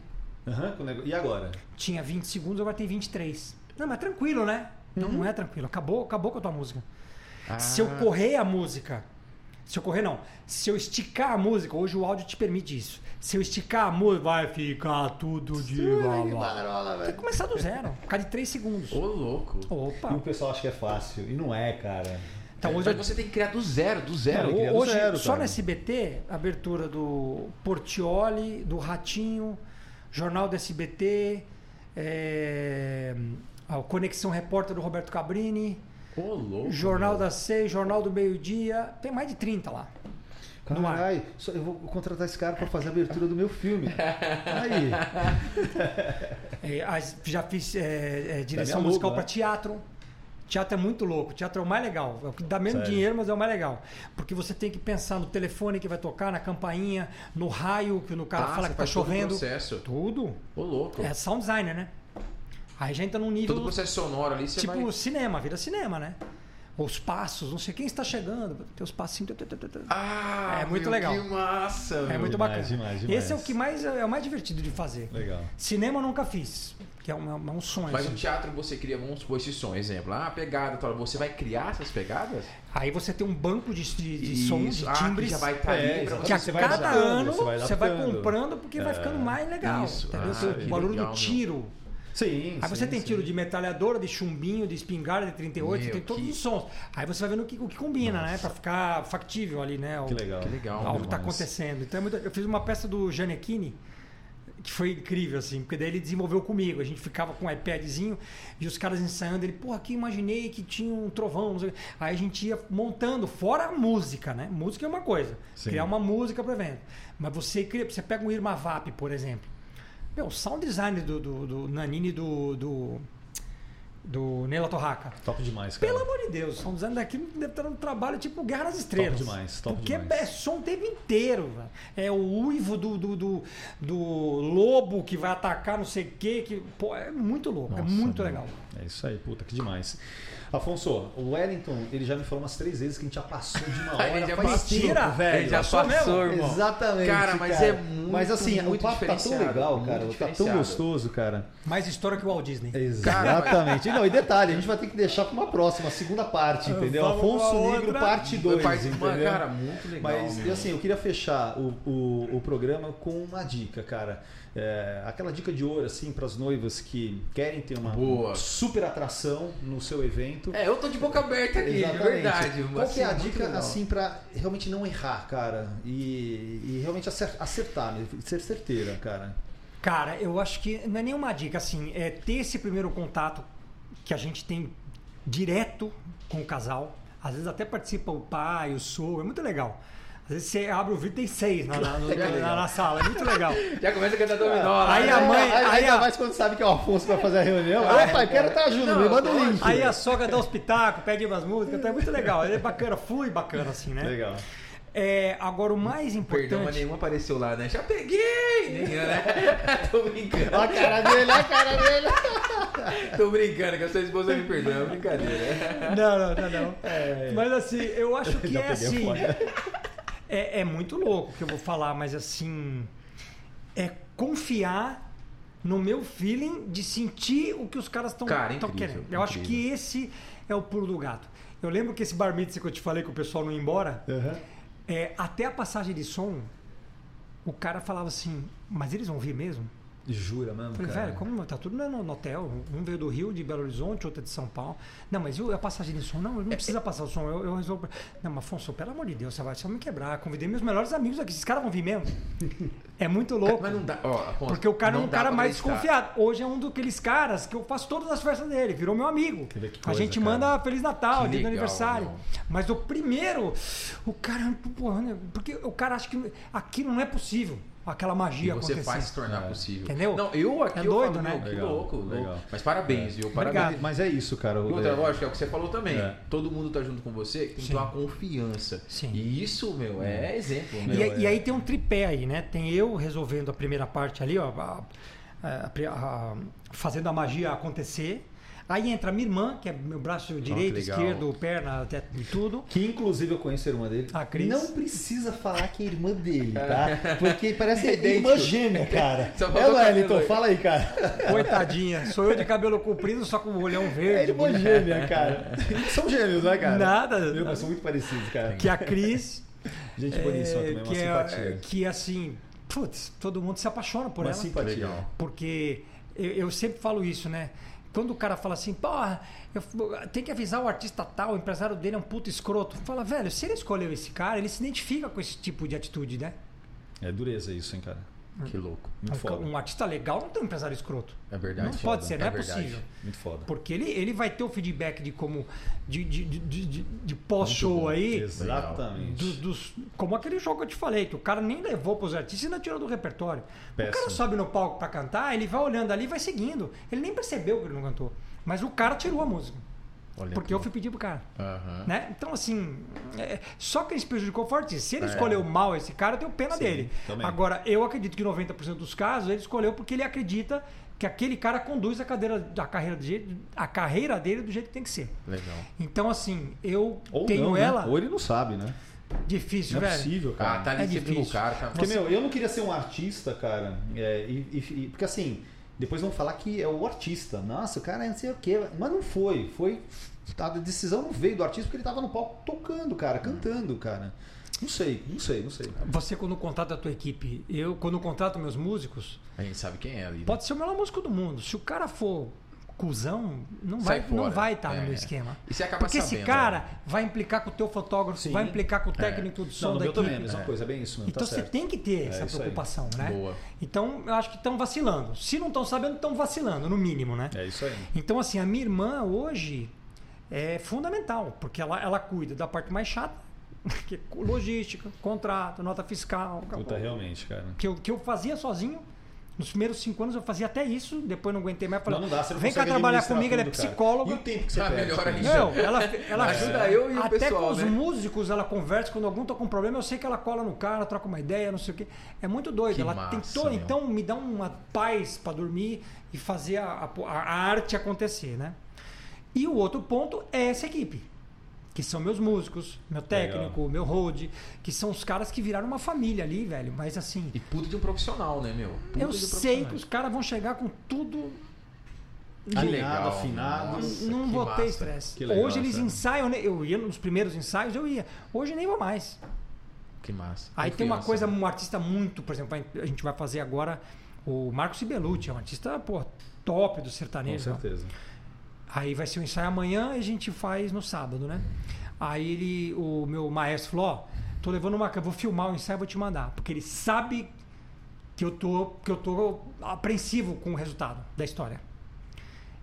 [SPEAKER 1] Aham, com o nego- E agora?
[SPEAKER 3] Tinha 20 segundos, agora tem 23. Não, mas tranquilo, né? Não,
[SPEAKER 2] Uhum.
[SPEAKER 3] não é tranquilo. Acabou, acabou com a tua música.
[SPEAKER 2] Ah.
[SPEAKER 3] Se eu correr a música. Se eu correr, não. Se eu esticar a música, hoje o áudio te permite isso. Se eu esticar a música, vai ficar tudo de lá.
[SPEAKER 1] Barola,
[SPEAKER 3] Tem que começar do zero, por causa de 3 segundos.
[SPEAKER 2] Ô, louco.
[SPEAKER 1] E o
[SPEAKER 3] Opa!
[SPEAKER 1] pessoal acha que é fácil. E não é, cara.
[SPEAKER 3] Então hoje
[SPEAKER 2] Mas
[SPEAKER 3] eu
[SPEAKER 2] você tem que criar do zero, do
[SPEAKER 1] Não,
[SPEAKER 2] zero.
[SPEAKER 1] Ele cria do
[SPEAKER 3] É, hoje,
[SPEAKER 1] zero,
[SPEAKER 3] só
[SPEAKER 1] cara.
[SPEAKER 3] no SBT, abertura do Portioli, do Ratinho, Jornal do SBT, é, a Conexão Repórter do Roberto Cabrini,
[SPEAKER 2] Ô, louco.
[SPEAKER 3] Jornal das Seis, Jornal do Meio Dia, tem mais de 30 lá. No ar.
[SPEAKER 1] Caralho, só- eu vou contratar esse cara pra fazer a abertura do meu filme. Aí.
[SPEAKER 3] É, as- já fiz é, é, direção
[SPEAKER 1] logo,
[SPEAKER 3] musical
[SPEAKER 1] né?
[SPEAKER 3] para teatro. Teatro é muito louco, teatro é o mais legal. É o que dá menos
[SPEAKER 1] Sério?
[SPEAKER 3] dinheiro, mas é o mais legal. Porque você tem que pensar no telefone que vai tocar, na campainha, no raio que no cara
[SPEAKER 2] Ah,
[SPEAKER 3] fala
[SPEAKER 2] você
[SPEAKER 3] que tá
[SPEAKER 2] faz todo o
[SPEAKER 3] chovendo.
[SPEAKER 2] processo.
[SPEAKER 3] Tudo.
[SPEAKER 2] Ô, louco.
[SPEAKER 3] É sound designer, né? Aí já entra num nível
[SPEAKER 2] Todo o processo sonoro ali, você
[SPEAKER 3] tipo
[SPEAKER 2] vai...
[SPEAKER 3] cinema, vira cinema, né? Os passos, não sei quem está chegando, tem os passos assim, tu, tu, tu, tu, tu.
[SPEAKER 2] Ah,
[SPEAKER 3] É muito
[SPEAKER 2] meu,
[SPEAKER 3] legal.
[SPEAKER 2] Que massa,
[SPEAKER 3] é
[SPEAKER 2] meu.
[SPEAKER 3] muito
[SPEAKER 1] demais,
[SPEAKER 3] bacana.
[SPEAKER 1] demais, demais.
[SPEAKER 3] Esse é o que mais é o mais divertido de fazer.
[SPEAKER 1] Legal.
[SPEAKER 3] Cinema eu nunca fiz, que é um, é um sonho.
[SPEAKER 2] Mas
[SPEAKER 3] assim.
[SPEAKER 2] no teatro você cria, vamos supor, esse som, exemplo. Ah, pegada, tal. Você vai criar essas pegadas?
[SPEAKER 3] Aí você tem um banco de, de, de sons,
[SPEAKER 2] Isso.
[SPEAKER 3] de
[SPEAKER 2] Ah, que
[SPEAKER 3] timbres.
[SPEAKER 2] já vai estar
[SPEAKER 1] É,
[SPEAKER 2] ali pra
[SPEAKER 1] exatamente.
[SPEAKER 3] que a
[SPEAKER 1] Você
[SPEAKER 2] você.
[SPEAKER 1] vai
[SPEAKER 3] cada
[SPEAKER 1] adaptando,
[SPEAKER 3] ano
[SPEAKER 1] você vai
[SPEAKER 3] você vai
[SPEAKER 1] adaptando.
[SPEAKER 3] comprando porque vai ficando mais legal.
[SPEAKER 2] É. Isso.
[SPEAKER 3] Entendeu?
[SPEAKER 2] Ah,
[SPEAKER 3] Tem
[SPEAKER 2] que
[SPEAKER 3] o barulho
[SPEAKER 2] legal,
[SPEAKER 3] do
[SPEAKER 2] meu.
[SPEAKER 3] tiro,
[SPEAKER 1] Sim,
[SPEAKER 3] Aí
[SPEAKER 1] sim,
[SPEAKER 3] você tem
[SPEAKER 1] sim.
[SPEAKER 3] tiro de metralhadora, de chumbinho, de espingarda, de 38,
[SPEAKER 2] Meu,
[SPEAKER 3] tem todos
[SPEAKER 2] que-
[SPEAKER 3] os sons. Aí você vai vendo o que, o que combina, né? Pra ficar factível ali, né? O,
[SPEAKER 1] Que legal.
[SPEAKER 2] Que legal.
[SPEAKER 3] Algo que tá
[SPEAKER 1] demais.
[SPEAKER 3] acontecendo. Então, é muito- eu fiz uma peça do Gianecchini que foi incrível, assim, porque daí ele desenvolveu comigo. A gente ficava com um iPadzinho e os caras ensaiando. Ele, porra, aqui imaginei que tinha um trovão. não sei o quê. Aí a gente ia montando, fora a música, né? Música é uma coisa,
[SPEAKER 1] Sim.
[SPEAKER 3] criar uma música para evento. Mas você cria, você pega um Irmavap, por exemplo. Meu, o sound design do, do, do Nanini e do, do, do Nela Torraca.
[SPEAKER 1] Top demais, cara.
[SPEAKER 3] Pelo amor de Deus, o sound design daqui deve estar um trabalho tipo Guerra nas Estrelas.
[SPEAKER 1] demais, top
[SPEAKER 3] Porque
[SPEAKER 1] demais.
[SPEAKER 3] é som o tempo inteiro. velho. É o uivo do, do, do, do lobo que vai atacar não sei o quê. Que, pô, é muito louco, é
[SPEAKER 1] Nossa,
[SPEAKER 3] muito
[SPEAKER 1] meu.
[SPEAKER 3] legal.
[SPEAKER 1] É isso aí, puta, que demais. Afonso, o Wellington, ele já me falou umas três vezes que a gente já passou de uma hora.
[SPEAKER 2] Ele já
[SPEAKER 1] faz
[SPEAKER 2] passou,
[SPEAKER 1] tempo, velho.
[SPEAKER 2] ele já
[SPEAKER 3] Passou
[SPEAKER 2] passou,
[SPEAKER 3] mesmo?
[SPEAKER 2] irmão.
[SPEAKER 1] Exatamente.
[SPEAKER 2] Cara, mas é muito,
[SPEAKER 1] Mas assim,
[SPEAKER 2] muito
[SPEAKER 1] o papo tá tão
[SPEAKER 2] diferenciado,
[SPEAKER 1] legal,
[SPEAKER 2] muito
[SPEAKER 1] cara. Tá tão
[SPEAKER 2] diferenciado.
[SPEAKER 1] gostoso, cara.
[SPEAKER 3] Mais história que o Walt Disney.
[SPEAKER 1] Exatamente. E Não, e detalhe, a gente vai ter que deixar pra uma próxima, segunda parte,
[SPEAKER 2] Ah,
[SPEAKER 1] entendeu?
[SPEAKER 3] Vamos
[SPEAKER 1] Afonso
[SPEAKER 3] pra outra.
[SPEAKER 1] Negro, parte
[SPEAKER 2] Foi
[SPEAKER 1] 2,
[SPEAKER 2] parte- mano,
[SPEAKER 1] entendeu?
[SPEAKER 2] Cara, muito legal.
[SPEAKER 1] Mas,
[SPEAKER 2] meu
[SPEAKER 1] e assim, eu queria fechar o, o, o programa com uma dica, cara. É, aquela dica de ouro, assim, pras noivas que querem ter uma
[SPEAKER 2] Boa.
[SPEAKER 1] super atração no seu evento.
[SPEAKER 2] É, eu tô de boca aberta aqui, de
[SPEAKER 1] Exatamente.
[SPEAKER 2] verdade.
[SPEAKER 1] Qual que é a
[SPEAKER 2] Assim, muito
[SPEAKER 1] dica,
[SPEAKER 2] legal.
[SPEAKER 1] assim, pra realmente não errar, cara? E, e realmente acer- acertar, né? ser certeira, cara.
[SPEAKER 3] Cara, eu acho que não é nenhuma dica, assim, é ter esse primeiro contato que a gente tem direto com o casal. Às vezes até participa o pai, o sogro, é muito legal. Às vezes você abre o vídeo e tem seis na, na-
[SPEAKER 1] É legal.
[SPEAKER 3] na- na sala, é muito legal.
[SPEAKER 2] Já começa a cantar dominó.
[SPEAKER 3] Aí
[SPEAKER 2] né?
[SPEAKER 3] a mãe-
[SPEAKER 1] Ainda-
[SPEAKER 3] aí
[SPEAKER 1] ainda
[SPEAKER 3] a-
[SPEAKER 1] mais quando sabe que é o Afonso vai fazer a reunião. Ah, pai, quero estar junto,
[SPEAKER 2] Não,
[SPEAKER 1] me manda o
[SPEAKER 2] eu tô-
[SPEAKER 1] link.
[SPEAKER 3] Aí a sogra dá os pitacos, pede umas músicas, então é muito legal. É bacana, flui bacana assim, né?
[SPEAKER 1] Legal.
[SPEAKER 3] É, agora o mais
[SPEAKER 2] Perdão, mas
[SPEAKER 3] importante.
[SPEAKER 2] nenhum apareceu lá, né? Já peguei! Nem eu, né? tô brincando.
[SPEAKER 1] Olha a cara dele, olha a cara dele.
[SPEAKER 2] Tô brincando, que a sua esposa me perdoa, é brincadeira.
[SPEAKER 3] Não, não, não, não. Mas assim, eu acho que
[SPEAKER 1] Já
[SPEAKER 3] é
[SPEAKER 1] peguei a
[SPEAKER 3] assim.
[SPEAKER 1] folha.
[SPEAKER 3] É, é muito louco o que eu vou falar, mas assim. É confiar no meu feeling de sentir o que os caras estão
[SPEAKER 2] Cara,
[SPEAKER 3] querendo.
[SPEAKER 2] incrível,
[SPEAKER 3] Eu acho
[SPEAKER 2] incrível.
[SPEAKER 3] que esse é o pulo do gato. Eu lembro que esse bar mitzvah que eu te falei que o pessoal não ia embora, é, até a passagem de som, o cara falava assim, mas eles vão vir mesmo?
[SPEAKER 1] Jura mesmo,
[SPEAKER 3] Eu Falei,
[SPEAKER 1] cara?
[SPEAKER 3] velho, como tá tudo no, no hotel? Um veio do Rio, de Belo Horizonte, outro é de São Paulo. Não, mas e o- a passagem de som? Não,
[SPEAKER 2] É,
[SPEAKER 3] não precisa passar o som, eu, eu resolvo. Não, mas Afonso, pelo amor de Deus, você vai só me quebrar. Convidei meus melhores amigos aqui, esses caras vão vir mesmo. É muito louco.
[SPEAKER 2] Mas não dá, ó, Afonso,
[SPEAKER 3] Porque o cara é
[SPEAKER 2] não
[SPEAKER 3] um
[SPEAKER 2] dá
[SPEAKER 3] cara
[SPEAKER 2] pra
[SPEAKER 3] mais
[SPEAKER 2] acreditar.
[SPEAKER 3] desconfiado. Hoje é um daqueles caras que eu faço todas as festas dele, virou meu amigo.
[SPEAKER 1] Você vê que
[SPEAKER 3] a
[SPEAKER 1] coisa,
[SPEAKER 3] gente
[SPEAKER 1] cara.
[SPEAKER 3] manda Feliz Natal,
[SPEAKER 2] Que
[SPEAKER 3] dia do
[SPEAKER 2] legal,
[SPEAKER 3] aniversário.
[SPEAKER 2] meu.
[SPEAKER 3] Mas o primeiro, o cara, porra, né? porque o cara acha que aqui não é possível aquela
[SPEAKER 2] E
[SPEAKER 3] magia
[SPEAKER 2] você
[SPEAKER 3] acontecer. É.
[SPEAKER 2] faz se tornar possível.
[SPEAKER 3] Entendeu?
[SPEAKER 2] Não, eu aqui
[SPEAKER 3] É
[SPEAKER 2] eu
[SPEAKER 3] doido,
[SPEAKER 2] falo,
[SPEAKER 3] né?
[SPEAKER 2] meu, que
[SPEAKER 1] Legal,
[SPEAKER 2] louco, louco.
[SPEAKER 1] legal.
[SPEAKER 2] Mas parabéns, viu?
[SPEAKER 3] Obrigado.
[SPEAKER 2] Parabéns.
[SPEAKER 1] Mas é isso, cara.
[SPEAKER 2] E
[SPEAKER 1] o-
[SPEAKER 2] Outra,
[SPEAKER 1] é-
[SPEAKER 2] lógico, é o que você falou também.
[SPEAKER 1] É.
[SPEAKER 2] Todo mundo tá junto com você, tem que
[SPEAKER 3] Sim.
[SPEAKER 2] ter uma confiança.
[SPEAKER 3] Sim. Hum.
[SPEAKER 2] E isso, meu, é exemplo.
[SPEAKER 3] E,
[SPEAKER 2] Meu,
[SPEAKER 3] aí- e
[SPEAKER 2] é.
[SPEAKER 3] aí tem um tripé aí, né? Tem eu resolvendo a primeira parte ali, ó, a- a- a- a- fazendo a magia acontecer. Aí entra a minha irmã, que é meu braço direito,
[SPEAKER 2] legal.
[SPEAKER 3] esquerdo, perna, até tudo.
[SPEAKER 1] Que inclusive eu conheço a irmã dele.
[SPEAKER 3] A Cris.
[SPEAKER 1] Não precisa falar que é irmã dele, tá? Porque parece
[SPEAKER 2] É idêntico.
[SPEAKER 1] irmã gêmea, cara.
[SPEAKER 2] Só
[SPEAKER 1] É
[SPEAKER 2] faltou
[SPEAKER 1] o Wellington,
[SPEAKER 2] cabelo.
[SPEAKER 1] fala aí, cara.
[SPEAKER 3] Coitadinha, sou eu de cabelo comprido, só com o olhão
[SPEAKER 1] É
[SPEAKER 3] verde. né?
[SPEAKER 1] irmã gêmea, cara. São gêmeos, né, cara?
[SPEAKER 3] Nada.
[SPEAKER 1] Viu? Mas são muito parecidos, cara.
[SPEAKER 3] Que é a Cris,
[SPEAKER 1] Gente
[SPEAKER 3] é,
[SPEAKER 1] boníssima também, uma
[SPEAKER 3] que, é,
[SPEAKER 1] simpatia.
[SPEAKER 3] que assim, putz, todo mundo se apaixona por
[SPEAKER 1] Uma
[SPEAKER 3] ela.
[SPEAKER 1] simpatia.
[SPEAKER 2] Legal.
[SPEAKER 3] Porque eu, eu sempre falo isso, né? Quando o cara fala assim, porra, eu f- tem que avisar o artista tal, o empresário dele é um puto escroto. Fala, velho, se ele escolheu esse cara, ele se identifica com esse tipo de atitude, né?
[SPEAKER 1] É dureza isso, hein, cara.
[SPEAKER 2] Que louco.
[SPEAKER 1] Muito
[SPEAKER 3] Um, ca-
[SPEAKER 1] foda.
[SPEAKER 3] um artista legal não tem um empresário escroto.
[SPEAKER 2] É verdade.
[SPEAKER 3] não
[SPEAKER 2] foda.
[SPEAKER 3] pode ser, não é,
[SPEAKER 2] verdade.
[SPEAKER 3] possível.
[SPEAKER 1] Muito foda.
[SPEAKER 3] Porque ele, ele vai ter o feedback de como. de, de, de, de- de- de
[SPEAKER 1] Muito
[SPEAKER 3] pós-show
[SPEAKER 1] bom.
[SPEAKER 3] aí.
[SPEAKER 1] Exatamente.
[SPEAKER 3] do- dos- como aquele jogo que eu te falei, que o cara nem levou pros artistas e ainda tirou do repertório. O
[SPEAKER 1] Péssimo.
[SPEAKER 3] cara sobe no palco pra cantar, ele vai olhando ali e vai seguindo. Ele nem percebeu que ele não cantou. Mas o cara tirou a música.
[SPEAKER 2] Olha
[SPEAKER 3] porque
[SPEAKER 2] aqui.
[SPEAKER 3] eu fui pedir pro cara.
[SPEAKER 1] Ah.
[SPEAKER 2] Aham.
[SPEAKER 3] Né? Então, assim, é, só que ele se prejudicou forte. Se ele escolheu mal esse cara, eu tenho pena dele.
[SPEAKER 1] É. também.
[SPEAKER 3] Agora, eu acredito que 90% dos casos ele escolheu porque ele acredita que aquele cara conduz a, cadeira, a, carreira, do jeito- a carreira dele do jeito que tem que ser.
[SPEAKER 2] Legal.
[SPEAKER 3] Então, assim, eu
[SPEAKER 1] Ou
[SPEAKER 3] tenho
[SPEAKER 1] não, né?
[SPEAKER 3] ela.
[SPEAKER 1] Ou ele não sabe, né?
[SPEAKER 3] Difícil,
[SPEAKER 1] Não é
[SPEAKER 3] velho.
[SPEAKER 1] possível, cara.
[SPEAKER 2] Ah, tá ali
[SPEAKER 3] É
[SPEAKER 2] você pegou o
[SPEAKER 3] difícil.
[SPEAKER 2] cara, cara.
[SPEAKER 1] Porque, meu, eu não queria ser um artista, cara. é, e- e- e- porque assim, depois vão falar que é o artista. Nossa, o cara é não sei o quê. Mas não foi.
[SPEAKER 3] Hum.
[SPEAKER 1] Foi. A decisão não veio do artista porque ele tava no palco tocando, cara, cantando, cara. Não sei, não sei, não sei.
[SPEAKER 3] Você, quando contrata a tua equipe, eu, quando contrato meus músicos,
[SPEAKER 2] A gente sabe quem é ali. né?
[SPEAKER 3] pode ser o melhor músico do mundo. Se o cara for cuzão, não
[SPEAKER 2] Sai
[SPEAKER 3] vai, não
[SPEAKER 2] fora.
[SPEAKER 3] vai estar
[SPEAKER 2] É.
[SPEAKER 3] no meu esquema.
[SPEAKER 2] E você acaba
[SPEAKER 3] Porque
[SPEAKER 2] sabendo.
[SPEAKER 3] esse cara vai implicar com o teu fotógrafo,
[SPEAKER 1] né? Sim. É.
[SPEAKER 3] vai implicar com o técnico do som
[SPEAKER 1] Não, no
[SPEAKER 3] da
[SPEAKER 1] meu
[SPEAKER 3] equipe.
[SPEAKER 1] também, é a mesma coisa, é bem isso mesmo.
[SPEAKER 3] Então
[SPEAKER 1] tá
[SPEAKER 3] você
[SPEAKER 1] certo.
[SPEAKER 3] tem que ter essa
[SPEAKER 1] isso aí.
[SPEAKER 3] preocupação, né?
[SPEAKER 2] Boa.
[SPEAKER 3] Então eu acho que estão vacilando. Se não estão sabendo, estão vacilando, no mínimo, né?
[SPEAKER 1] É isso aí.
[SPEAKER 3] Então, assim, a minha irmã hoje é fundamental, porque ela, ela cuida da parte mais chata, que é logística, contrato, nota fiscal.
[SPEAKER 1] Puta, realmente, cara.
[SPEAKER 3] Que eu, que eu fazia sozinho. Nos primeiros cinco anos eu fazia até isso, depois não aguentei mais. Falei,
[SPEAKER 1] Não, não dá, você não
[SPEAKER 3] vem cá
[SPEAKER 1] consegue
[SPEAKER 3] trabalhar
[SPEAKER 1] administrar
[SPEAKER 3] comigo, ela é
[SPEAKER 1] tudo, cara.
[SPEAKER 3] psicóloga.
[SPEAKER 1] E o tempo que tá você
[SPEAKER 2] Ah,
[SPEAKER 1] perde?
[SPEAKER 2] melhor
[SPEAKER 1] cara?
[SPEAKER 2] ainda.
[SPEAKER 3] Não, ela, ela
[SPEAKER 2] Ajuda eu e o
[SPEAKER 3] até
[SPEAKER 2] pessoal,
[SPEAKER 3] com os
[SPEAKER 2] né?
[SPEAKER 3] músicos ela conversa, quando algum tá com problema, eu sei que ela cola no cara, troca uma ideia, não sei o quê. É muito doido.
[SPEAKER 2] Que
[SPEAKER 3] ela
[SPEAKER 2] massa,
[SPEAKER 3] tentou,
[SPEAKER 2] meu.
[SPEAKER 3] então me dá uma paz para dormir e fazer a, a- a arte acontecer, né? E o outro ponto é essa equipe. Que são meus músicos, meu técnico, meu road, que são os caras que viraram uma família ali, velho. Mas assim,
[SPEAKER 2] E puta de um profissional, né, meu? Puta
[SPEAKER 3] eu
[SPEAKER 2] de um
[SPEAKER 3] sei que
[SPEAKER 2] profissional.
[SPEAKER 3] os caras vão chegar com tudo
[SPEAKER 2] Que
[SPEAKER 1] Alinhado,
[SPEAKER 2] legal,
[SPEAKER 1] afinado.
[SPEAKER 2] nossa,
[SPEAKER 3] não
[SPEAKER 2] que
[SPEAKER 3] vou ter
[SPEAKER 2] massa.
[SPEAKER 3] estresse.
[SPEAKER 1] Que legal,
[SPEAKER 3] Hoje eles
[SPEAKER 1] sabe?
[SPEAKER 3] ensaiam, né? eu ia nos primeiros ensaios, eu ia. Hoje nem vou mais.
[SPEAKER 2] Que massa.
[SPEAKER 3] Aí tem uma
[SPEAKER 2] Confiança,
[SPEAKER 3] coisa,
[SPEAKER 2] né?
[SPEAKER 3] um artista muito, por exemplo, vai- a gente vai fazer agora o Marcos Sibelucci, é um artista pô, top do
[SPEAKER 1] Com
[SPEAKER 3] sertanejo.
[SPEAKER 1] certeza.
[SPEAKER 3] Aí vai ser o ensaio amanhã e a gente faz no sábado, né? Aí ele, o meu maestro falou, ó, tô levando uma, câmera, vou filmar o ensaio, e vou te mandar, porque ele sabe que eu tô, que eu tô apreensivo com o resultado da história.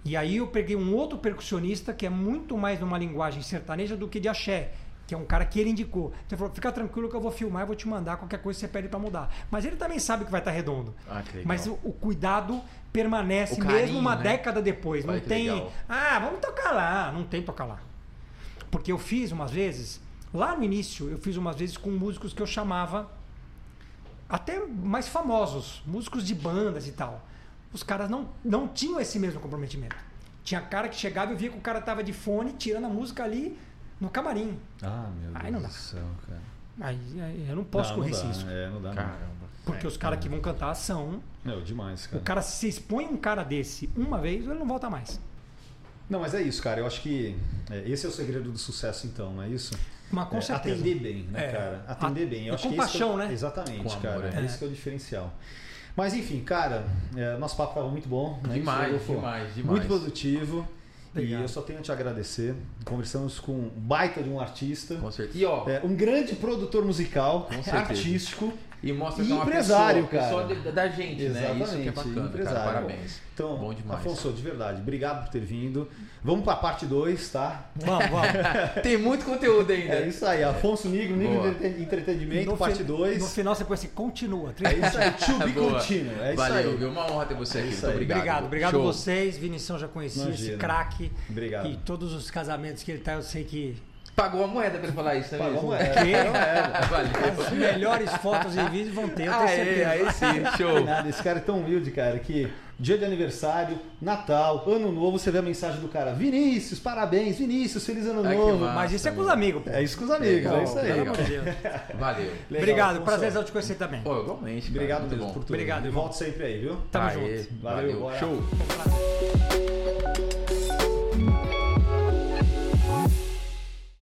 [SPEAKER 3] E aí eu peguei um outro percussionista que é muito mais numa linguagem sertaneja do que de axé, que é um cara que ele indicou. Então ele falou: "Fica tranquilo que eu vou filmar e vou te mandar qualquer coisa que você pede pra mudar". Mas ele também sabe que vai estar redondo.
[SPEAKER 2] Ah, que legal.
[SPEAKER 3] Mas o, o cuidado permanece
[SPEAKER 2] O carinho,
[SPEAKER 3] mesmo uma
[SPEAKER 2] né?
[SPEAKER 3] década depois.
[SPEAKER 2] Olha
[SPEAKER 3] não
[SPEAKER 2] que
[SPEAKER 3] tem.
[SPEAKER 2] legal.
[SPEAKER 3] Ah, vamos tocar lá. Não tem tocar lá. Porque eu fiz umas vezes, lá no início, eu fiz umas vezes com músicos que eu chamava até mais famosos, músicos de bandas e tal. Os caras não, não tinham esse mesmo comprometimento. Tinha cara que chegava e eu via que o cara tava de fone tirando a música ali no camarim.
[SPEAKER 1] Ah, meu Deus
[SPEAKER 3] Ai, não
[SPEAKER 1] do
[SPEAKER 3] dá.
[SPEAKER 1] céu, cara.
[SPEAKER 3] Aí, aí eu não posso
[SPEAKER 1] Não,
[SPEAKER 3] correr
[SPEAKER 1] não
[SPEAKER 3] esse
[SPEAKER 1] dá.
[SPEAKER 3] risco.
[SPEAKER 1] É, não dá. Cara.
[SPEAKER 2] Caramba. É,
[SPEAKER 3] Porque os caras que vão cantar são.
[SPEAKER 1] Não, demais, cara.
[SPEAKER 3] O cara, se você expõe um cara desse uma vez, ele não volta mais.
[SPEAKER 1] Não, mas é isso, cara. Eu acho que é, esse é o segredo do sucesso, então, não é isso?
[SPEAKER 3] Mas com
[SPEAKER 1] É,
[SPEAKER 3] certeza.
[SPEAKER 1] Atender bem, né,
[SPEAKER 3] É.
[SPEAKER 1] cara? Atender
[SPEAKER 3] A-
[SPEAKER 1] bem.
[SPEAKER 3] é
[SPEAKER 1] Eu acho
[SPEAKER 3] com
[SPEAKER 1] que esse que é o-
[SPEAKER 3] paixão, né?
[SPEAKER 1] Exatamente,
[SPEAKER 2] Com amor,
[SPEAKER 1] cara.
[SPEAKER 2] é.
[SPEAKER 1] É. Esse que é o diferencial. Mas enfim, cara, é, nosso papo tava muito bom. né?
[SPEAKER 2] Demais,
[SPEAKER 1] Isso aí, pô,
[SPEAKER 2] demais, demais.
[SPEAKER 1] Muito produtivo.
[SPEAKER 3] Obrigado.
[SPEAKER 1] E eu só tenho a te agradecer. Conversamos com um baita de um artista.
[SPEAKER 2] Com certeza. E ó,
[SPEAKER 1] É, um grande produtor musical,
[SPEAKER 2] certeza.
[SPEAKER 1] artístico.
[SPEAKER 2] e mostra
[SPEAKER 1] e
[SPEAKER 2] que é uma
[SPEAKER 1] empresário,
[SPEAKER 2] pessoa, pessoa
[SPEAKER 1] cara.
[SPEAKER 2] de- da gente, né? Isso que é
[SPEAKER 1] Exatamente,
[SPEAKER 2] bacana, cara.
[SPEAKER 1] empresário.
[SPEAKER 2] Parabéns.
[SPEAKER 1] Então,
[SPEAKER 2] Bom demais.
[SPEAKER 1] Afonso, de verdade, obrigado por ter vindo. Vamos pra parte 2, tá?
[SPEAKER 3] Vamos, vamos.
[SPEAKER 2] Tem muito conteúdo ainda.
[SPEAKER 1] É isso aí, Afonso Nigro, Nigro
[SPEAKER 2] Boa.
[SPEAKER 1] Entreten- Entretenimento,
[SPEAKER 3] No
[SPEAKER 1] parte
[SPEAKER 3] fi- No
[SPEAKER 1] 2.
[SPEAKER 3] final você põe assim, continua.
[SPEAKER 1] É isso aí, to be
[SPEAKER 2] Boa.
[SPEAKER 1] continuo. É isso
[SPEAKER 2] Valeu,
[SPEAKER 1] aí.
[SPEAKER 2] viu? Uma honra ter você aqui.
[SPEAKER 1] isso
[SPEAKER 2] Muito
[SPEAKER 1] aí.
[SPEAKER 2] obrigado.
[SPEAKER 3] Obrigado, obrigado a
[SPEAKER 2] Show.
[SPEAKER 3] vocês. Vinição já conhecia esse
[SPEAKER 1] Imagina.
[SPEAKER 3] craque.
[SPEAKER 1] Obrigado.
[SPEAKER 3] E todos os casamentos que ele tá, eu sei que.
[SPEAKER 2] Pagou a moeda pra ele falar isso, né?
[SPEAKER 1] Pá,
[SPEAKER 2] mesmo?
[SPEAKER 1] vamos é, vamos é.
[SPEAKER 3] As
[SPEAKER 2] Valeu.
[SPEAKER 3] melhores fotos e vídeos vão ter, eu tenho
[SPEAKER 2] Aê,
[SPEAKER 3] certeza.
[SPEAKER 2] aí sim, show.
[SPEAKER 1] Nada, esse cara é tão humilde, cara, que dia de aniversário, Natal, Ano Novo, você vê a mensagem do cara: Vinícius, parabéns, Vinícius, feliz Ano
[SPEAKER 2] Ai, que
[SPEAKER 1] Novo.
[SPEAKER 2] massa.
[SPEAKER 3] Mas isso é com os amigos, pô.
[SPEAKER 1] É isso com os amigos,
[SPEAKER 2] Legal,
[SPEAKER 1] é isso aí.
[SPEAKER 3] Pelo amor de Deus.
[SPEAKER 2] Valeu.
[SPEAKER 1] Legal,
[SPEAKER 3] Obrigado,
[SPEAKER 1] Afonso.
[SPEAKER 3] prazer em te conhecer também.
[SPEAKER 2] Pô, igualmente. cara.
[SPEAKER 1] Obrigado
[SPEAKER 2] Muito
[SPEAKER 1] mesmo
[SPEAKER 2] bom.
[SPEAKER 1] por tudo.
[SPEAKER 3] Obrigado,
[SPEAKER 1] E
[SPEAKER 3] irmão.
[SPEAKER 1] Volto sempre aí, viu?
[SPEAKER 3] Tamo
[SPEAKER 2] Aê,
[SPEAKER 3] junto.
[SPEAKER 1] Valeu,
[SPEAKER 2] Valeu.
[SPEAKER 1] bora.
[SPEAKER 2] Show.